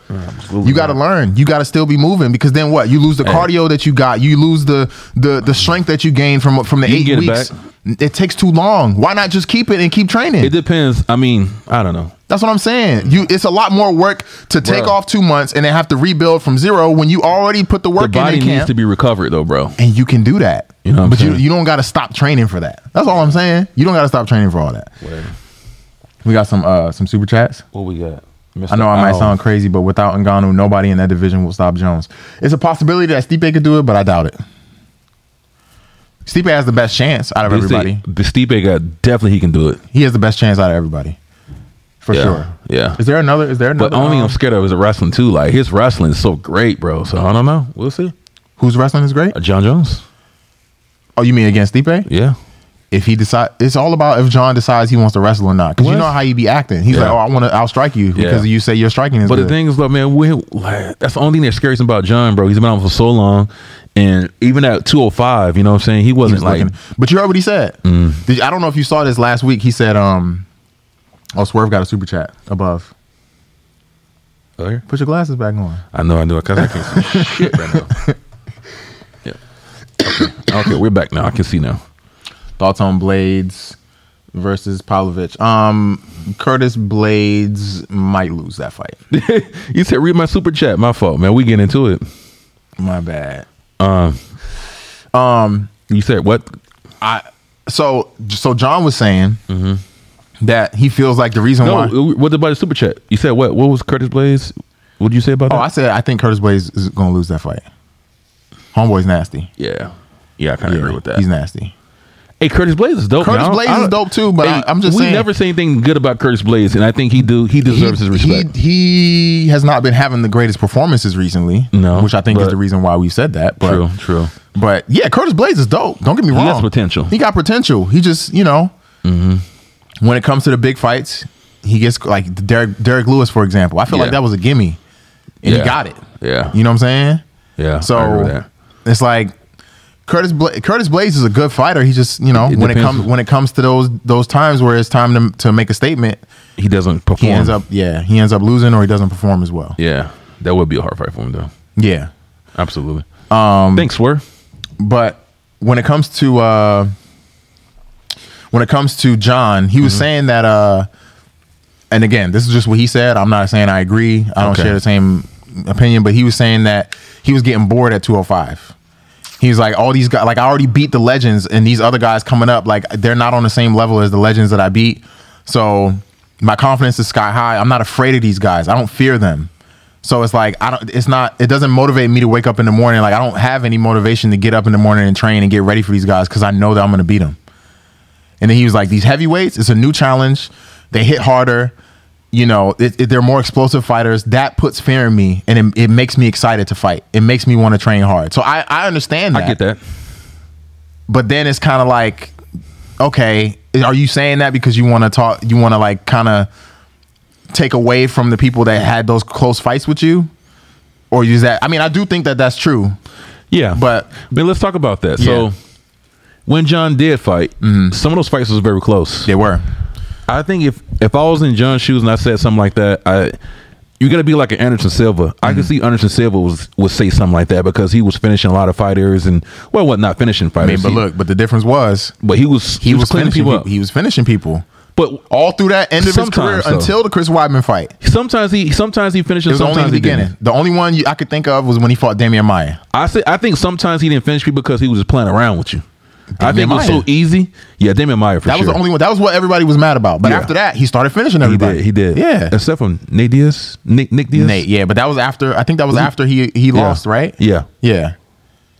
Speaker 3: you got to learn. You got to still be moving because then what? You lose the cardio that you got. You lose the the the strength that you gained from from the
Speaker 2: You can
Speaker 3: eight
Speaker 2: get it
Speaker 3: weeks.
Speaker 2: back.
Speaker 3: It, takes too long. Why not just keep it and keep training?
Speaker 2: It depends. I mean, I don't know.
Speaker 3: That's what I'm saying. You, it's a lot more work to take
Speaker 2: Bruh.
Speaker 3: off two months and then have to rebuild from zero when you already put the
Speaker 2: The
Speaker 3: work in.
Speaker 2: body
Speaker 3: and
Speaker 2: needs
Speaker 3: can't.
Speaker 2: to be recovered, though, bro.
Speaker 3: and you can do that.
Speaker 2: You know what I'm
Speaker 3: but you,
Speaker 2: saying?
Speaker 3: you don't got to stop training for that. That's all I'm saying. You don't got to stop training for all that. We got some uh some super chats.
Speaker 2: What we got?
Speaker 3: I know I might sound crazy, but without Ngannou, nobody in that division will stop Jones. It's a possibility that Stipe could do it, but I doubt it. Stipe has the best chance out of everybody.
Speaker 2: Stipe got definitely he can do it.
Speaker 3: he has the best chance out of everybody, for
Speaker 2: Yeah.
Speaker 3: sure.
Speaker 2: Yeah.
Speaker 3: Is there another? Is there another?
Speaker 2: But only
Speaker 3: um,
Speaker 2: I'm scared of is wrestling too. Like his wrestling is so great, bro. So I don't know. We'll see.
Speaker 3: who's wrestling is great?
Speaker 2: Uh, John Jones.
Speaker 3: Oh, you mean against Stipe?
Speaker 2: Yeah.
Speaker 3: If he decide, it's all about if John decides he wants to wrestle or not. Because you
Speaker 2: What?
Speaker 3: know how he be acting. He's
Speaker 2: Yeah.
Speaker 3: like, oh, I want to outstrike you because you say your striking is
Speaker 2: But
Speaker 3: good.
Speaker 2: the thing is, though, man, we, like, that's the only thing that scares me about John, bro. He's been on for so long, and even at 205, you know what I'm saying? He
Speaker 3: He
Speaker 2: wasn't
Speaker 3: was
Speaker 2: like, Mm.
Speaker 3: looking- but you heard what he said. Did you- I don't know if you saw this last week. He said, um, oh, Swerve got a super chat above.
Speaker 2: Oh, here?
Speaker 3: Put your glasses back on.
Speaker 2: I know, I know, because I can't see shit right now. Yeah. Okay. okay, we're back now. I can see now.
Speaker 3: Thoughts on Blades versus Pavlovich. Um, Curtis Blades might lose that fight.
Speaker 2: You said read my super chat. My fault, man. We get into it.
Speaker 3: My bad.
Speaker 2: Uh.
Speaker 3: Um,
Speaker 2: You said what?
Speaker 3: I so so John was saying that he feels like the reason
Speaker 2: Mm-hmm. No,
Speaker 3: why.
Speaker 2: what about the super chat? You said what? What was Curtis Blaze? What did you say about
Speaker 3: Oh,
Speaker 2: that?
Speaker 3: I said I think Curtis Blades is gonna lose that fight. Homeboy's nasty.
Speaker 2: yeah, yeah, I kind of
Speaker 3: Yeah,
Speaker 2: agree with that.
Speaker 3: He's nasty.
Speaker 2: hey, Curtis Blaze is dope.
Speaker 3: Curtis
Speaker 2: man. I don't-
Speaker 3: Blaze
Speaker 2: I
Speaker 3: is
Speaker 2: don't-
Speaker 3: dope too, but I, am just
Speaker 2: we
Speaker 3: saying.
Speaker 2: never say anything good about Curtis Blaze, and I think he do. He deserves his respect.
Speaker 3: He, he has not been having the greatest performances recently.
Speaker 2: No,
Speaker 3: which I think is
Speaker 2: but-
Speaker 3: the reason why we said that. But,
Speaker 2: true, true.
Speaker 3: But yeah, Curtis Blaze is dope. Don't get me wrong.
Speaker 2: has potential.
Speaker 3: He got potential. He just you know,
Speaker 2: Mm-hmm.
Speaker 3: when it comes to the big fights, he gets like Derek Derek Lewis for example. I feel
Speaker 2: Yeah.
Speaker 3: like that was a gimme, and
Speaker 2: Yeah.
Speaker 3: he got it.
Speaker 2: Yeah.
Speaker 3: you know what I'm saying.
Speaker 2: Yeah, I agree with
Speaker 3: So
Speaker 2: that.
Speaker 3: it's like Curtis Bla- Curtis Blaze is a good fighter. He just you know
Speaker 2: It
Speaker 3: when it
Speaker 2: depends.
Speaker 3: comes when it comes to those those times where it's time to to make a statement,
Speaker 2: He doesn't
Speaker 3: he
Speaker 2: perform.
Speaker 3: ends up yeah he ends up losing or he doesn't perform as well.
Speaker 2: Yeah, that would be a hard fight for him, though.
Speaker 3: Yeah,
Speaker 2: Absolutely. Um, Thanks, Swerve.
Speaker 3: but when it comes to uh when it comes to John, he was saying that uh and again, this is just what he said. I'm not saying I agree. I don't
Speaker 2: Okay.
Speaker 3: share the same opinion, but he was saying that he was getting bored at 205. He was like, all these guys, like I already beat the legends, and these other guys coming up, like they're not on the same level as the legends that I beat. So my confidence is sky high. I'm not afraid of these guys. I don't fear them. So it's like I don't. It's not. It doesn't motivate me to wake up in the morning. Like I don't have any motivation to get up in the morning and train and get ready for these guys because I know that I'm going to beat them. And then he was like, "These heavyweights, it's a new challenge. They hit harder. You know, it, it- they're more explosive fighters. That puts fear in me, and it, it makes me excited to fight. It makes me want to train hard. So I, I understand that.
Speaker 2: I get that.
Speaker 3: But then it's kind of like, okay, are you saying that because you want to talk? You want to like kind of take away from the people that had those close fights with you, or use that? I mean, I do think that that's true.
Speaker 2: Yeah,
Speaker 3: But-
Speaker 2: but let's talk about that.
Speaker 3: Yeah. Mm-hmm.
Speaker 2: So when John did fight, some of those fights was very close.
Speaker 3: They were.
Speaker 2: I think if if I was in John's shoes and I said something like that, I you got to be like an Anderson Silva. I
Speaker 3: Mm-hmm.
Speaker 2: could see Anderson Silva was would say something like that because he was finishing a lot of fighters and well, what not finishing
Speaker 3: I mean,
Speaker 2: fighters,
Speaker 3: but
Speaker 2: He-
Speaker 3: look, but the difference was
Speaker 2: but he was
Speaker 3: he, was,
Speaker 2: cleaning
Speaker 3: finishing
Speaker 2: people
Speaker 3: people.
Speaker 2: up.
Speaker 3: He was finishing people.
Speaker 2: but
Speaker 3: all through that end of his career
Speaker 2: Sometimes, though.
Speaker 3: until the Chris Weidman fight.
Speaker 2: sometimes he sometimes he finishes.
Speaker 3: It was
Speaker 2: sometimes
Speaker 3: only in the
Speaker 2: he didn't.
Speaker 3: beginning. The only one you, I could think of was when he fought Damian Maya.
Speaker 2: I say I think sometimes he didn't finish you because he was just playing around with you. I think
Speaker 3: Damian
Speaker 2: it was
Speaker 3: Maia.
Speaker 2: so easy. Yeah, Damian Meyer for
Speaker 3: That was
Speaker 2: sure.
Speaker 3: the only one. That was what everybody was mad about. But
Speaker 2: Yeah.
Speaker 3: after that, he started finishing
Speaker 2: He
Speaker 3: everybody.
Speaker 2: did. He did.
Speaker 3: Yeah.
Speaker 2: Except from Nate Diaz. Nick Nick Diaz.
Speaker 3: Nate. Yeah, but that was after. I think that was after he he lost, right?
Speaker 2: Yeah.
Speaker 3: Yeah.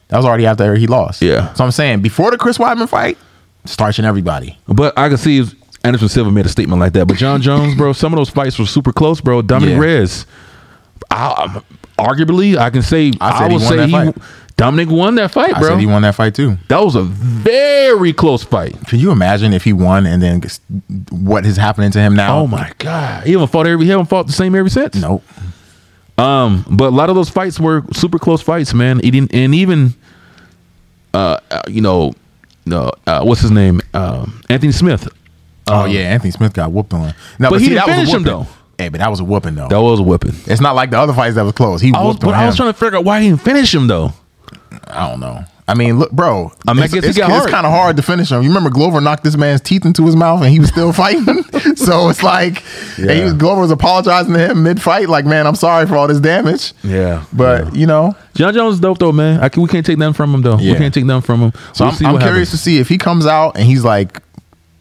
Speaker 3: That was already after he lost.
Speaker 2: Yeah.
Speaker 3: So I'm saying before the Chris Weidman fight, starching everybody.
Speaker 2: But I could see if Anderson Silva made a statement like that. But John Jones, bro, some of those fights were super close, bro. Dominic
Speaker 3: Yeah.
Speaker 2: Reyes. I, I'm- arguably, I can say
Speaker 3: I
Speaker 2: I,
Speaker 3: said he
Speaker 2: would
Speaker 3: won
Speaker 2: say
Speaker 3: that
Speaker 2: he,
Speaker 3: fight.
Speaker 2: Dominic won that fight,
Speaker 3: I
Speaker 2: bro.
Speaker 3: said he won that fight too.
Speaker 2: That was a very close fight.
Speaker 3: Can you imagine if he won and then s- what is happening to him now?
Speaker 2: Oh my god! He haven't fought every. He haven't fought the same ever since.
Speaker 3: Nope.
Speaker 2: Um, But a lot of those fights were super close fights, man. He didn't- And even, uh, uh, you know, no, uh, what's his name? Um, Anthony Smith.
Speaker 3: Oh yeah, Anthony Smith got whooped on. No,
Speaker 2: But he
Speaker 3: that
Speaker 2: didn't
Speaker 3: was a
Speaker 2: finish him,
Speaker 3: whooping. Hey, but that was a whooping though.
Speaker 2: That was a weapon.
Speaker 3: It's not like the other fights that was close. He
Speaker 2: I was,
Speaker 3: whooped
Speaker 2: but
Speaker 3: on
Speaker 2: I was
Speaker 3: him.
Speaker 2: trying to figure out why he didn't finish him though.
Speaker 3: I don't know. I mean, look, bro.
Speaker 2: I mean, I
Speaker 3: it's,
Speaker 2: guess he
Speaker 3: it's,
Speaker 2: got hard.
Speaker 3: kind of hard to finish him. You remember Glover knocked this man's teeth into his mouth, and he was still fighting. so it's like, and he was, Glover was apologizing to him mid-fight, like, "Man, I'm sorry for all this damage."
Speaker 2: Yeah,
Speaker 3: but you know,
Speaker 2: John Jones is dope though, man. I can, we can't take nothing from him though. We
Speaker 3: Yeah.
Speaker 2: can't take nothing from him.
Speaker 3: so
Speaker 2: We'll
Speaker 3: I'm, I'm
Speaker 2: what
Speaker 3: curious to
Speaker 2: happens.
Speaker 3: see if he comes out and he's like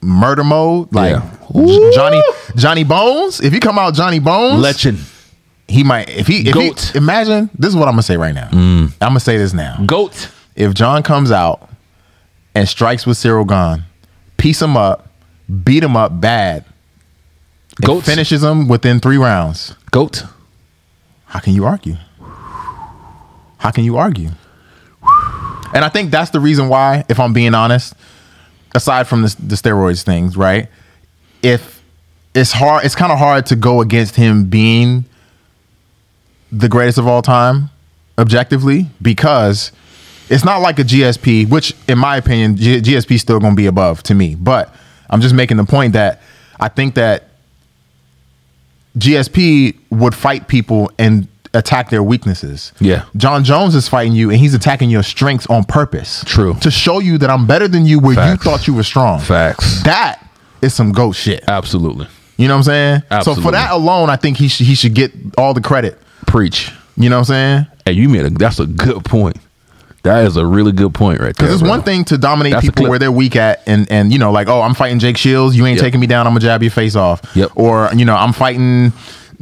Speaker 3: murder mode, like
Speaker 2: Yeah.
Speaker 3: J- Johnny Johnny Bones. If he come out Johnny Bones,
Speaker 2: Legend,
Speaker 3: he might. If he, if
Speaker 2: Goat. Mm.
Speaker 3: he imagine, this is what I'm gonna say right now. I'm gonna say this now.
Speaker 2: goat.
Speaker 3: if John comes out and strikes with Cyril Gone, piece him up, beat him up bad, and
Speaker 2: Goats.
Speaker 3: finishes him within three rounds,
Speaker 2: Goat.
Speaker 3: how can you argue? How can you argue? And I think that's the reason why, if I'm being honest, aside from the, the steroids things, right? If it's hard, it's kind of hard to go against him being the greatest of all time, objectively, because it's not like a GSP, which, in my opinion, G- GSP still going to be above to me. But I'm just making the point that I think that GSP would fight people and attack their weaknesses.
Speaker 2: Yeah.
Speaker 3: John Jones is fighting you and he's attacking your strengths on purpose.
Speaker 2: True.
Speaker 3: To show you that I'm better than you where
Speaker 2: Facts.
Speaker 3: you thought you were strong.
Speaker 2: Facts.
Speaker 3: That is some goat shit.
Speaker 2: Absolutely.
Speaker 3: You know what I'm saying? So
Speaker 2: Absolutely.
Speaker 3: for that alone, I think he should he should get all the credit.
Speaker 2: Preach.
Speaker 3: You know what I'm saying?
Speaker 2: Hey, you made a that's a good point. That is a really good point right there.
Speaker 3: Because it's
Speaker 2: bro.
Speaker 3: one thing to dominate
Speaker 2: That's a
Speaker 3: people
Speaker 2: clip.
Speaker 3: where they're weak at, and and you know, like, oh, I'm fighting Jake Shields, you ain't
Speaker 2: Yep.
Speaker 3: taking me down, I'm gonna jab your face off.
Speaker 2: Yep.
Speaker 3: Or you know, I'm fighting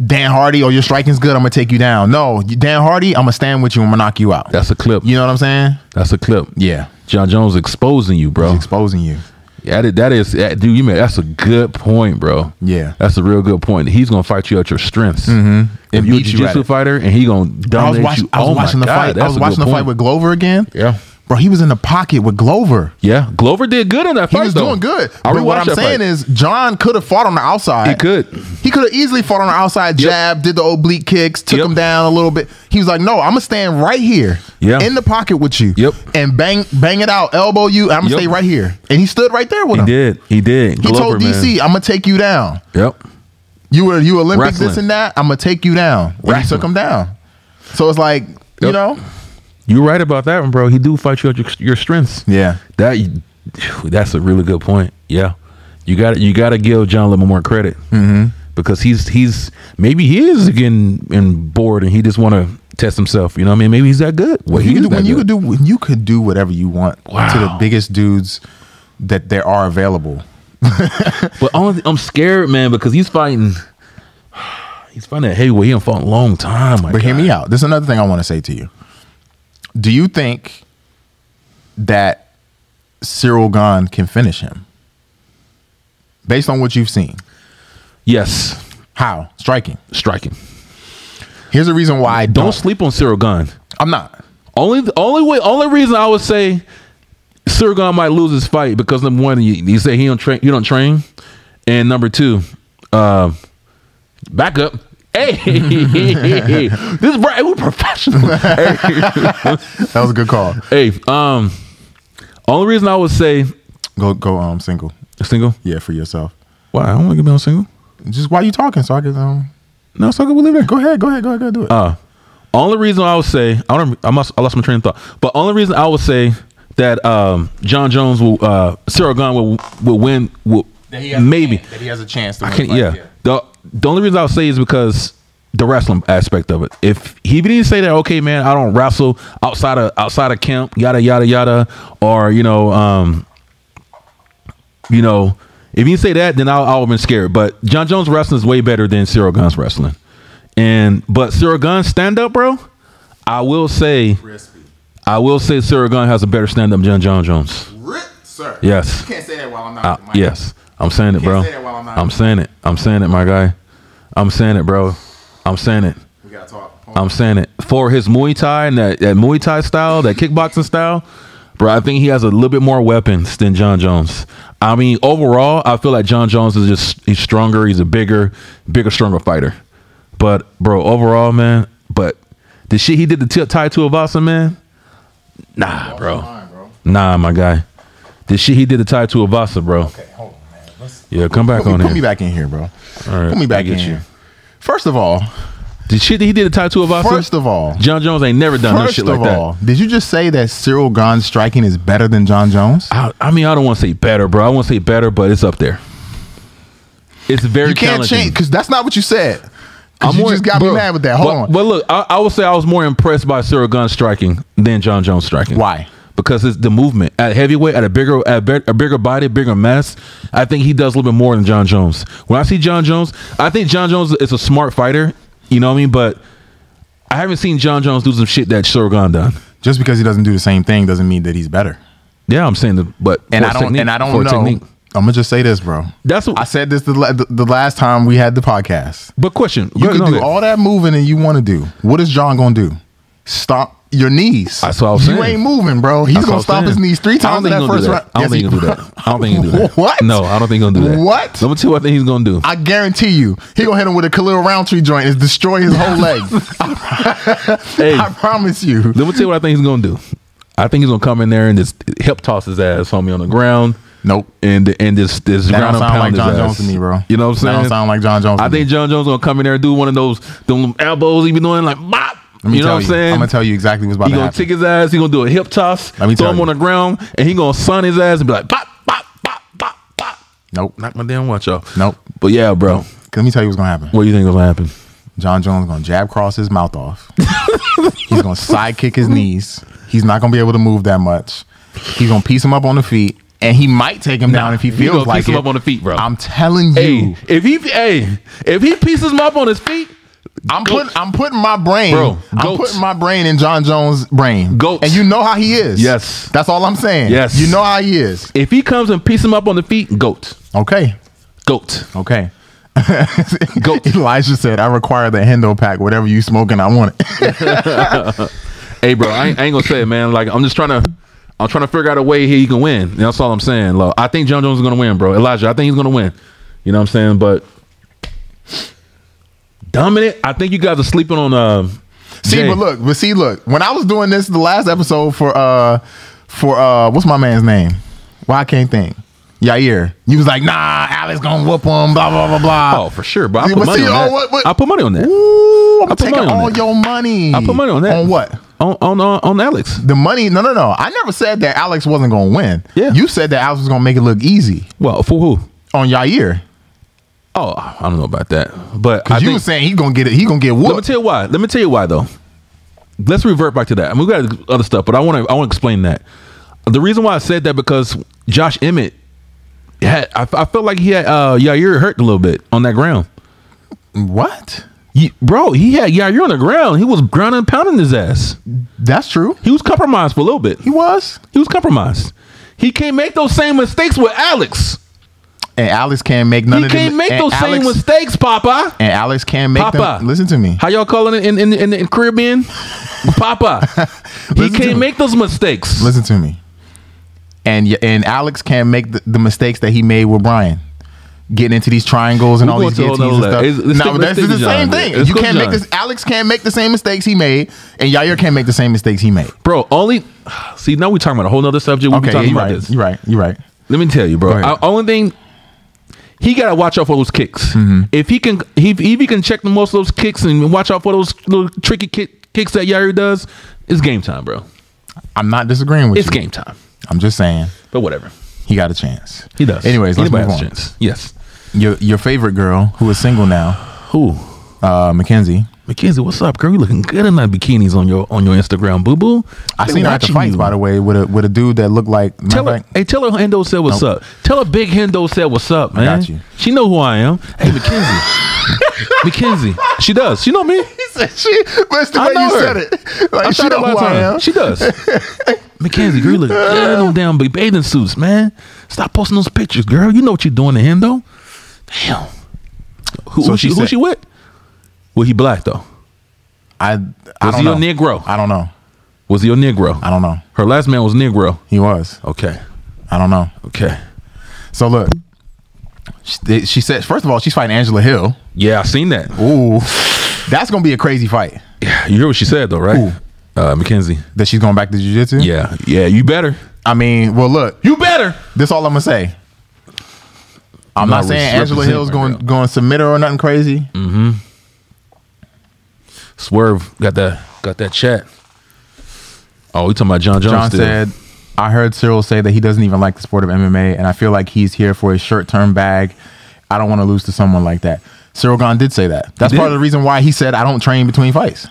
Speaker 3: Dan Hardy, or your striking's good, I'm gonna take you down. No, you- Dan Hardy, I'm gonna stand with you, I'm gonna knock you out.
Speaker 2: That's a clip.
Speaker 3: you know what I'm saying?
Speaker 2: That's a clip.
Speaker 3: Yeah,
Speaker 2: John Jones exposing you, bro.
Speaker 3: He's exposing you.
Speaker 2: Yeah, that- that is, that- dude. You made that's a good point, bro.
Speaker 3: Yeah.
Speaker 2: that's a real good point. He's gonna fight you at your strengths. Mm-hmm. If
Speaker 3: And
Speaker 2: you're a
Speaker 3: beat you at
Speaker 2: jiu-jitsu
Speaker 3: it.
Speaker 2: fighter, and he gonna
Speaker 3: I
Speaker 2: dominate
Speaker 3: was watching.
Speaker 2: you.
Speaker 3: I was
Speaker 2: oh
Speaker 3: watching
Speaker 2: my
Speaker 3: the
Speaker 2: God,
Speaker 3: fight. I
Speaker 2: that's
Speaker 3: was
Speaker 2: a
Speaker 3: watching
Speaker 2: good
Speaker 3: the fight
Speaker 2: point.
Speaker 3: with Glover again.
Speaker 2: Yeah.
Speaker 3: bro, he was in the pocket with Glover.
Speaker 2: yeah. Glover did good on that
Speaker 3: He
Speaker 2: fight.
Speaker 3: was
Speaker 2: though.
Speaker 3: doing good.
Speaker 2: I
Speaker 3: but what
Speaker 2: rewatched
Speaker 3: I'm
Speaker 2: that
Speaker 3: saying
Speaker 2: fight.
Speaker 3: is, John could have fought on the outside.
Speaker 2: He could.
Speaker 3: He could have easily fought on the outside,
Speaker 2: Yep.
Speaker 3: jab, did the oblique kicks, took
Speaker 2: Yep.
Speaker 3: him down a little bit. He was like, "No, I'm gonna stand right here,
Speaker 2: Yeah.
Speaker 3: in the pocket with you,
Speaker 2: Yep.
Speaker 3: and bang, bang it out, elbow you. and I'm gonna
Speaker 2: Yep.
Speaker 3: stay right here." And he stood right there with
Speaker 2: he
Speaker 3: him.
Speaker 2: did. He did.
Speaker 3: He
Speaker 2: Glover,
Speaker 3: told DC, "I'm gonna take you down.
Speaker 2: Man. Yep.
Speaker 3: You were you Olympic this
Speaker 2: Wrestling.
Speaker 3: and that. I'm gonna take you down." And he
Speaker 2: Wrestling.
Speaker 3: took him down. So it's like, you
Speaker 2: Yep.
Speaker 3: know,
Speaker 2: You're right about that one, bro. He do fight you at your, your strengths.
Speaker 3: yeah,
Speaker 2: That that's a really good point. Yeah, you got you got to give John Lemon more credit mm-hmm. because he's he's maybe he is getting in bored and he just want to test himself. You know what I mean? Maybe he's that good. Well,
Speaker 3: you
Speaker 2: he
Speaker 3: could
Speaker 2: is
Speaker 3: do,
Speaker 2: that
Speaker 3: when you
Speaker 2: good.
Speaker 3: could do when you could do whatever you want to the
Speaker 2: Wow.
Speaker 3: biggest dudes that there are available.
Speaker 2: But only, I'm scared, man, because he's fighting. He's fighting a heavyweight. He done fought a long time. My
Speaker 3: But hear
Speaker 2: God.
Speaker 3: me out. There's another thing I want to say to you. Do you think that Cyril Gahn can finish him? Based on what you've seen,
Speaker 2: Yes,
Speaker 3: how striking.
Speaker 2: striking.
Speaker 3: Here's the reason why I
Speaker 2: Don't
Speaker 3: don't.
Speaker 2: sleep on Cyril Gunn.
Speaker 3: I'm not.
Speaker 2: Only the only way, only reason I would say Sirgon might lose his fight because number one, you, you say he don't train, you don't train, and number two, uh, back up. Hey, this is right. We're professional. hey,
Speaker 3: That was a good call.
Speaker 2: hey, um, only reason I would say
Speaker 3: Go go um single.
Speaker 2: single.
Speaker 3: Yeah, for yourself.
Speaker 2: Why I don't want to get on single.
Speaker 3: Just why you talking? So I can um.
Speaker 2: No, it's okay. We live there.
Speaker 3: Go ahead. Go ahead. Go ahead. Go ahead. Do it.
Speaker 2: Uh, only reason I would say I don't. I must. I lost my train of thought. But only reason I would say that um, John Jones will, uh, Cyril Gunn will will win. Will maybe
Speaker 3: that he has a chance. To
Speaker 2: I can't. Yeah. The the only reason I would say is because the wrestling aspect of it. If he didn't say that, okay, man, I don't wrestle outside of outside of camp, yada yada yada, or you know, um, you know, if you say that, then I'll I'll have been scared. But John Jones wrestling is way better than Cyril Gunn's wrestling. And but Cyril Gunn's stand up, bro, I will say I will say Cyril Gunn has a better stand up than John Jones.
Speaker 3: sir.
Speaker 2: Yes. You
Speaker 3: can't say that while I'm not.
Speaker 2: Uh, yes, I'm saying it,
Speaker 3: can't
Speaker 2: bro.
Speaker 3: say that while I'm not-
Speaker 2: I'm saying it. I'm saying it, my guy. I'm saying it, bro. I'm saying it.
Speaker 3: We gotta talk.
Speaker 2: I'm saying it for his Muay Thai and that, that Muay Thai style, that kickboxing style, bro. I think he has a little bit more weapons than John Jones. I mean, overall, I feel like John Jones is just he's stronger. He's a bigger, bigger, stronger fighter. But bro, overall, man, but the shit he did to Ti- Tai Tuivasa, man, nah, bro, nah, my guy. The shit he did to Tai Tuivasa, bro.
Speaker 3: Hold on, man. Let's
Speaker 2: Yeah, come back
Speaker 3: put,
Speaker 2: on
Speaker 3: me, put me
Speaker 2: here.
Speaker 3: back in here, bro.
Speaker 2: right,
Speaker 3: put me
Speaker 2: I
Speaker 3: back
Speaker 2: get
Speaker 3: in
Speaker 2: you.
Speaker 3: here. First of all,
Speaker 2: The shit that he did to Tai Tuivasa.
Speaker 3: first of all,
Speaker 2: John Jones ain't never done no
Speaker 3: first
Speaker 2: shit
Speaker 3: of
Speaker 2: like that.
Speaker 3: all, did you just say that Cyril Gahn's striking is better than John Jones?
Speaker 2: I, I mean, I don't want to say better, bro. I won't say better, but it's up there. It's very
Speaker 3: You can't
Speaker 2: challenging.
Speaker 3: change because that's not what you said. 'Cause you just got
Speaker 2: bro,
Speaker 3: me mad with that. Hold
Speaker 2: but,
Speaker 3: on.
Speaker 2: But look, I, I would say I was more impressed by Cyril Gunn striking than John Jones striking.
Speaker 3: Why?
Speaker 2: Because it's the movement at heavyweight, at a bigger, at a big- a bigger body, bigger mass. I think he does a little bit more than John Jones. When I see John Jones, I think John Jones is a smart fighter. You know what I mean? But I haven't seen John Jones do some shit that Cyril Gunn done.
Speaker 3: just because he doesn't do the same thing doesn't mean that he's better.
Speaker 2: Yeah, I'm saying the but
Speaker 3: And
Speaker 2: for
Speaker 3: I don't.
Speaker 2: technique-
Speaker 3: and I
Speaker 2: for
Speaker 3: don't know.
Speaker 2: technique.
Speaker 3: I'm gonna just say this, bro.
Speaker 2: That's what-
Speaker 3: I said this the, la- the, the last time we had the podcast.
Speaker 2: But question,
Speaker 3: You
Speaker 2: go-
Speaker 3: can
Speaker 2: no,
Speaker 3: do
Speaker 2: go-
Speaker 3: all that moving and you want to do. What is John gonna do? Stomp your knees.
Speaker 2: That's what I was
Speaker 3: you
Speaker 2: saying.
Speaker 3: ain't moving, bro. He's
Speaker 2: That's what
Speaker 3: gonna
Speaker 2: I'm
Speaker 3: stop his
Speaker 2: saying.
Speaker 3: knees three
Speaker 2: I don't
Speaker 3: times
Speaker 2: think
Speaker 3: in that
Speaker 2: he'll do
Speaker 3: first round.
Speaker 2: I don't
Speaker 3: Yes,
Speaker 2: think he'll do
Speaker 3: he-
Speaker 2: that. I don't think he'll do that.
Speaker 3: What?
Speaker 2: No, I don't think he'll do that.
Speaker 3: What?
Speaker 2: Number two, I think he's gonna do.
Speaker 3: I guarantee you, he gonna hit him with a Khalil Roundtree joint and destroy his whole leg.
Speaker 2: hey,
Speaker 3: I promise you.
Speaker 2: let me tell you what I think he's gonna do. I think he's gonna come in there and just hip toss his ass on me on the ground.
Speaker 3: Nope.
Speaker 2: And and this this
Speaker 3: That
Speaker 2: ground
Speaker 3: don't
Speaker 2: and
Speaker 3: sound like
Speaker 2: pound
Speaker 3: John
Speaker 2: his
Speaker 3: Jones
Speaker 2: ass.
Speaker 3: to me, bro.
Speaker 2: You know what I'm
Speaker 3: That
Speaker 2: saying?
Speaker 3: don't sound like John Jones.
Speaker 2: I
Speaker 3: to me.
Speaker 2: think John Jones gonna come in there and do one of those them elbows he be doing like bop.
Speaker 3: Let me
Speaker 2: you know
Speaker 3: tell
Speaker 2: what I'm
Speaker 3: you.
Speaker 2: saying?
Speaker 3: I'm gonna tell you exactly what's about
Speaker 2: He
Speaker 3: to
Speaker 2: gonna
Speaker 3: happen.
Speaker 2: take his ass. He gonna do a hip toss.
Speaker 3: Let me
Speaker 2: throw
Speaker 3: tell
Speaker 2: him
Speaker 3: you.
Speaker 2: on the ground, and he gonna sun his ass and be like bop bop bop bop bop.
Speaker 3: nope.
Speaker 2: Knock my damn watch off.
Speaker 3: Nope.
Speaker 2: But yeah, bro.
Speaker 3: Let me tell you what's gonna happen.
Speaker 2: What do you think gonna happen?
Speaker 3: John Jones gonna jab cross his mouth off. He's gonna sidekick his knees. He's not gonna be able to move that much. He's gonna piece him up on the feet, and he might take him down if he
Speaker 2: he
Speaker 3: feels
Speaker 2: gonna
Speaker 3: like
Speaker 2: piece him
Speaker 3: it.
Speaker 2: up on the feet, bro.
Speaker 3: I'm telling you,
Speaker 2: Hey, if he hey, if he pieces him up on his feet,
Speaker 3: I'm putting I'm putting my brain,
Speaker 2: Bro,
Speaker 3: I'm
Speaker 2: goats.
Speaker 3: putting my brain in John Jones' brain.
Speaker 2: Goats.
Speaker 3: and you know how he is.
Speaker 2: Yes.
Speaker 3: that's all I'm saying.
Speaker 2: Yes.
Speaker 3: you know how he is.
Speaker 2: if he comes and pieces him up on the feet, goat,
Speaker 3: Okay,
Speaker 2: goat.
Speaker 3: okay. Go. Elijah said, "I require the Hendo pack. Whatever you smoking, I want it."
Speaker 2: Hey, bro, I ain't, I ain't gonna say it, man. Like I'm just trying to, I'm trying to figure out a way he can win. And that's all I'm saying. Look, I think John Jones is gonna win, bro. Elijah, I think he's gonna win. You know what I'm saying? But Dominic, I think you guys are sleeping on. Uh,
Speaker 3: See,
Speaker 2: Jay.
Speaker 3: but look, but see, look. When I was doing this, the last episode for uh for uh what's my man's name? Why I can't think. Yair. You was like, nah, Alex gonna whoop him, blah blah blah blah.
Speaker 2: Oh, for sure, bro. I
Speaker 3: See,
Speaker 2: put
Speaker 3: but
Speaker 2: money
Speaker 3: see,
Speaker 2: on
Speaker 3: oh,
Speaker 2: that.
Speaker 3: what- what-
Speaker 2: I put money on that.
Speaker 3: Ooh, I'm
Speaker 2: Oh. I put
Speaker 3: taking
Speaker 2: money on
Speaker 3: all
Speaker 2: that.
Speaker 3: your money.
Speaker 2: I put money on that.
Speaker 3: On what?
Speaker 2: On on on, on Alex.
Speaker 3: The money? No, no, no. I never said that Alex wasn't gonna win.
Speaker 2: Yeah.
Speaker 3: You said that Alex was gonna make it look easy
Speaker 2: Well, for who?
Speaker 3: on Yair.
Speaker 2: Oh, I don't know about that, but I
Speaker 3: Cause you
Speaker 2: think-
Speaker 3: was saying he gonna get it. He gonna get
Speaker 2: Let me
Speaker 3: whooped.
Speaker 2: tell you why. Let me tell you why though. Let's revert back to that. I mean, we got other stuff, but I want to I want to explain that. The reason why I said that because Josh Emmett had I, I felt like he had uh Yair hurt a little bit on that ground.
Speaker 3: what?
Speaker 2: Ye- bro, he had Yair on the ground. He was grounding and pounding his ass.
Speaker 3: That's true.
Speaker 2: He was compromised for a little bit.
Speaker 3: He was.
Speaker 2: He was compromised. He can't make those same mistakes with Alex.
Speaker 3: And Alex can't make none
Speaker 2: he
Speaker 3: of them-
Speaker 2: can't make
Speaker 3: and
Speaker 2: those same
Speaker 3: Alex-
Speaker 2: mistakes, Papa.
Speaker 3: And Alex can't make
Speaker 2: Papa.
Speaker 3: them. Listen to me.
Speaker 2: How y'all calling it in in, in, in Caribbean? Papa. he
Speaker 3: Listen to
Speaker 2: can't
Speaker 3: me.
Speaker 2: make those mistakes.
Speaker 3: Listen to me. And y- and Alex can't make the, the mistakes that he made with Brian. Getting into these triangles and
Speaker 2: We're
Speaker 3: all these
Speaker 2: going
Speaker 3: guillotines
Speaker 2: to
Speaker 3: and
Speaker 2: another
Speaker 3: stuff.
Speaker 2: level. It's- it's
Speaker 3: no,
Speaker 2: still-
Speaker 3: but that's
Speaker 2: it's
Speaker 3: the
Speaker 2: still
Speaker 3: same
Speaker 2: John.
Speaker 3: thing.
Speaker 2: It's
Speaker 3: you
Speaker 2: still
Speaker 3: can't make
Speaker 2: John.
Speaker 3: this. Alex can't make the same mistakes he made, and Yair can't make the same mistakes he made.
Speaker 2: Bro, only see now we're talking about a whole nother subject. We'll be
Speaker 3: Okay, yeah,
Speaker 2: talking
Speaker 3: you're
Speaker 2: about
Speaker 3: right.
Speaker 2: this.
Speaker 3: You're right. You're right.
Speaker 2: Let me tell you, bro.
Speaker 3: Go ahead.
Speaker 2: I, only thing he gotta watch out for those kicks.
Speaker 3: Mm-hmm.
Speaker 2: If he can, he, if he can check the most of those kicks and watch out for those little tricky kick, kicks that Yair does, it's game time, bro.
Speaker 3: I'm not disagreeing with
Speaker 2: It's
Speaker 3: you.
Speaker 2: game time.
Speaker 3: I'm just saying
Speaker 2: But whatever,
Speaker 3: he got a chance.
Speaker 2: he does.
Speaker 3: Anyways, let's
Speaker 2: Anybody
Speaker 3: move
Speaker 2: has a
Speaker 3: on.
Speaker 2: chance. Yes.
Speaker 3: Your your favorite girl who is single now,
Speaker 2: Who?
Speaker 3: uh, Mackenzie.
Speaker 2: Mackenzie, what's up, girl? You looking good in that bikinis on your on your Instagram, boo boo.
Speaker 3: I seen her at the fights, by the way, with a with a dude that looked like. matter
Speaker 2: Tell
Speaker 3: of
Speaker 2: her,
Speaker 3: fact-
Speaker 2: hey, tell her Hendo said what's up. Tell her Big Hendo said what's up, man.
Speaker 3: got you.
Speaker 2: She know who I am. Hey, Mackenzie. Mackenzie. She does. She know me.
Speaker 3: she, but it's the
Speaker 2: I
Speaker 3: way
Speaker 2: know
Speaker 3: you
Speaker 2: her.
Speaker 3: said it. Like,
Speaker 2: I
Speaker 3: she
Speaker 2: tried
Speaker 3: know
Speaker 2: a lot
Speaker 3: who
Speaker 2: of
Speaker 3: I
Speaker 2: times.
Speaker 3: am.
Speaker 2: She does. Mackenzie, girl, you look good in them damn big bathing suits, man. Stop posting those pictures, girl. You know what you're doing to Hendo. Damn. Who,
Speaker 3: So
Speaker 2: who she,
Speaker 3: she
Speaker 2: who
Speaker 3: said-
Speaker 2: she with? Well, he black, though.
Speaker 3: I, I
Speaker 2: Was
Speaker 3: don't
Speaker 2: he a
Speaker 3: know.
Speaker 2: Negro?
Speaker 3: I don't know.
Speaker 2: Was he a Negro?
Speaker 3: I don't know.
Speaker 2: Her last man was Negro.
Speaker 3: He was.
Speaker 2: Okay.
Speaker 3: I don't know.
Speaker 2: Okay.
Speaker 3: So look, she, she said. First of all, she's fighting Angela Hill.
Speaker 2: Yeah, I seen that.
Speaker 3: Ooh, that's gonna be a crazy fight.
Speaker 2: You hear what she said, though, right? Uh, Mackenzie.
Speaker 3: That she's going back to jujitsu.
Speaker 2: Yeah. Yeah, you better.
Speaker 3: I mean, well, look.
Speaker 2: You better.
Speaker 3: This all I'm gonna say. I'm
Speaker 2: No,
Speaker 3: not saying
Speaker 2: we
Speaker 3: Angela
Speaker 2: represent
Speaker 3: Hill's
Speaker 2: my
Speaker 3: going
Speaker 2: girl.
Speaker 3: going to submit her or nothing crazy.
Speaker 2: Swerve got that got that chat. Oh, we talking about John Jones?
Speaker 3: John
Speaker 2: still.
Speaker 3: said, I heard Cyril say that he doesn't even like the sport of MMA, and I feel like he's here for a short term bag. I don't want to lose to someone like that. Cyril Gon did say that. That's
Speaker 2: He
Speaker 3: part
Speaker 2: did?
Speaker 3: of the reason why he said, I don't train between fights.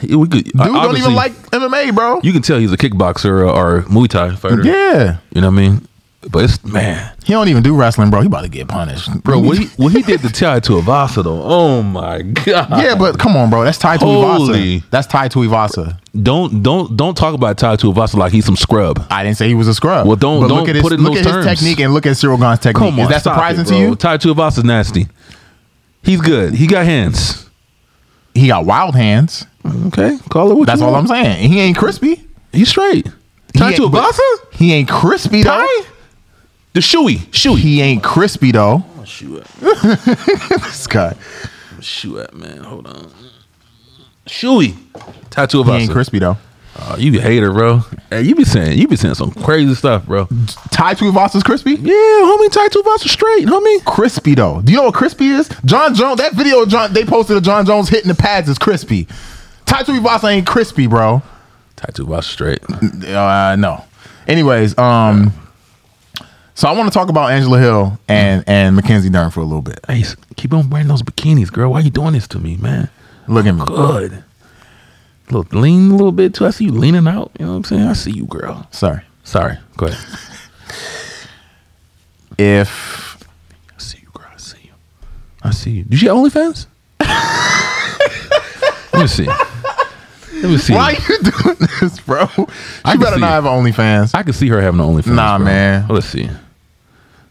Speaker 3: Dude,
Speaker 2: Yeah, we could, I-
Speaker 3: don't
Speaker 2: Uh, obviously,
Speaker 3: even like MMA, bro.
Speaker 2: You can tell he's a kickboxer uh, or, or Muay Thai fighter.
Speaker 3: yeah.
Speaker 2: you know what I mean. But it's man,
Speaker 3: He don't even do wrestling, bro. He about to get punished.
Speaker 2: bro, what he what he did to Tai to Avasa though. Oh my god.
Speaker 3: yeah, but come on, bro. That's tied to
Speaker 2: Holy.
Speaker 3: Ivasa. That's tied to Ivasa.
Speaker 2: Don't don't don't talk about Tai to Avasa like he's some scrub.
Speaker 3: I didn't say he was a scrub.
Speaker 2: Well, don't-
Speaker 3: But
Speaker 2: don't
Speaker 3: look at his,
Speaker 2: put it in
Speaker 3: look
Speaker 2: those
Speaker 3: at his
Speaker 2: terms.
Speaker 3: technique and look at Cyril Gon's technique.
Speaker 2: Come on,
Speaker 3: Is that
Speaker 2: stop
Speaker 3: surprising
Speaker 2: it,
Speaker 3: to
Speaker 2: bro.
Speaker 3: you?
Speaker 2: Tai to Avasa's nasty. He's good. He got hands.
Speaker 3: he got wild hands.
Speaker 2: Okay, call it what
Speaker 3: That's
Speaker 2: you
Speaker 3: all I'm
Speaker 2: want.
Speaker 3: saying. He ain't crispy.
Speaker 2: He's straight. Tied
Speaker 3: He
Speaker 2: to a
Speaker 3: ain't- but
Speaker 2: Basa?
Speaker 3: He ain't crispy though.
Speaker 2: Ty? The shoey. Shoey.
Speaker 3: He ain't crispy though.
Speaker 2: Shoe at.
Speaker 3: This guy.
Speaker 2: Shoe at, man. Hold on. Shoey. Tattoo of
Speaker 3: He ain't
Speaker 2: us.
Speaker 3: crispy though.
Speaker 2: Oh, you be hater, bro. Hey, you be saying you be saying some crazy stuff, bro.
Speaker 3: Ty Tuivasa is crispy.
Speaker 2: Yeah, homie, tattoo us straight, homie.
Speaker 3: Crispy though. Do you know what crispy is? John Jones. That video of John they posted of John Jones hitting the pads is crispy. Ty Tuivasa ain't crispy, bro.
Speaker 2: Tattoo us straight.
Speaker 3: Uh, no. Anyways, um, so I want to talk about Angela Hill and and Mackenzie Dern for a little bit.
Speaker 2: Hey, s- keep on wearing those bikinis, girl. Why you doing this to me, man?
Speaker 3: Look at me.
Speaker 2: Good. Look, lean a little bit too. I see you leaning out. You know what I'm saying? I see you, girl.
Speaker 3: Sorry.
Speaker 2: Sorry. Go ahead.
Speaker 3: If
Speaker 2: I see you, girl. I see you. I see you. Did you get OnlyFans? Let me see. Let me see.
Speaker 3: why you doing this, bro? She
Speaker 2: I can
Speaker 3: better
Speaker 2: see
Speaker 3: not
Speaker 2: it.
Speaker 3: have OnlyFans.
Speaker 2: I can see her having an OnlyFans.
Speaker 3: Nah,
Speaker 2: bro.
Speaker 3: man.
Speaker 2: Let's see.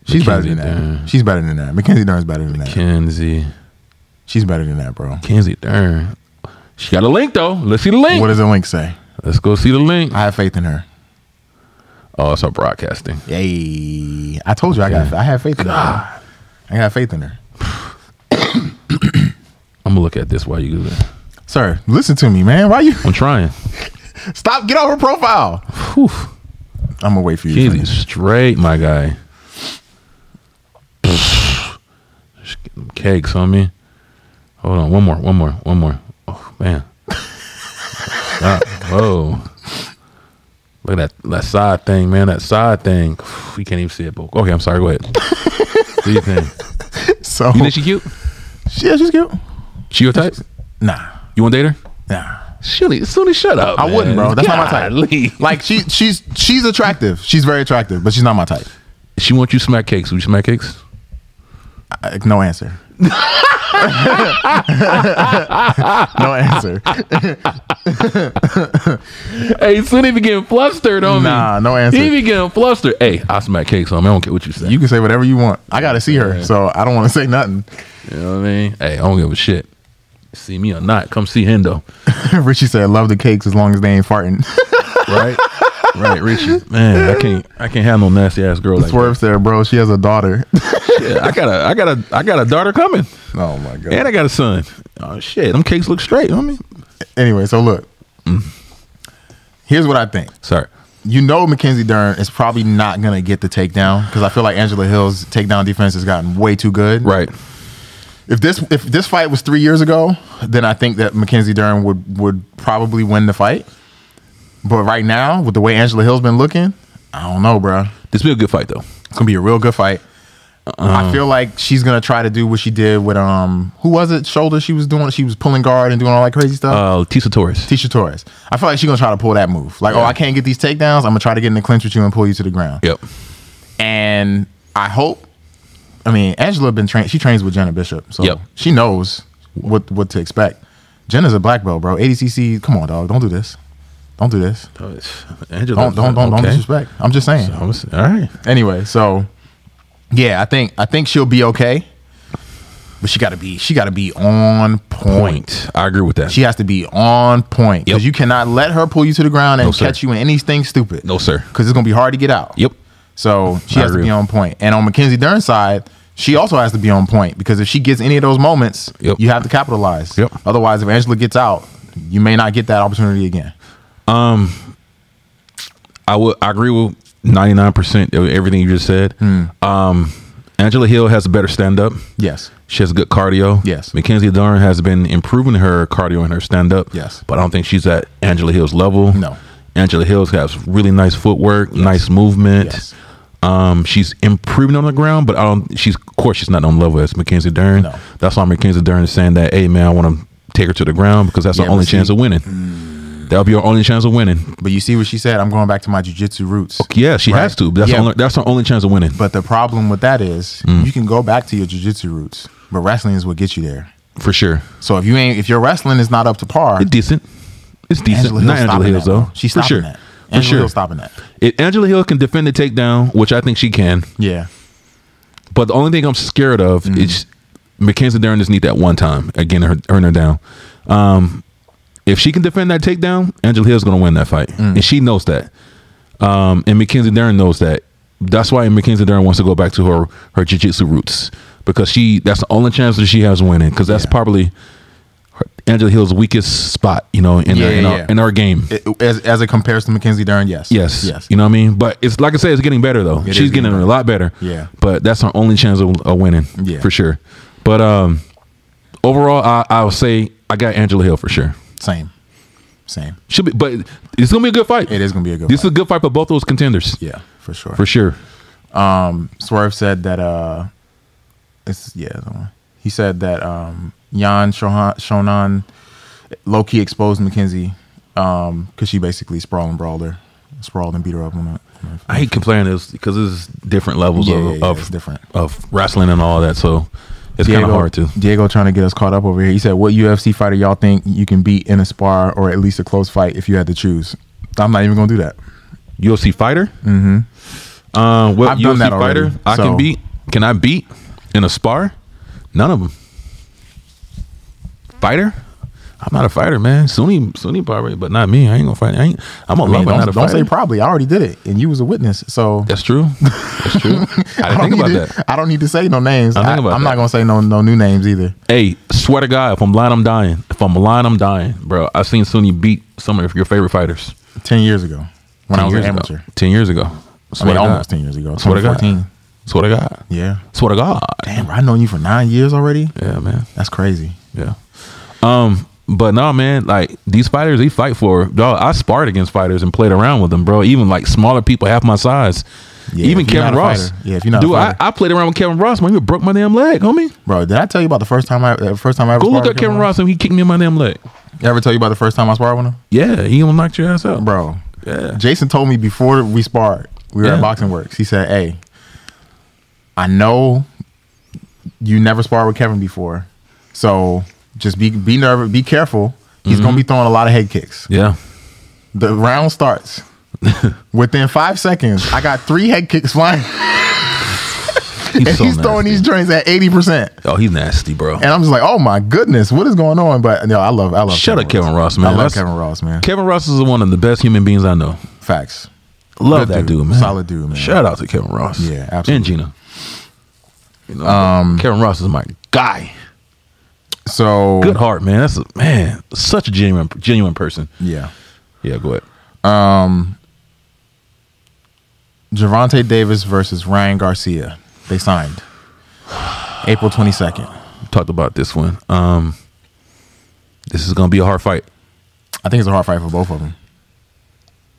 Speaker 3: She's better than
Speaker 2: Mackenzie Dern.
Speaker 3: that. She's better than that. Mackenzie Dern's better than that.
Speaker 2: Kenzie.
Speaker 3: She's better than that, bro.
Speaker 2: Kenzie Dern. She got a link, though. Let's see the link.
Speaker 3: What does the link say?
Speaker 2: Let's go see the link.
Speaker 3: I have faith in her.
Speaker 2: Oh, it's her broadcasting.
Speaker 3: Yay! I told you I got. I have faith in her. I got faith in her.
Speaker 2: I'm going to look at this while you do that.
Speaker 3: Sir, listen to me, man. Why you
Speaker 2: I'm trying.
Speaker 3: stop? Get off her profile.
Speaker 2: Whew.
Speaker 3: I'm gonna wait for you. to
Speaker 2: Kenzie
Speaker 3: finish.
Speaker 2: straight, my guy. Just get them cakes on me. Hold on, one more, one more, one more. Oh man. Stop. Whoa. Look at that that side thing, man. That side thing. You can't even see it, but okay, I'm sorry, go ahead. what do you think?
Speaker 3: So
Speaker 2: You think she cute?
Speaker 3: yeah, she's cute.
Speaker 2: She your type?
Speaker 3: Nah,
Speaker 2: You want to date her?
Speaker 3: nah.
Speaker 2: Shooty, Sunny, shut up.
Speaker 3: I wouldn't, bro. That's not my
Speaker 2: Golly.
Speaker 3: type. Like she, she's she's attractive. She's very attractive, but she's not my type.
Speaker 2: She wants you smack cakes. Would you smack cakes?
Speaker 3: I, no answer. no answer.
Speaker 2: Hey, Sunny be getting flustered on me.
Speaker 3: Nah, no answer.
Speaker 2: He be getting flustered. Hey, I smack cakes on me. I don't care what you say.
Speaker 3: You
Speaker 2: You,
Speaker 3: can say whatever you want. I gotta see her, so I don't want to say nothing.
Speaker 2: know what I mean? Hey, I don't give a shit. See me or not, come see Hendo.
Speaker 3: Richie said, "Love the cakes as long as they ain't farting."
Speaker 2: Right? right, Richie. Man, I can't I can't have no nasty ass girl like
Speaker 3: Swerve said, "Bro, she has a daughter."
Speaker 2: that. Yeah, I got a I got a I got a daughter coming.
Speaker 3: oh my god.
Speaker 2: And I got a son. Oh shit. Them cakes look straight, you know what I mean?
Speaker 3: anyway, so look. Mm. Here's what I think.
Speaker 2: Sorry.
Speaker 3: You know Mackenzie Dern is probably not gonna get the takedown because I feel like Angela Hill's takedown defense has gotten way too good.
Speaker 2: Right.
Speaker 3: If this if this fight was three years ago, then I think that Mackenzie Dern would would probably win the fight. But right now, with the way Angela Hill's been looking, I don't know, bro.
Speaker 2: This be a good fight though.
Speaker 3: It's gonna be a real good fight.
Speaker 2: Uh-uh.
Speaker 3: I feel like she's gonna try to do what she did with um who was it? Shoulder she was doing she was pulling guard and doing all that crazy stuff.
Speaker 2: Uh Tisa Torres.
Speaker 3: Tisha Torres. I feel like she's gonna try to pull that move. Like, oh, I can't get these takedowns. I'm gonna try to get in the clinch with you and pull you to the ground.
Speaker 2: Yep.
Speaker 3: And I hope. I mean, Angela been trained. She trains with Jenna Bishop, so
Speaker 2: Yep.
Speaker 3: she knows what what to expect. Jenna's a black belt, bro. ADCC. Come on, dog. Don't do this. Don't do this.
Speaker 2: Angela.
Speaker 3: Don't don't don't, don't
Speaker 2: okay.
Speaker 3: disrespect. I'm just saying.
Speaker 2: I'm s- All right.
Speaker 3: Anyway, so yeah, I think I think she'll be okay. But she gotta be she gotta be on point.
Speaker 2: Point. I agree with that.
Speaker 3: She has to be on point because
Speaker 2: Yep.
Speaker 3: you cannot let her pull you to the ground and
Speaker 2: No, sir.
Speaker 3: catch you in anything stupid.
Speaker 2: No, sir.
Speaker 3: Because it's gonna be hard to get out.
Speaker 2: Yep.
Speaker 3: So she
Speaker 2: I
Speaker 3: has to
Speaker 2: agree.
Speaker 3: be on point. And on Mackenzie Dern's side, she also has to be on point because if she gets any of those moments,
Speaker 2: Yep.
Speaker 3: you have to capitalize.
Speaker 2: Yep.
Speaker 3: Otherwise, if Angela gets out, you may not get that opportunity again.
Speaker 2: I would I agree with ninety nine percent of everything you just said.
Speaker 3: Hmm.
Speaker 2: Um, Angela Hill has a better stand up.
Speaker 3: Yes.
Speaker 2: She has good cardio.
Speaker 3: Yes.
Speaker 2: Mackenzie Dern has been improving her cardio and her stand up.
Speaker 3: Yes.
Speaker 2: But I don't think she's at Angela Hill's level.
Speaker 3: No.
Speaker 2: Angela Hill's has really nice footwork, nice movement.
Speaker 3: Yes.
Speaker 2: Um, she's improving on the ground, but I don't. She's of course she's not on level as Mackenzie Dern.
Speaker 3: No.
Speaker 2: That's why Mackenzie Dern is saying that, hey man, I want to take her to the ground because that's
Speaker 3: Yeah,
Speaker 2: her
Speaker 3: but
Speaker 2: only
Speaker 3: see- Hmm.
Speaker 2: chance of winning. That'll be her only chance of winning.
Speaker 3: But you see what she said? I'm going back to my jujitsu roots.
Speaker 2: Yeah, she
Speaker 3: Right.
Speaker 2: has to. But that's
Speaker 3: Yeah.
Speaker 2: her only, that's her only chance of winning.
Speaker 3: But the problem with that is
Speaker 2: Mm.
Speaker 3: you can go back to your jujitsu roots, but wrestling is what gets you there.
Speaker 2: For sure.
Speaker 3: So if you ain't if your wrestling is not up to par,
Speaker 2: It's decent. It's decent.
Speaker 3: Angela Hill's
Speaker 2: Not Angela
Speaker 3: stopping
Speaker 2: Hills,
Speaker 3: that,
Speaker 2: though.
Speaker 3: bro. She's
Speaker 2: For
Speaker 3: stopping
Speaker 2: sure.
Speaker 3: that.
Speaker 2: For
Speaker 3: Angela
Speaker 2: sure.
Speaker 3: Hill's stopping that.
Speaker 2: It, Angela Hill can defend the takedown, which I think she can.
Speaker 3: Yeah.
Speaker 2: But
Speaker 3: Mm-hmm.
Speaker 2: the only thing I'm scared of is Mackenzie Dern just need that one time. Again, her, her and her down. Um, if she can defend that takedown, Angela Hill's going to win that fight,
Speaker 3: Mm.
Speaker 2: and she knows that. Um, and Mackenzie Dern knows that. That's why Mackenzie Dern wants to go back to her her jiu-jitsu roots because she that's the only chance that she has winning because that's probably her, Angela Hill's weakest spot, you know, in
Speaker 3: Yeah,
Speaker 2: her, in,
Speaker 3: yeah,
Speaker 2: our,
Speaker 3: yeah.
Speaker 2: in our game.
Speaker 3: It- as, as it compares to Mackenzie Dern, yes.
Speaker 2: Yes.
Speaker 3: Yes.
Speaker 2: You know what I mean? But it's like I said, it's getting better though.
Speaker 3: It
Speaker 2: She's
Speaker 3: is
Speaker 2: getting,
Speaker 3: getting
Speaker 2: a lot better.
Speaker 3: Yeah.
Speaker 2: But that's her only chance of, of winning.
Speaker 3: Yeah.
Speaker 2: For sure. But um overall I I'll say I got Angela Hill for sure.
Speaker 3: Same. Same.
Speaker 2: Should be but it's gonna be a good fight.
Speaker 3: It is going to be a good
Speaker 2: This
Speaker 3: fight.
Speaker 2: is a good fight for both those contenders.
Speaker 3: yeah, for sure.
Speaker 2: For sure.
Speaker 3: Swerve said that uh it's yeah, the one. he said that um Jan Shohan, Shonan low key exposed Mackenzie um cuz she basically sprawled and brawled her. Sprawled and beat her up on that.
Speaker 2: I hate comparing this because it's different levels
Speaker 3: Yeah,
Speaker 2: of
Speaker 3: yeah, yeah,
Speaker 2: of,
Speaker 3: it's different.
Speaker 2: of wrestling and all that. So it's kind of hard to.
Speaker 3: Diego trying to get us caught up over here. He said, "What UFC fighter y'all think you can beat in a spar or at least a close fight if you had to choose?" I'm not even gonna do that.
Speaker 2: UFC fighter. Mm-hmm. Uh, what
Speaker 3: I've
Speaker 2: UFC
Speaker 3: done that
Speaker 2: fighter
Speaker 3: already,
Speaker 2: I can
Speaker 3: so-
Speaker 2: beat? Can I beat in a spar? None of them. Fighter. I'm not a fighter, man. Sunni, Sunni probably, but not me. I ain't gonna fight. I ain't, I'm a
Speaker 3: I mean,
Speaker 2: lover, not a
Speaker 3: don't, don't
Speaker 2: fighter.
Speaker 3: say probably. I already did it, and you was a witness. So
Speaker 2: That's true. That's true. I didn't think
Speaker 3: need
Speaker 2: about
Speaker 3: to,
Speaker 2: that.
Speaker 3: I don't need to say no names.
Speaker 2: I
Speaker 3: I
Speaker 2: think about
Speaker 3: am
Speaker 2: that.
Speaker 3: not gonna say no no new names either.
Speaker 2: Hey, swear to God, if I'm lying, I'm dying. If I'm lying, I'm dying, bro. I've seen Sunni beat some of your favorite fighters
Speaker 3: Ten years ago, when I was an
Speaker 2: years
Speaker 3: amateur,
Speaker 2: ago. Ten years ago.
Speaker 3: I
Speaker 2: Swear
Speaker 3: mean
Speaker 2: to God.
Speaker 3: almost ten years ago,
Speaker 2: Swear to God.
Speaker 3: 2014.
Speaker 2: Swear to God.
Speaker 3: Yeah,
Speaker 2: Swear to God.
Speaker 3: damn, bro, I known you for nine years already.
Speaker 2: Yeah, man.
Speaker 3: That's crazy.
Speaker 2: Yeah. Um, but no, man, like these fighters, they fight for. Dog, I sparred against fighters and played around with them, bro. Even like smaller people, half my size.
Speaker 3: Yeah,
Speaker 2: Even
Speaker 3: if you're
Speaker 2: Kevin
Speaker 3: not a
Speaker 2: Ross.
Speaker 3: fighter. Yeah, if you're not a
Speaker 2: dude, I,
Speaker 3: fighter.
Speaker 2: I played around with Kevin Ross. Man, you broke my damn leg, homie.
Speaker 3: Bro, did I tell you about the first time I uh, first time I ever
Speaker 2: Go look
Speaker 3: sparred
Speaker 2: up
Speaker 3: with
Speaker 2: Kevin Ross and he kicked me in my damn leg.
Speaker 3: Ever tell you about the first time I sparred with him?
Speaker 2: Yeah, he gonna knock your ass out,
Speaker 3: bro.
Speaker 2: Yeah.
Speaker 3: Jason told me before we sparred, we were
Speaker 2: Yeah.
Speaker 3: at Boxing Works. He said, "Hey, I know you never sparred with Kevin before, so just be be nervous, be careful. He's
Speaker 2: Mm-hmm.
Speaker 3: gonna be throwing a lot of head kicks.
Speaker 2: Yeah.
Speaker 3: The round starts. Within five seconds, I got three head kicks flying,
Speaker 2: He's,
Speaker 3: and
Speaker 2: so
Speaker 3: he's throwing
Speaker 2: nasty.
Speaker 3: these joints at eighty percent.
Speaker 2: Oh, he's nasty, bro.
Speaker 3: And I'm just like, oh my goodness, what is going on? But no, I love, I love.
Speaker 2: Shut up, Kevin Ross, man.
Speaker 3: I love
Speaker 2: That's-
Speaker 3: Kevin Ross, man.
Speaker 2: Kevin Ross is one of the best human beings I know.
Speaker 3: Facts.
Speaker 2: Love
Speaker 3: Good
Speaker 2: that dude,
Speaker 3: dude.
Speaker 2: man.
Speaker 3: Solid dude, man.
Speaker 2: Shout out to Kevin Ross.
Speaker 3: Yeah, absolutely.
Speaker 2: And Gina. You know, um, Kevin Ross is my guy.
Speaker 3: So
Speaker 2: Good heart, man. That's a, man, such a genuine, genuine person.
Speaker 3: Yeah.
Speaker 2: Yeah, go ahead.
Speaker 3: Javante Davis versus Ryan Garcia. They signed April 22nd.
Speaker 2: Talked about this one. Um, this is gonna be a hard fight.
Speaker 3: I think it's a hard fight for both of them.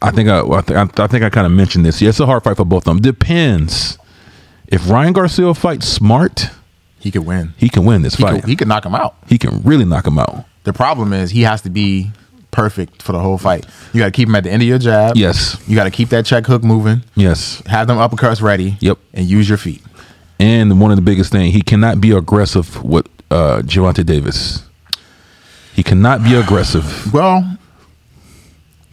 Speaker 2: I think I, I, think, I think I kind of mentioned this. Yeah, it's a hard fight for both of them. Depends. If Ryan Garcia fights smart,
Speaker 3: He could win.
Speaker 2: he can win this
Speaker 3: He
Speaker 2: fight.
Speaker 3: could, he could knock him out.
Speaker 2: he can really knock him out.
Speaker 3: The problem is he has to be perfect for the whole fight. You got to keep him at the end of your jab.
Speaker 2: Yes.
Speaker 3: You got to keep that check hook moving.
Speaker 2: Yes.
Speaker 3: Have them uppercuts ready.
Speaker 2: Yep.
Speaker 3: And use your feet.
Speaker 2: And one of the biggest thing, he cannot be aggressive with uh Javante Davis. He cannot be aggressive.
Speaker 3: Well,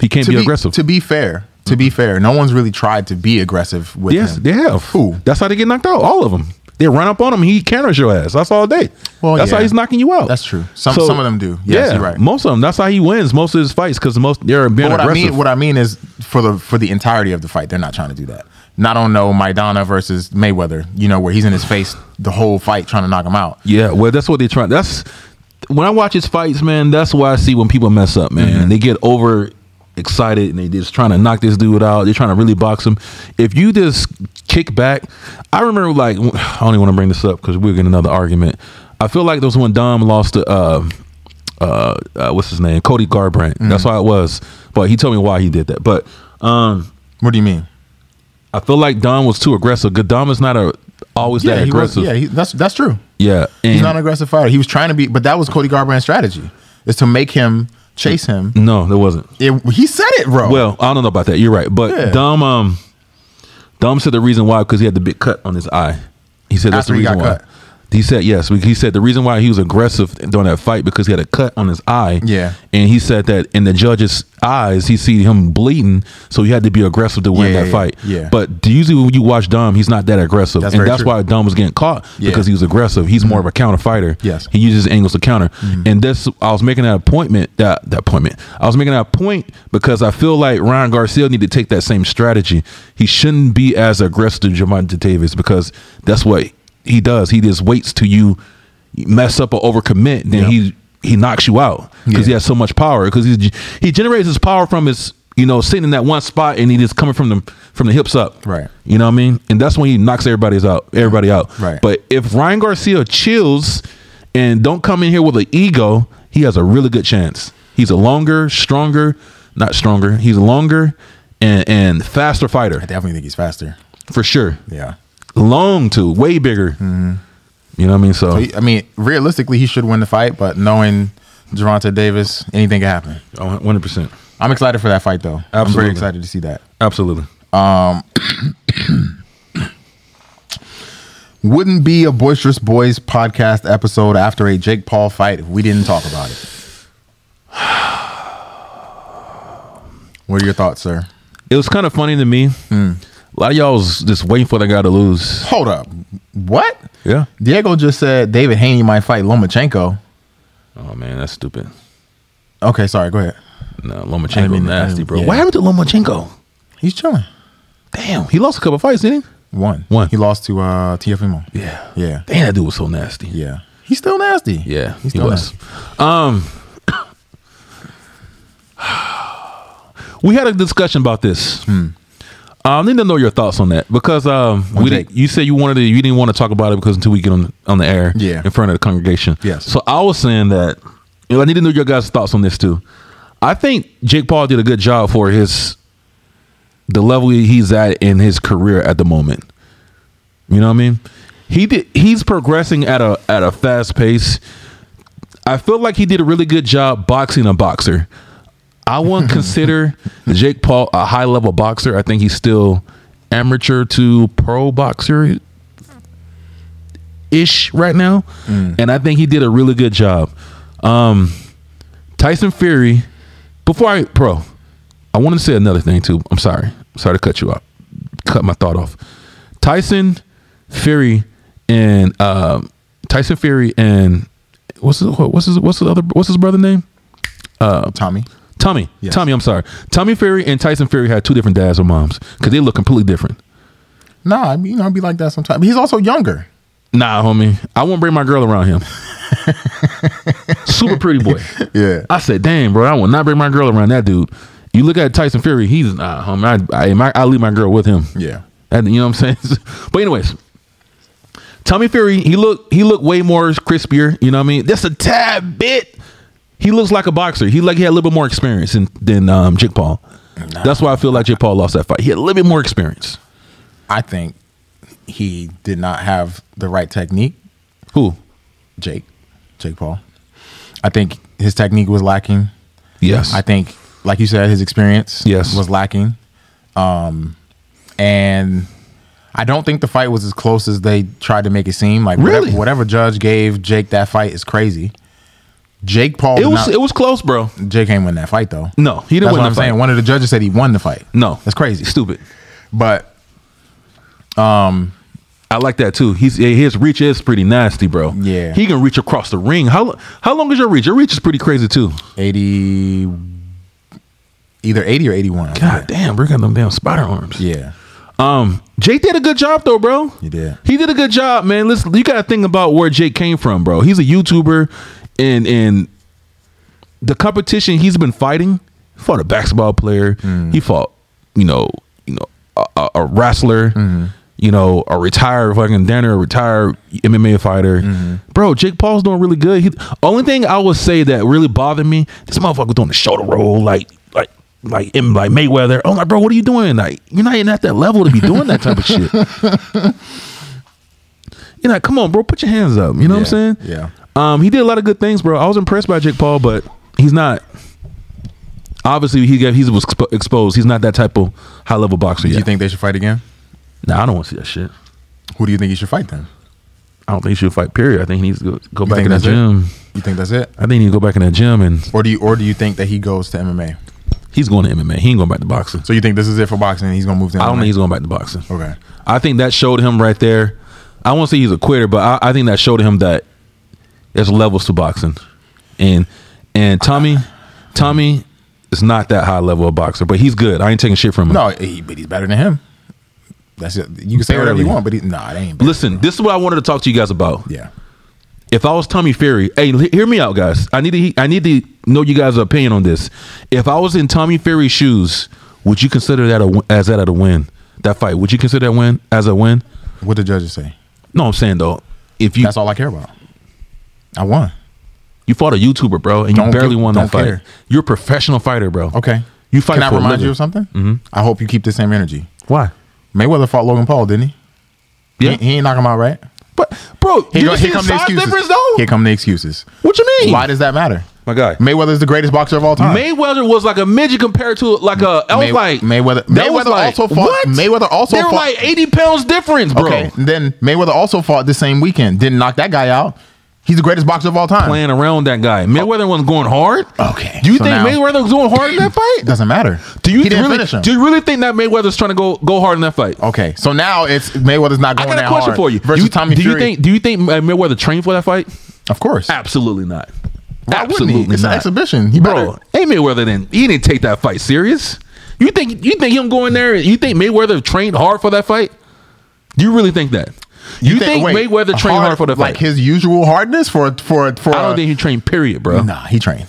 Speaker 2: He can't
Speaker 3: to
Speaker 2: be,
Speaker 3: be,
Speaker 2: aggressive. Mm-hmm.
Speaker 3: To be fair, to be fair, no one's really tried to be aggressive with
Speaker 2: yes,
Speaker 3: him.
Speaker 2: they have.
Speaker 3: Who?
Speaker 2: That's how they get knocked out. All of them. They run up on him. He counters your ass. That's all day.
Speaker 3: Well,
Speaker 2: that's
Speaker 3: yeah.
Speaker 2: how he's knocking you out.
Speaker 3: That's true. Some- some of them do. Yes,
Speaker 2: yeah,
Speaker 3: you're right.
Speaker 2: Most of them. That's how he wins most of his fights because most they're being
Speaker 3: But what
Speaker 2: aggressive.
Speaker 3: I mean, what I mean is for the for the entirety of the fight, they're not trying to do that. Not on no Maidana versus Mayweather, you know, where he's in his face the whole fight trying to knock him out.
Speaker 2: Yeah, well, that's what they try. That's when I watch his fights, man. That's why I see when people mess up, man.
Speaker 3: Mm-hmm.
Speaker 2: They get over excited and they just trying to knock this dude out. They're trying to really box him. If you just kick back, I remember like I don't even want to bring this up because we're getting another argument. I feel like those when Dom lost to uh, uh, uh, what's his name, Cody Garbrandt.
Speaker 3: Mm-hmm.
Speaker 2: That's why it was. But he told me why he did that. But um,
Speaker 3: What do you mean?
Speaker 2: I feel like Dom was too aggressive. Dom is not a always that
Speaker 3: he was-
Speaker 2: aggressive.
Speaker 3: yeah,
Speaker 2: yeah,
Speaker 3: he, that's that's true.
Speaker 2: and
Speaker 3: He's not an aggressive fighter. He was trying to be, but that was Cody Garbrandt's strategy is to make him chase him.
Speaker 2: no, there wasn't.
Speaker 3: It, he said it, bro.
Speaker 2: Mm-hmm. Well, I don't know about that. You're right, but
Speaker 3: Yeah.
Speaker 2: Dom, um, Dom said the reason why because he had the big cut on his eye. He said that's
Speaker 3: After
Speaker 2: the
Speaker 3: he got
Speaker 2: reason why.
Speaker 3: cut.
Speaker 2: He said yes. He said the reason why he was aggressive during that fight because he had a cut on his eye.
Speaker 3: Yeah.
Speaker 2: and he said that in the judge's eyes, he see him bleeding, so he had to be aggressive to win
Speaker 3: Yeah,
Speaker 2: that
Speaker 3: yeah,
Speaker 2: fight.
Speaker 3: yeah.
Speaker 2: but usually when you watch Dom, he's not that aggressive,
Speaker 3: That's
Speaker 2: and
Speaker 3: very
Speaker 2: that's
Speaker 3: true.
Speaker 2: why Dom was getting caught
Speaker 3: Yeah.
Speaker 2: because he was aggressive. He's more of a counter fighter.
Speaker 3: Yes.
Speaker 2: he uses angles to counter.
Speaker 3: Mm-hmm.
Speaker 2: And this, I was making that appointment that that appointment. I was making that point because I feel like Ryan Garcia need to take that same strategy. He shouldn't be as aggressive to Javante Davis because that's what he does. He just waits till you mess up or overcommit, then he he knocks you out because he
Speaker 3: Yeah.
Speaker 2: has so much power. Because he he generates his power from his you know sitting in that one spot and he just coming from the from the hips up.
Speaker 3: Right.
Speaker 2: You know what I mean? And that's when he knocks everybody's out, everybody out.
Speaker 3: Right.
Speaker 2: But if Ryan Garcia chills and don't come in here with an ego, he has a really good chance. He's a longer, stronger, not stronger. He's a longer and and faster fighter
Speaker 3: Definitely think he's faster.
Speaker 2: for sure.
Speaker 3: Yeah.
Speaker 2: Long too, way bigger. You know what I mean? So,
Speaker 3: But he- I mean, realistically, he should win the fight, but knowing Javante Davis, anything can happen.
Speaker 2: oh, one hundred percent,
Speaker 3: I'm excited for that fight, though. I'm
Speaker 2: Absolutely.
Speaker 3: very excited to see that.
Speaker 2: absolutely.
Speaker 3: Wouldn't be a Boisterous Boys podcast episode after a Jake Paul fight if we didn't talk about it. What are your thoughts, sir?
Speaker 2: It was kind of funny to me. A lot of y'all was just waiting for that guy to lose.
Speaker 3: Hold up. What?
Speaker 2: Yeah.
Speaker 3: Diego just said David Haney might fight Lomachenko.
Speaker 2: Oh man, that's stupid.
Speaker 3: Okay, sorry. Go ahead.
Speaker 2: No,
Speaker 3: I
Speaker 2: Lomachenko
Speaker 3: mean,
Speaker 2: nasty,
Speaker 3: I-
Speaker 2: bro.
Speaker 3: yeah.
Speaker 2: What happened to Lomachenko?
Speaker 3: He's chilling.
Speaker 2: Damn, he lost a couple fights, didn't he?
Speaker 3: One.
Speaker 2: One.
Speaker 3: He lost to uh, Tiafimo.
Speaker 2: Yeah.
Speaker 3: Yeah.
Speaker 2: Damn, that dude was so nasty.
Speaker 3: Yeah. He's still nasty.
Speaker 2: Yeah,
Speaker 3: He's
Speaker 2: he
Speaker 3: still
Speaker 2: was.
Speaker 3: nasty.
Speaker 2: Um, we had a discussion about this. Um, need to know your thoughts on that because um,
Speaker 3: On
Speaker 2: we didn't,
Speaker 3: Jake.
Speaker 2: you said you wanted to, you didn't want to talk about it because until we get on on the air,
Speaker 3: Yeah.
Speaker 2: in front of the congregation.
Speaker 3: Yes.
Speaker 2: So I was saying that you know, I need to know your guys' thoughts on this too. I think Jake Paul did a good job for his the level he's at in his career at the moment. You know what I mean? He did. He's progressing at a at a fast pace. I feel like he did a really good job boxing a boxer. I wouldn't consider Jake Paul a high level boxer. I think he's still amateur to pro boxer ish right now, and I think he did a really good job. Um, Tyson Fury. Before I pro, I want to say another thing too. I'm sorry. I'm sorry to cut you off. Cut my thought off. Tyson Fury and um, Tyson Fury and what's his, what's his what's his other what's his brother name?
Speaker 3: Tommy.
Speaker 2: Tommy.
Speaker 3: Yes.
Speaker 2: Tommy. I'm sorry. Tommy Fury and Tyson Fury had two different dads or moms because they look completely different.
Speaker 3: Nah, I mean, you know, I'd be like that sometimes. But he's also younger.
Speaker 2: Nah, homie. I won't bring my girl around him. Super pretty boy.
Speaker 3: Yeah.
Speaker 2: I said, damn, bro, I will not bring my girl around that dude. You look at Tyson Fury, he's nah, homie. I, I, my, I leave my girl with him.
Speaker 3: Yeah.
Speaker 2: And you know what I'm saying? but anyways, Tommy Fury, he look he looked way more crispier. You know what I mean? That's a tad bit. He looks like a boxer. He like he had a little bit more experience than, than um, Jake Paul. That's why I feel like Jake Paul lost that fight. He had a little bit more experience.
Speaker 3: I think he did not have the right technique,
Speaker 2: Who?
Speaker 3: Jake, Jake Paul. I think his technique was lacking.
Speaker 2: Yes.
Speaker 3: I think, like you said, his experience
Speaker 2: Yes.
Speaker 3: was lacking. Um, and I don't think the fight was as close as they tried to make it seem. Like whatever-
Speaker 2: Really?
Speaker 3: whatever, judge gave Jake that fight is crazy. Jake Paul,
Speaker 2: it
Speaker 3: did
Speaker 2: was
Speaker 3: not-
Speaker 2: it was close, bro.
Speaker 3: Jake ain't win that fight though.
Speaker 2: No, he didn't win
Speaker 3: That's what
Speaker 2: that
Speaker 3: I'm
Speaker 2: fight.
Speaker 3: saying. One of the judges said he won the fight.
Speaker 2: No.
Speaker 3: that's crazy.
Speaker 2: Stupid.
Speaker 3: But
Speaker 2: I like that too. He's his reach is pretty nasty, bro.
Speaker 3: Yeah.
Speaker 2: He can reach across the ring. How lo- how long is your reach? Your reach is pretty crazy too.
Speaker 3: 80 either 80 or 81 I
Speaker 2: God
Speaker 3: forget.
Speaker 2: damn, bro got them damn spider arms.
Speaker 3: yeah
Speaker 2: Um, Jake did a good job though, bro.
Speaker 3: He did.
Speaker 2: He did a good job, man. Listen, you got to think about where Jake came from, bro. He's a YouTuber, and and the competition he's been fighting. He fought a basketball player. He fought, you know, you know, a, a- a wrestler. You know, a retired fucking Danner, a retired MMA fighter. Bro, Jake Paul's doing really good. He, only thing I would say that really bothered me, this motherfucker doing the shoulder roll, like, like, like, in, like Mayweather. I'm like, bro, what are you doing? Like, you're not even at that level to be doing that type of shit. You're like, come on, bro, put your hands up. You know what I'm saying?
Speaker 3: Yeah, yeah.
Speaker 2: Um, he did a lot of good things, bro. I was impressed by Jake Paul, but he's not. Obviously, he got he was expo- exposed. He's not that type of high level boxer
Speaker 3: do
Speaker 2: yet.
Speaker 3: you think they should fight again
Speaker 2: Nah, I don't want to see that shit.
Speaker 3: who do you think he should fight then
Speaker 2: I don't think he should fight. Period. I think he needs to go, go back
Speaker 3: think
Speaker 2: in the
Speaker 3: that's it?
Speaker 2: gym.
Speaker 3: You think that's it,
Speaker 2: I think he needs to go back in that gym, and
Speaker 3: or do you or do you think that he goes to MMA?
Speaker 2: he's going to MMA. He ain't going back to boxing.
Speaker 3: So you think this is it for boxing? and He's gonna move to.
Speaker 2: I don't
Speaker 3: MMA?
Speaker 2: think he's going back to boxing.
Speaker 3: Okay.
Speaker 2: I think that showed him right there. I won't say he's a quitter, but I, I think that showed him that there's levels to boxing, and and Tommy, Tommy is not that high level of boxer, but he's good. I ain't taking shit from him.
Speaker 3: No, he, but he's better than him. That's it. You can say whatever
Speaker 2: Barely.
Speaker 3: you want, but he, nah, that ain't. better.
Speaker 2: Listen, this is what I wanted to talk to you guys about.
Speaker 3: Yeah.
Speaker 2: If I was Tommy Fury, hey, l- hear me out, guys. I need to I need to know you guys' opinion on this. If I was in Tommy Fury's shoes, would you consider that a win- as that a win? That fight, would you consider that win as a win?
Speaker 3: What the judges say?
Speaker 2: No, I'm saying though, if you
Speaker 3: That's all I care about. I won.
Speaker 2: you fought a YouTuber, bro, and you
Speaker 3: Don't
Speaker 2: barely
Speaker 3: give-
Speaker 2: won that
Speaker 3: don't
Speaker 2: fight,
Speaker 3: care.
Speaker 2: you're a professional fighter, bro.
Speaker 3: Okay.
Speaker 2: You fight
Speaker 3: Can I
Speaker 2: for a
Speaker 3: remind
Speaker 2: living.
Speaker 3: you of something? Mm-hmm. I hope you keep the same energy.
Speaker 2: Why?
Speaker 3: Mayweather fought Logan Paul, didn't he?
Speaker 2: Yeah,
Speaker 3: He, he ain't knock him out, right?
Speaker 2: but bro,
Speaker 3: Here,
Speaker 2: you
Speaker 3: go-
Speaker 2: just see the size difference though.
Speaker 3: Here come the excuses.
Speaker 2: what you mean?
Speaker 3: Why does that matter?
Speaker 2: my guy?
Speaker 3: Mayweather's the greatest boxer of all time.
Speaker 2: Mayweather was like a midget compared to like a elf.
Speaker 3: May-
Speaker 2: like
Speaker 3: Mayweather-
Speaker 2: That was
Speaker 3: Mayweather also fought-
Speaker 2: What?
Speaker 3: Mayweather also
Speaker 2: They were
Speaker 3: fought-
Speaker 2: like eighty pounds difference, bro.
Speaker 3: Okay. Then Mayweather also fought the same weekend. Didn't knock that guy out. He's the greatest boxer of all time.
Speaker 2: Playing around that guy. Mayweather wasn't going hard.
Speaker 3: Okay.
Speaker 2: Do you
Speaker 3: So
Speaker 2: think
Speaker 3: now-
Speaker 2: Mayweather was going hard in that
Speaker 3: It
Speaker 2: fight?
Speaker 3: doesn't matter.
Speaker 2: Do you
Speaker 3: he didn't
Speaker 2: really?
Speaker 3: finish him?
Speaker 2: Do you really think that Mayweather's trying to go go hard in that fight?
Speaker 3: okay. So now it's Mayweather's not
Speaker 2: I
Speaker 3: going
Speaker 2: got
Speaker 3: that
Speaker 2: a question
Speaker 3: hard
Speaker 2: for you.
Speaker 3: versus
Speaker 2: you,
Speaker 3: Tommy
Speaker 2: do
Speaker 3: Fury.
Speaker 2: you think? Ah, Do you think uh, Mayweather trained for that fight?
Speaker 3: of course.
Speaker 2: Absolutely not.
Speaker 3: Why wouldn't
Speaker 2: Absolutely
Speaker 3: he? It's
Speaker 2: not.
Speaker 3: an exhibition. He
Speaker 2: bro.
Speaker 3: better-
Speaker 2: Ain't Mayweather then he didn't take that fight serious. You think you think him going there? You think Mayweather trained hard for that fight? You really think that? You, think,
Speaker 3: wait,
Speaker 2: Mayweather trained hard, for the fight?
Speaker 3: Like his usual hardness for for for.
Speaker 2: I don't
Speaker 3: a-
Speaker 2: think he trained. Period, bro.
Speaker 3: Nah, he trained.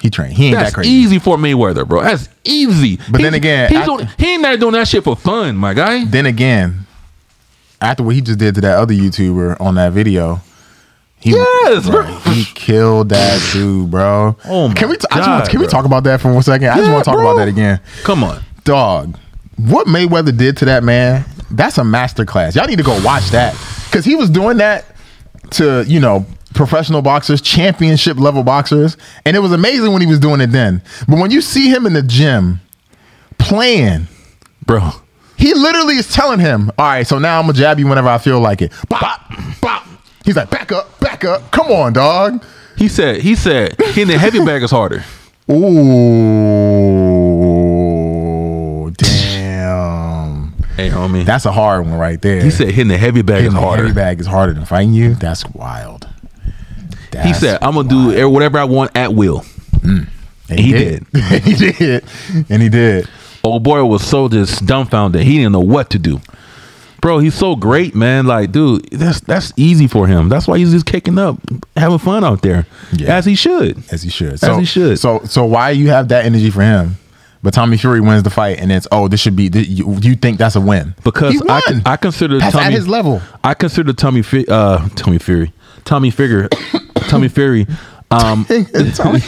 Speaker 3: He trained. He ain't
Speaker 2: That's
Speaker 3: that crazy.
Speaker 2: easy for Mayweather, bro. That's easy.
Speaker 3: But then again,
Speaker 2: he's
Speaker 3: I-
Speaker 2: doing- he ain't there doing that shit for fun, my guy.
Speaker 3: Then again, after what he just did to that other YouTuber on that video, he
Speaker 2: Yes,
Speaker 3: bro,
Speaker 2: bro.
Speaker 3: he killed that dude, bro.
Speaker 2: Oh my
Speaker 3: can we? t- I just wanna-
Speaker 2: God,
Speaker 3: can we
Speaker 2: bro.
Speaker 3: talk about that for one second? I just
Speaker 2: Yeah,
Speaker 3: want to talk
Speaker 2: bro.
Speaker 3: about that again.
Speaker 2: Come on,
Speaker 3: dog. What Mayweather did to that man, that's a masterclass. Y'all need to go watch that because he was doing that to you know professional boxers, championship level boxers, and it was amazing when he was doing it then. But when you see him in the gym playing,
Speaker 2: bro.
Speaker 3: he literally is telling him, "All right, so now I'm gonna jab you whenever I feel like it." Bop, bop. He's like, "Back up, back up. Come on, dog."
Speaker 2: He said. He said. Hitting the heavy bag is harder.
Speaker 3: Ooh, damn.
Speaker 2: Hey, homie.
Speaker 3: That's a hard one right there.
Speaker 2: he said hitting the heavy bag is
Speaker 3: Getting a
Speaker 2: harder.
Speaker 3: heavy bag is harder than fighting you. That's wild.
Speaker 2: he said, "I'm gonna do e- whatever I want at will."
Speaker 3: and
Speaker 2: he
Speaker 3: he did, and he did.
Speaker 2: old boy was so just dumbfounded. He didn't know what to do. Bro, he's so great, man. Like, dude, that's that's easy for him. That's why he's just kicking up, having fun out there,
Speaker 3: Yeah.
Speaker 2: as he should.
Speaker 3: As he should.
Speaker 2: he should.
Speaker 3: So, so why you have that energy for him? But Tommy Fury wins the fight, and it's oh, this should be. This, you, you think that's a win
Speaker 2: Because
Speaker 3: He
Speaker 2: I,
Speaker 3: won.
Speaker 2: I consider
Speaker 3: That's
Speaker 2: Tommy
Speaker 3: at his level.
Speaker 2: I consider Tommy Fi- uh Tommy Fury, Tommy Figure, Tommy Fury, um,
Speaker 3: Tommy-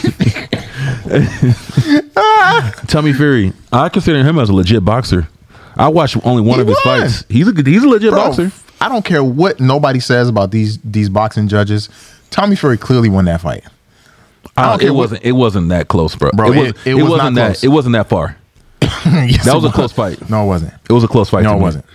Speaker 2: Tommy Fury. I consider him as a legit boxer. I watched only one
Speaker 3: He
Speaker 2: of his
Speaker 3: won.
Speaker 2: fights. He's a good- he's a legit
Speaker 3: Bro,
Speaker 2: boxer.
Speaker 3: I don't care what nobody says about these these boxing judges. Tommy Fury clearly won that fight. I
Speaker 2: Uh,
Speaker 3: don't
Speaker 2: it
Speaker 3: care what-
Speaker 2: wasn't. It wasn't that close, bro.
Speaker 3: Bro,
Speaker 2: it,
Speaker 3: it-
Speaker 2: was,
Speaker 3: it
Speaker 2: it,
Speaker 3: was
Speaker 2: was not
Speaker 3: not
Speaker 2: that.
Speaker 3: close.
Speaker 2: It wasn't that far.
Speaker 3: Yes,
Speaker 2: That
Speaker 3: it
Speaker 2: was a close fight.
Speaker 3: No, it wasn't.
Speaker 2: It was a close fight.
Speaker 3: No,
Speaker 2: to
Speaker 3: it
Speaker 2: me.
Speaker 3: wasn't.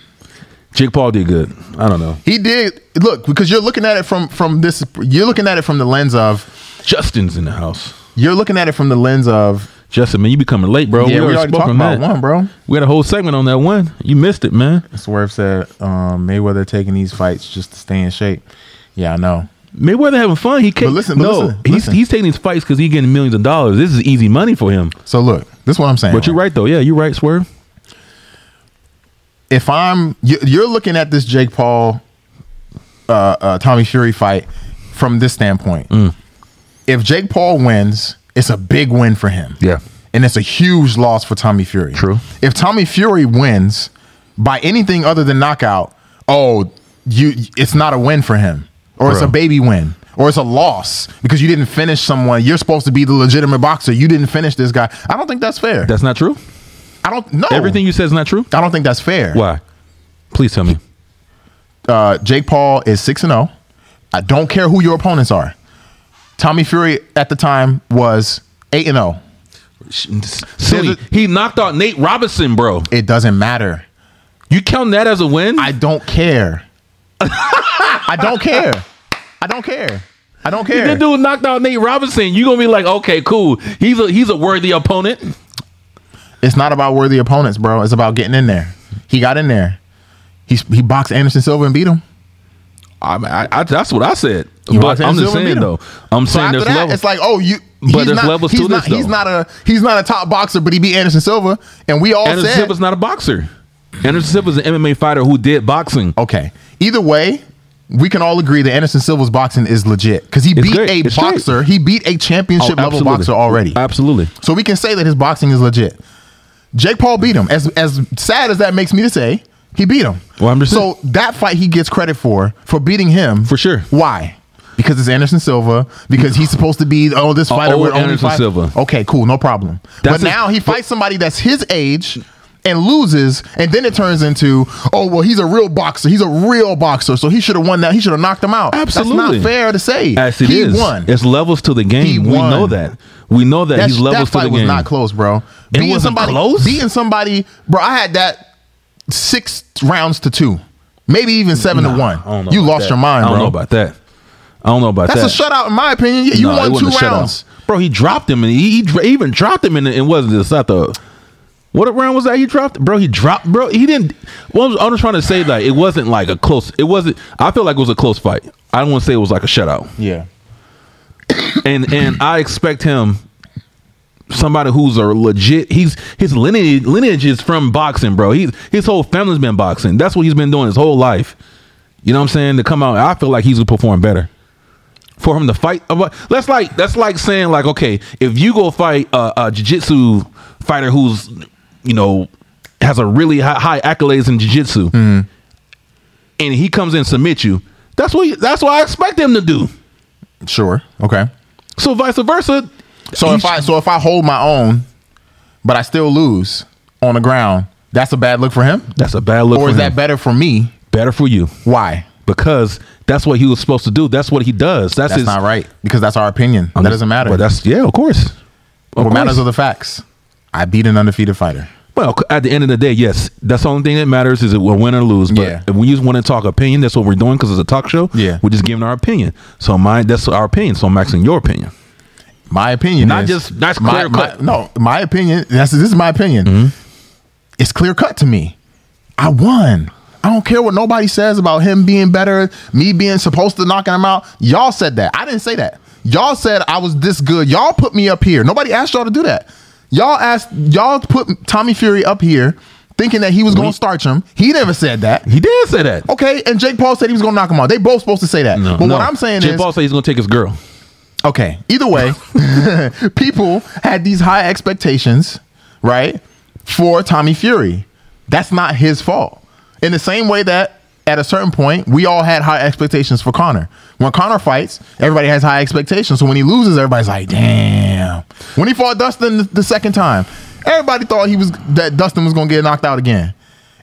Speaker 2: Jake Paul did good. I don't know.
Speaker 3: He did look because you're looking at it from from this. You're looking at it from the lens of
Speaker 2: Justin's in the house.
Speaker 3: You're looking at it from the lens of
Speaker 2: Justin, man, you be coming late, bro.
Speaker 3: yeah. We, already
Speaker 2: spoke
Speaker 3: talked
Speaker 2: on
Speaker 3: about
Speaker 2: that.
Speaker 3: one, bro.
Speaker 2: We had a whole segment on that one. You missed it, man.
Speaker 3: Swerve said um, Mayweather taking these fights just to stay in shape. Yeah, I know.
Speaker 2: Mayweather having fun. He can't.
Speaker 3: But listen, but
Speaker 2: no,
Speaker 3: listen,
Speaker 2: he's
Speaker 3: listen.
Speaker 2: he's taking these fights because he's getting millions of dollars. This is easy money for him.
Speaker 3: So look, this is what I'm saying.
Speaker 2: But you're right though. Yeah, you're right, Swerve.
Speaker 3: If I'm you- you're looking at this Jake Paul, uh, uh, Tommy Fury fight from this standpoint.
Speaker 2: Mm.
Speaker 3: If Jake Paul wins, it's a big win for him.
Speaker 2: Yeah.
Speaker 3: and it's a huge loss for Tommy Fury.
Speaker 2: True.
Speaker 3: If Tommy Fury wins by anything other than knockout, oh, you it's not a win for him, or it's a
Speaker 2: Bro.
Speaker 3: baby win, or it's a loss because you didn't finish someone. You're supposed to be the legitimate boxer. You didn't finish this guy. I don't think that's fair.
Speaker 2: That's not true.
Speaker 3: I don't know
Speaker 2: Everything you said is not true.
Speaker 3: I don't think that's fair.
Speaker 2: Why? Please tell me.
Speaker 3: Uh, Jake Paul is six and zero. I don't care who your opponents are. Tommy Fury at the time was eight and oh. zero.
Speaker 2: Sh- Silly. He knocked out Nate Robinson, bro.
Speaker 3: It doesn't matter.
Speaker 2: You count that as a win?
Speaker 3: I don't care. I don't care. I don't care. I don't care.
Speaker 2: That dude knocked out Nate Robinson. You gonna be like, okay, cool. He's a he's a worthy opponent.
Speaker 3: It's not about worthy opponents, bro. It's about getting in there. He got in there. He he boxed Anderson Silva and beat him.
Speaker 2: I, I, I that's what I said.
Speaker 3: You
Speaker 2: but
Speaker 3: watch
Speaker 2: I'm
Speaker 3: Anderson
Speaker 2: just
Speaker 3: Silva beat
Speaker 2: saying
Speaker 3: him.
Speaker 2: though. I'm
Speaker 3: So
Speaker 2: saying
Speaker 3: after
Speaker 2: there's
Speaker 3: that,
Speaker 2: levels.
Speaker 3: it's like, oh, you.
Speaker 2: But
Speaker 3: he's
Speaker 2: there's
Speaker 3: not,
Speaker 2: levels
Speaker 3: he's
Speaker 2: to
Speaker 3: not,
Speaker 2: this,
Speaker 3: He's
Speaker 2: though.
Speaker 3: not a he's not a top boxer, but he beat Anderson Silva, and we all
Speaker 2: Anderson
Speaker 3: said
Speaker 2: Silva's not a boxer. Anderson Silva's an MMA fighter who did boxing.
Speaker 3: Okay. Either way, we can all agree that Anderson Silva's boxing is legit because he beat
Speaker 2: great.
Speaker 3: a
Speaker 2: It's great. Oh,
Speaker 3: boxer. He beat a championship level
Speaker 2: absolutely.
Speaker 3: boxer already.
Speaker 2: Absolutely.
Speaker 3: So we can say that his boxing is legit. Jake Paul beat him. As as sad as that makes me to say, he beat him.
Speaker 2: 100%.
Speaker 3: So that fight he gets credit for for beating him
Speaker 2: For sure.
Speaker 3: Why? Because it's Anderson Silva. Because he's supposed to be oh this fighter
Speaker 2: oh,
Speaker 3: would only
Speaker 2: Anderson
Speaker 3: fight-
Speaker 2: Silva.
Speaker 3: Okay, cool, no problem.
Speaker 2: That's
Speaker 3: but
Speaker 2: his-
Speaker 3: now he fights somebody that's his age and loses, and then it turns into oh well he's a real boxer. He's a real boxer, so he should have won that. He should have knocked him out. That's
Speaker 2: Absolutely.
Speaker 3: not fair to say.
Speaker 2: As it
Speaker 3: he
Speaker 2: is.
Speaker 3: won.
Speaker 2: It's levels to the game.
Speaker 3: He
Speaker 2: We
Speaker 3: won.
Speaker 2: know that. We know that
Speaker 3: That's-
Speaker 2: he's levels
Speaker 3: that fight
Speaker 2: to the
Speaker 3: was
Speaker 2: game.
Speaker 3: not close, bro.
Speaker 2: It wasn't
Speaker 3: somebody,
Speaker 2: close?
Speaker 3: Beating somebody, bro. I had that six rounds to two, maybe even seven to
Speaker 2: I don't
Speaker 3: one.
Speaker 2: know
Speaker 3: You
Speaker 2: about
Speaker 3: lost
Speaker 2: that.
Speaker 3: your mind,
Speaker 2: I
Speaker 3: bro.
Speaker 2: don't know about that. I don't know about
Speaker 3: That's
Speaker 2: that.
Speaker 3: a shutout, in my opinion. You- You
Speaker 2: No, it
Speaker 3: won two
Speaker 2: wasn't a shutout.
Speaker 3: rounds.
Speaker 2: bro. He dropped him, and he, he dr- even dropped him, and it wasn't this not the. What round was that? He dropped, bro. He dropped, bro. He didn't. Well, I'm, I'm just trying to say that it wasn't like a close. It wasn't. I feel like it was a close fight. I don't want to say it was like a shutout.
Speaker 3: Yeah.
Speaker 2: And and I expect him, somebody who's a legit. He's his lineage lineage is from boxing, bro. He's his whole family's been boxing. That's what he's been doing his whole life. You know what I'm saying? To come out, I feel like he's gonna perform better. For him to fight, about- that's like that's like saying like, okay, if you go fight a, a jiu-jitsu fighter who's, you know, has a really high, high accolades in jiu-jitsu,
Speaker 3: Mm-hmm.
Speaker 2: and he comes in submit you, that's what he- that's what I expect him to do.
Speaker 3: Sure. Okay.
Speaker 2: So vice versa.
Speaker 3: So if I so if I hold my own, but I still lose on the ground, that's a bad look for him.
Speaker 2: That's a bad look.
Speaker 3: Or
Speaker 2: for
Speaker 3: is
Speaker 2: him.
Speaker 3: that better for me?
Speaker 2: better for you?
Speaker 3: Why?
Speaker 2: Because that's what he was supposed to do. That's what he does. That's,
Speaker 3: That's
Speaker 2: his,
Speaker 3: not right because that's our opinion.
Speaker 2: I'm
Speaker 3: that
Speaker 2: just-
Speaker 3: doesn't matter.
Speaker 2: Well, that's yeah, of course. Of
Speaker 3: what
Speaker 2: course.
Speaker 3: matters are the facts. I beat an undefeated fighter.
Speaker 2: Well, c- at the end of the day, yes, that's the only thing that matters is it will win or lose. But
Speaker 3: Yeah.
Speaker 2: if we just want to talk opinion, that's what we're doing because it's a talk show.
Speaker 3: Yeah.
Speaker 2: we're just giving our opinion. So my that's our opinion. So I'm asking your opinion.
Speaker 3: My opinion,
Speaker 2: Not
Speaker 3: is-
Speaker 2: just- that's
Speaker 3: my,
Speaker 2: clear cut. Mm-hmm.
Speaker 3: my- no, my opinion. That's this is my opinion. It's clear cut to me. I won. I don't care what nobody says about him being better, me being supposed to knocking him out. Y'all said that. I didn't say that. Y'all said I was this good. Y'all put me up here. Nobody asked y'all to do that. Y'all asked. Y'all put Tommy Fury up here, thinking that he was going to starch him. He never said that.
Speaker 2: He did say that.
Speaker 3: Okay, and Jake Paul said he was going to knock him out. They both supposed to say that. Oh, but what I'm saying
Speaker 2: Jake
Speaker 3: is,
Speaker 2: Paul said he's gonna take his girl.
Speaker 3: Okay. Either way, people had these high expectations, right, for Tommy Fury. That's not his fault. In the same way that at a certain point, we all had high expectations for Connor. When Connor fights, everybody has high expectations. So when he loses, everybody's like, damn. When he fought Dustin the, the second time, everybody thought he was that Dustin was gonna get knocked out again.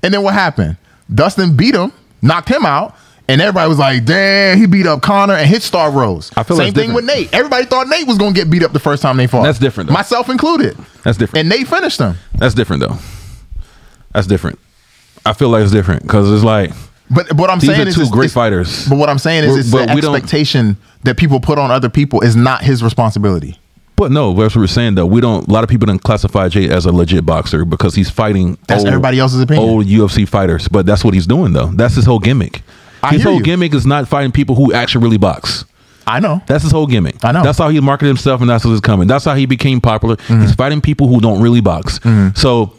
Speaker 3: And then what happened? Dustin beat him, knocked him out, and everybody was like, damn, he beat up Connor and his star rose.
Speaker 2: I feel
Speaker 3: Same
Speaker 2: that's
Speaker 3: thing with
Speaker 2: different.
Speaker 3: Nate. Everybody thought Nate was gonna get beat up the first time they fought.
Speaker 2: That's different, though.
Speaker 3: Myself included.
Speaker 2: That's different.
Speaker 3: And Nate finished him.
Speaker 2: That's different though. That's different. I feel like it's different because it's like
Speaker 3: But but what I'm
Speaker 2: These
Speaker 3: saying
Speaker 2: are
Speaker 3: is
Speaker 2: two
Speaker 3: is-
Speaker 2: great
Speaker 3: is-
Speaker 2: fighters.
Speaker 3: But what I'm saying is,
Speaker 2: We're-
Speaker 3: it's
Speaker 2: but
Speaker 3: the
Speaker 2: we don't-
Speaker 3: expectation that people put on other people is not his responsibility.
Speaker 2: But no, that's what we're saying though. We don't. A lot of people don't classify Jay as a legit boxer because he's fighting.
Speaker 3: That's everybody else's opinion.
Speaker 2: Old UFC fighters, but that's what he's doing though. That's his whole gimmick.
Speaker 3: I
Speaker 2: his
Speaker 3: hear
Speaker 2: whole
Speaker 3: you.
Speaker 2: gimmick is not fighting people who actually really box.
Speaker 3: I know.
Speaker 2: That's his whole gimmick.
Speaker 3: I know.
Speaker 2: That's how he marketed himself, and that's what's coming. That's how he became popular. He's fighting people who don't really box. So,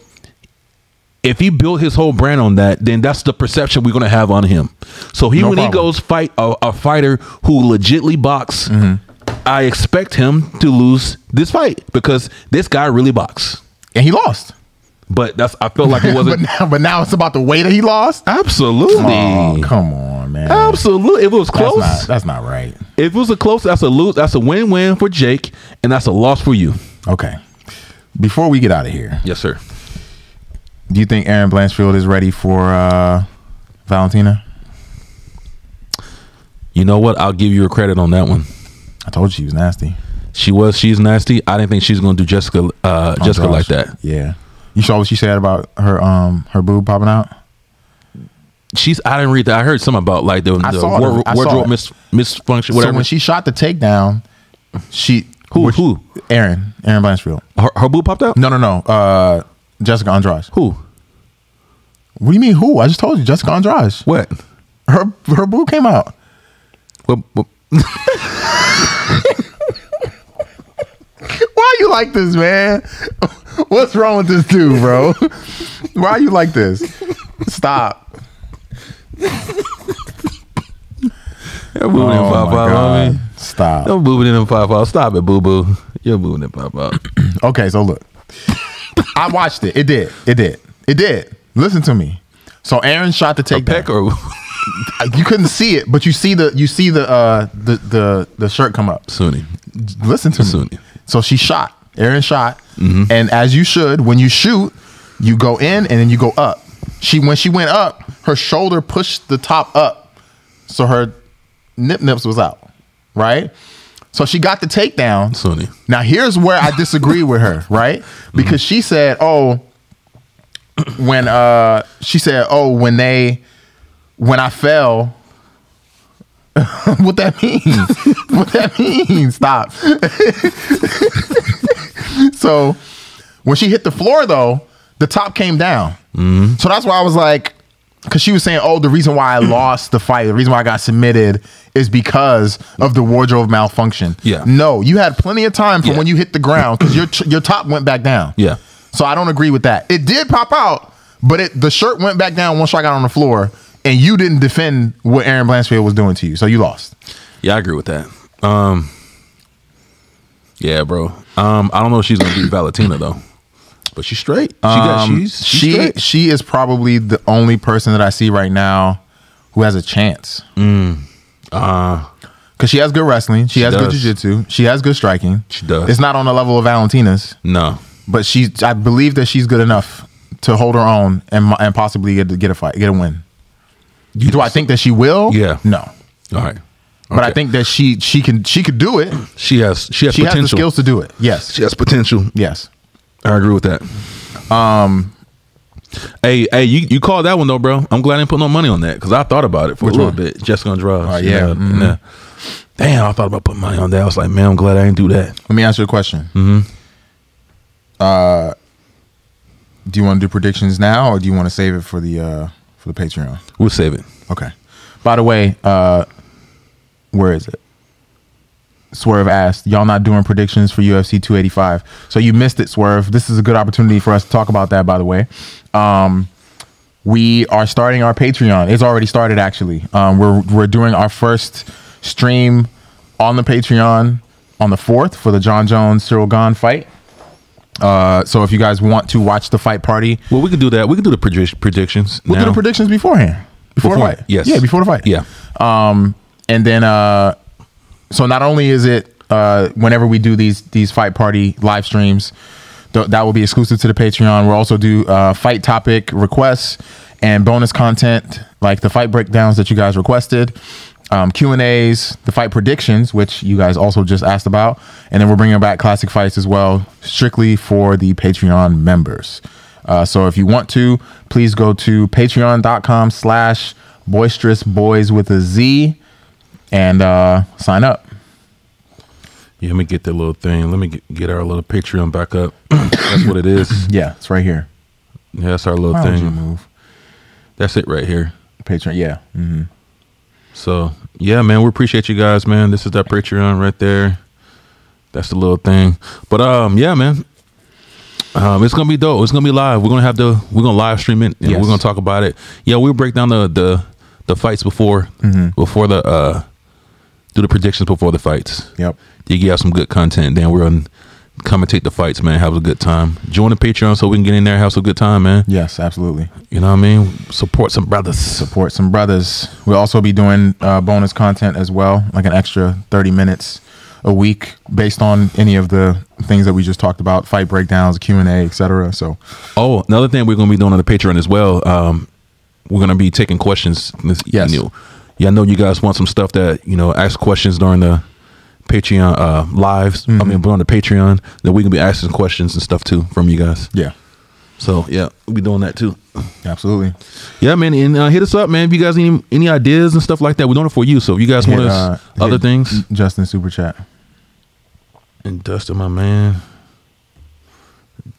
Speaker 2: if he built his whole brand on that, then that's the perception we're gonna have on him. So he
Speaker 3: No
Speaker 2: when he
Speaker 3: problem.
Speaker 2: goes fight a, a fighter who legitly box, I expect him to lose this fight because this guy really box.
Speaker 3: and he lost.
Speaker 2: But that's I felt like it
Speaker 3: but
Speaker 2: wasn't
Speaker 3: now, but now it's about the way that he lost.
Speaker 2: absolutely.
Speaker 3: Oh, come on, man.
Speaker 2: Absolutely, if it was
Speaker 3: That's
Speaker 2: close,
Speaker 3: not, that's not right.
Speaker 2: if it was a close, that's a lose, that's a win-win for Jake, and that's a loss for you.
Speaker 3: Okay. Before we get out of here,
Speaker 2: Yes, sir.
Speaker 3: do you think Aaron Blanchfield is ready for uh, Valentina?
Speaker 2: You know what? I'll give you a credit on that one.
Speaker 3: I told you she was nasty.
Speaker 2: She was. She's nasty. I didn't think she's gonna do Jessica. Uh, Jessica like
Speaker 3: Entourage.
Speaker 2: that.
Speaker 3: Yeah. You saw what she said about her um her boob popping out?
Speaker 2: she's. I didn't read that. I heard something about like the, the
Speaker 3: saw it.
Speaker 2: ward-
Speaker 3: I saw
Speaker 2: wardrobe
Speaker 3: it.
Speaker 2: mis, misfunction.
Speaker 3: So
Speaker 2: Whatever.
Speaker 3: when she shot the takedown, she
Speaker 2: Who-
Speaker 3: which-
Speaker 2: who?
Speaker 3: Aaron Aaron Blanchfield.
Speaker 2: her, her boob popped out.
Speaker 3: No, no, no. Uh, Jessica Andrade.
Speaker 2: Who?
Speaker 3: What do you mean who? I just told you Jessica Andrade.
Speaker 2: What?
Speaker 3: Her her boob came out.
Speaker 2: What? what?
Speaker 3: Why you like this, man? What's wrong with this dude, bro? Why you like this? Stop.
Speaker 2: That boob didn't pop out. I mean,
Speaker 3: Oh Stop.
Speaker 2: that boob didn't pop out. Stop it, boo boo. Your boob didn't pop out.
Speaker 3: Okay, so look. I watched it. It did. It did. It did. Listen to me. So Aaron shot
Speaker 2: A
Speaker 3: the take
Speaker 2: peck or
Speaker 3: You couldn't see it, but you see the you see the uh the the, the shirt come up.
Speaker 2: Sunni?
Speaker 3: Listen to
Speaker 2: Soon. Mm-hmm.
Speaker 3: me. So she shot. Aaron shot. And as you should, when you shoot, you go in and then you go up. She when she went up, her shoulder pushed the top up. So her nip nips was out. Right? So she got the takedown.
Speaker 2: Sunni.
Speaker 3: Now here's where I disagree with her, right? Because she said, "Oh, when uh she said, "Oh, when they when I fell what that means? what that means? Stop. so when she hit the floor though, the top came down. So that's why I was like Cause she was saying, "Oh, the reason why I lost the fight, the reason why I got submitted, is because of the wardrobe malfunction."
Speaker 2: Yeah.
Speaker 3: No, you had plenty of time from
Speaker 2: Yeah.
Speaker 3: when you hit the ground because your your top went back down.
Speaker 2: Yeah.
Speaker 3: So I don't agree with that. It did pop out, but it the shirt went back down once I got on the floor, and you didn't defend what Aaron Blanchfield was doing to you, so you lost.
Speaker 2: Yeah, I agree with that. Um, yeah, bro. Um, I don't know if she's gonna beat Valentina though, but she's straight. She got
Speaker 3: Um,
Speaker 2: she's, she's
Speaker 3: she
Speaker 2: straight.
Speaker 3: she is probably the only person that I see right now who has a chance.
Speaker 2: Mm.
Speaker 3: Because she has good wrestling, she, has
Speaker 2: Uh, does.
Speaker 3: good jujitsu, she has good striking.
Speaker 2: She does.
Speaker 3: It's not on the level of Valentina's,
Speaker 2: No,
Speaker 3: but she I believe that she's good enough to hold her own and and possibly get get a fight, get a win.
Speaker 2: you
Speaker 3: Do I think that she will?
Speaker 2: Yeah.
Speaker 3: No.
Speaker 2: All right,
Speaker 3: But I
Speaker 2: Okay.
Speaker 3: think that she she can she could do it.
Speaker 2: she has she has
Speaker 3: She
Speaker 2: potential.
Speaker 3: has the skills to do it. Yes.
Speaker 2: She has potential.
Speaker 3: Yes.
Speaker 2: I agree with that. Um, hey, hey, you, you called that one though, bro. I'm glad I didn't put no money on that because I thought about it for a little
Speaker 3: one?
Speaker 2: bit. Jessica Andrade. Oh
Speaker 3: yeah.
Speaker 2: Damn, I thought about putting money on that. I was like, man, I'm glad I didn't do that.
Speaker 3: Let me ask you a question. Mm-hmm. Uh, do you want to do predictions now, or do you want to save it for the uh, for the Patreon?
Speaker 2: We'll save it.
Speaker 3: Okay. By the way, uh, where is it? Swerve asked, "Y'all not doing predictions for UFC 285? So you missed it, Swerve. This is a good opportunity for us to talk about that. By the way, um, we are starting our Patreon. It's already started, actually. Um, we're we're doing our first stream on the Patreon on the fourth for the John Jones Cyril Gahn fight. Uh, so if you guys want to watch the fight party,
Speaker 2: Well, we can do that. We can do the predi- predictions.
Speaker 3: We'll do
Speaker 2: now.
Speaker 3: the predictions beforehand. Before,
Speaker 2: Before-
Speaker 3: the fight.
Speaker 2: yes.
Speaker 3: Yeah, before the fight.
Speaker 2: Yeah.
Speaker 3: Um, and then uh so not only is it uh whenever we do these these fight party live streams, th- that will be exclusive to the Patreon. We'll also do uh fight topic requests and bonus content like the fight breakdowns that you guys requested. Um, Q and A's, the fight predictions, which you guys also just asked about, and then we're bringing back classic fights as well, strictly for the Patreon members. Uh, so if you want to, please go to patreon.com slash boisterous boys with a Z and uh, sign up.
Speaker 2: Yeah, let me get that little thing. Let me get, get our little Patreon back up. that's what it is.
Speaker 3: Yeah, it's right here.
Speaker 2: Yeah, that's our little
Speaker 3: Why would you
Speaker 2: thing.
Speaker 3: move?
Speaker 2: That's it right here.
Speaker 3: Patreon, yeah. Mm.
Speaker 2: So yeah, man, we appreciate you guys, man. This is that Patreon right there. That's the little thing. But um, yeah, man. Um, it's gonna be dope. It's gonna be live. We're gonna have to. We're gonna live stream it. And
Speaker 3: Yes.
Speaker 2: We're gonna talk about it. Yeah, we'll break down the the the fights before
Speaker 3: Mm-hmm.
Speaker 2: before the uh do the predictions before the fights.
Speaker 3: Yep.
Speaker 2: You get out some good content. Then we're gonna commentate the fights, man. Have a good time. Join the Patreon so we can get in there, have some good time, man.
Speaker 3: Yes, absolutely.
Speaker 2: You know what I mean? Support some brothers.
Speaker 3: Support some brothers. We'll also be doing uh, bonus content as well, like an extra 30 minutes a week based on any of the things that we just talked about, fight breakdowns, Q&A, etc. So
Speaker 2: Oh, another thing we're gonna be doing on the Patreon as well. Um, we're gonna be taking questions. This,
Speaker 3: Yes.
Speaker 2: You know, yeah, I know you guys want some stuff that you know ask questions during the Patreon uh, lives. I mean, but on the Patreon, that we can be asking questions and stuff too from you guys.
Speaker 3: yeah.
Speaker 2: So yeah, we'll be doing that too.
Speaker 3: Absolutely.
Speaker 2: Yeah, man, and uh, hit us up, man. If you guys need any, any ideas and stuff like that, we're doing it for you. So if you guys want
Speaker 3: Hit,
Speaker 2: us
Speaker 3: uh,
Speaker 2: other
Speaker 3: hit
Speaker 2: things,
Speaker 3: Justin super chat.
Speaker 2: and Dustin, my man,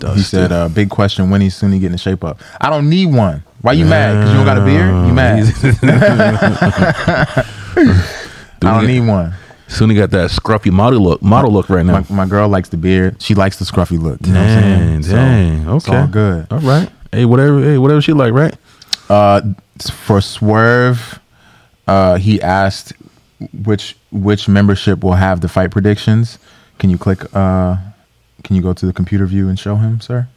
Speaker 2: Dustin,
Speaker 3: He said, uh, "Big question: When he's soon he getting in shape up? I don't need one. Why you mad? Because you don't got a beard?
Speaker 2: Oh,
Speaker 3: You
Speaker 2: Dude,
Speaker 3: mad? I
Speaker 2: yeah.
Speaker 3: don't need one.
Speaker 2: soon he got that scruffy model look, model look right now.
Speaker 3: My, my girl likes the beard. She likes the scruffy look. You know what
Speaker 2: Dang,
Speaker 3: I'm saying? So,
Speaker 2: dang, okay,
Speaker 3: it's all good.
Speaker 2: all right. Hey, whatever, hey, whatever she like, right?
Speaker 3: Uh, for Swerve, uh, he asked which which membership will have the fight predictions. Can you click? Uh, can you go to the computer view and show him, sir?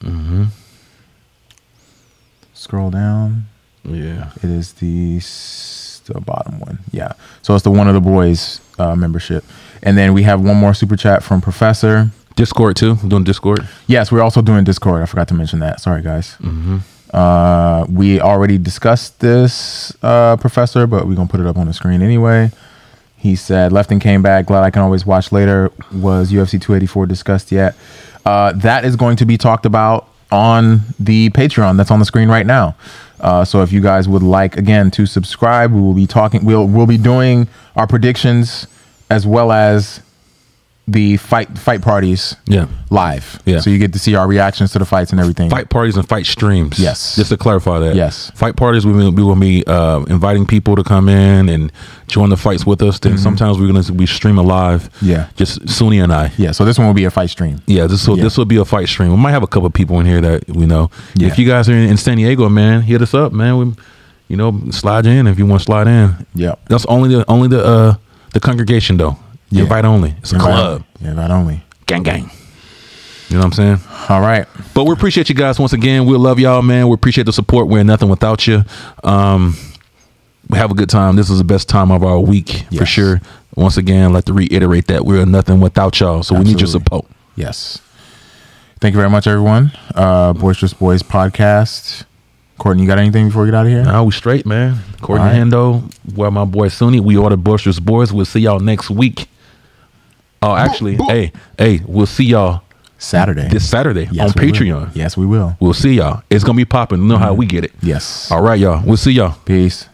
Speaker 3: Mm-hmm. Scroll down.
Speaker 2: Yeah,
Speaker 3: It is the s- the bottom one. Yeah. So it's the one of the boys uh, membership, and then we have one more super chat from Professor.
Speaker 2: Discord too. We're doing Discord.
Speaker 3: Yes, we're also doing Discord. I forgot to mention that. Sorry, guys. Uh, we already discussed this, uh, Professor, but we're gonna put it up on the screen anyway. He said, "Left and came back. Glad I can always watch later." Was UFC 284 discussed yet? Uh, that is going to be talked about on the Patreon. That's on the screen right now. Uh, so if you guys would like again to subscribe, we will be talking. We'll we'll be doing our predictions as well as the fight fight parties
Speaker 2: Yeah.
Speaker 3: live.
Speaker 2: Yeah.
Speaker 3: So you get to see our reactions to the fights and everything.
Speaker 2: Fight parties and fight streams.
Speaker 3: Yes.
Speaker 2: Just to clarify that.
Speaker 3: Yes.
Speaker 2: Fight parties, we will we will be uh, inviting people to come in and join the fights with us. Then sometimes we're going to we stream it live.
Speaker 3: Mm-hmm. Yeah.
Speaker 2: Just Suni and I.
Speaker 3: Yeah. So this one will be a fight stream.
Speaker 2: Yeah, this will
Speaker 3: Yeah.
Speaker 2: this will be a fight stream. We might have a couple people in here that we know.
Speaker 3: Yeah.
Speaker 2: If you guys are in, in San Diego, man, hit us up, man. We, you know, slide in if you want to slide in.
Speaker 3: Yeah.
Speaker 2: That's only the only the uh the congregation though.
Speaker 3: Yeah.
Speaker 2: Invite only. It's a club.
Speaker 3: Yeah, not only.
Speaker 2: Gang gang. You know what I'm saying?
Speaker 3: All right.
Speaker 2: But we appreciate you guys once again. We love y'all, man. We appreciate the support. We're nothing without you. Um, we have a good time. This is the best time of our week for
Speaker 3: Yes.
Speaker 2: sure. Once again, I'd like to reiterate that we're nothing without y'all. So we need your
Speaker 3: Absolutely.
Speaker 2: support.
Speaker 3: Yes. Thank you very much, everyone. Uh, Boisterous Boys podcast. Courtney, you got anything before we get out of here?
Speaker 2: Now we straight, man. Courtney
Speaker 3: All right.
Speaker 2: Hendo, well, my boy Sunny. We are the Boisterous Boys. We'll see y'all next week. Oh, actually,
Speaker 3: boop.
Speaker 2: hey, hey, we'll see y'all
Speaker 3: Saturday.
Speaker 2: this Saturday
Speaker 3: Yes,
Speaker 2: on
Speaker 3: we will.
Speaker 2: Patreon.
Speaker 3: Yes, we will.
Speaker 2: We'll see y'all. It's gonna be popping. You know how we get it.
Speaker 3: Yes.
Speaker 2: All right, y'all. We'll see y'all.
Speaker 3: Peace.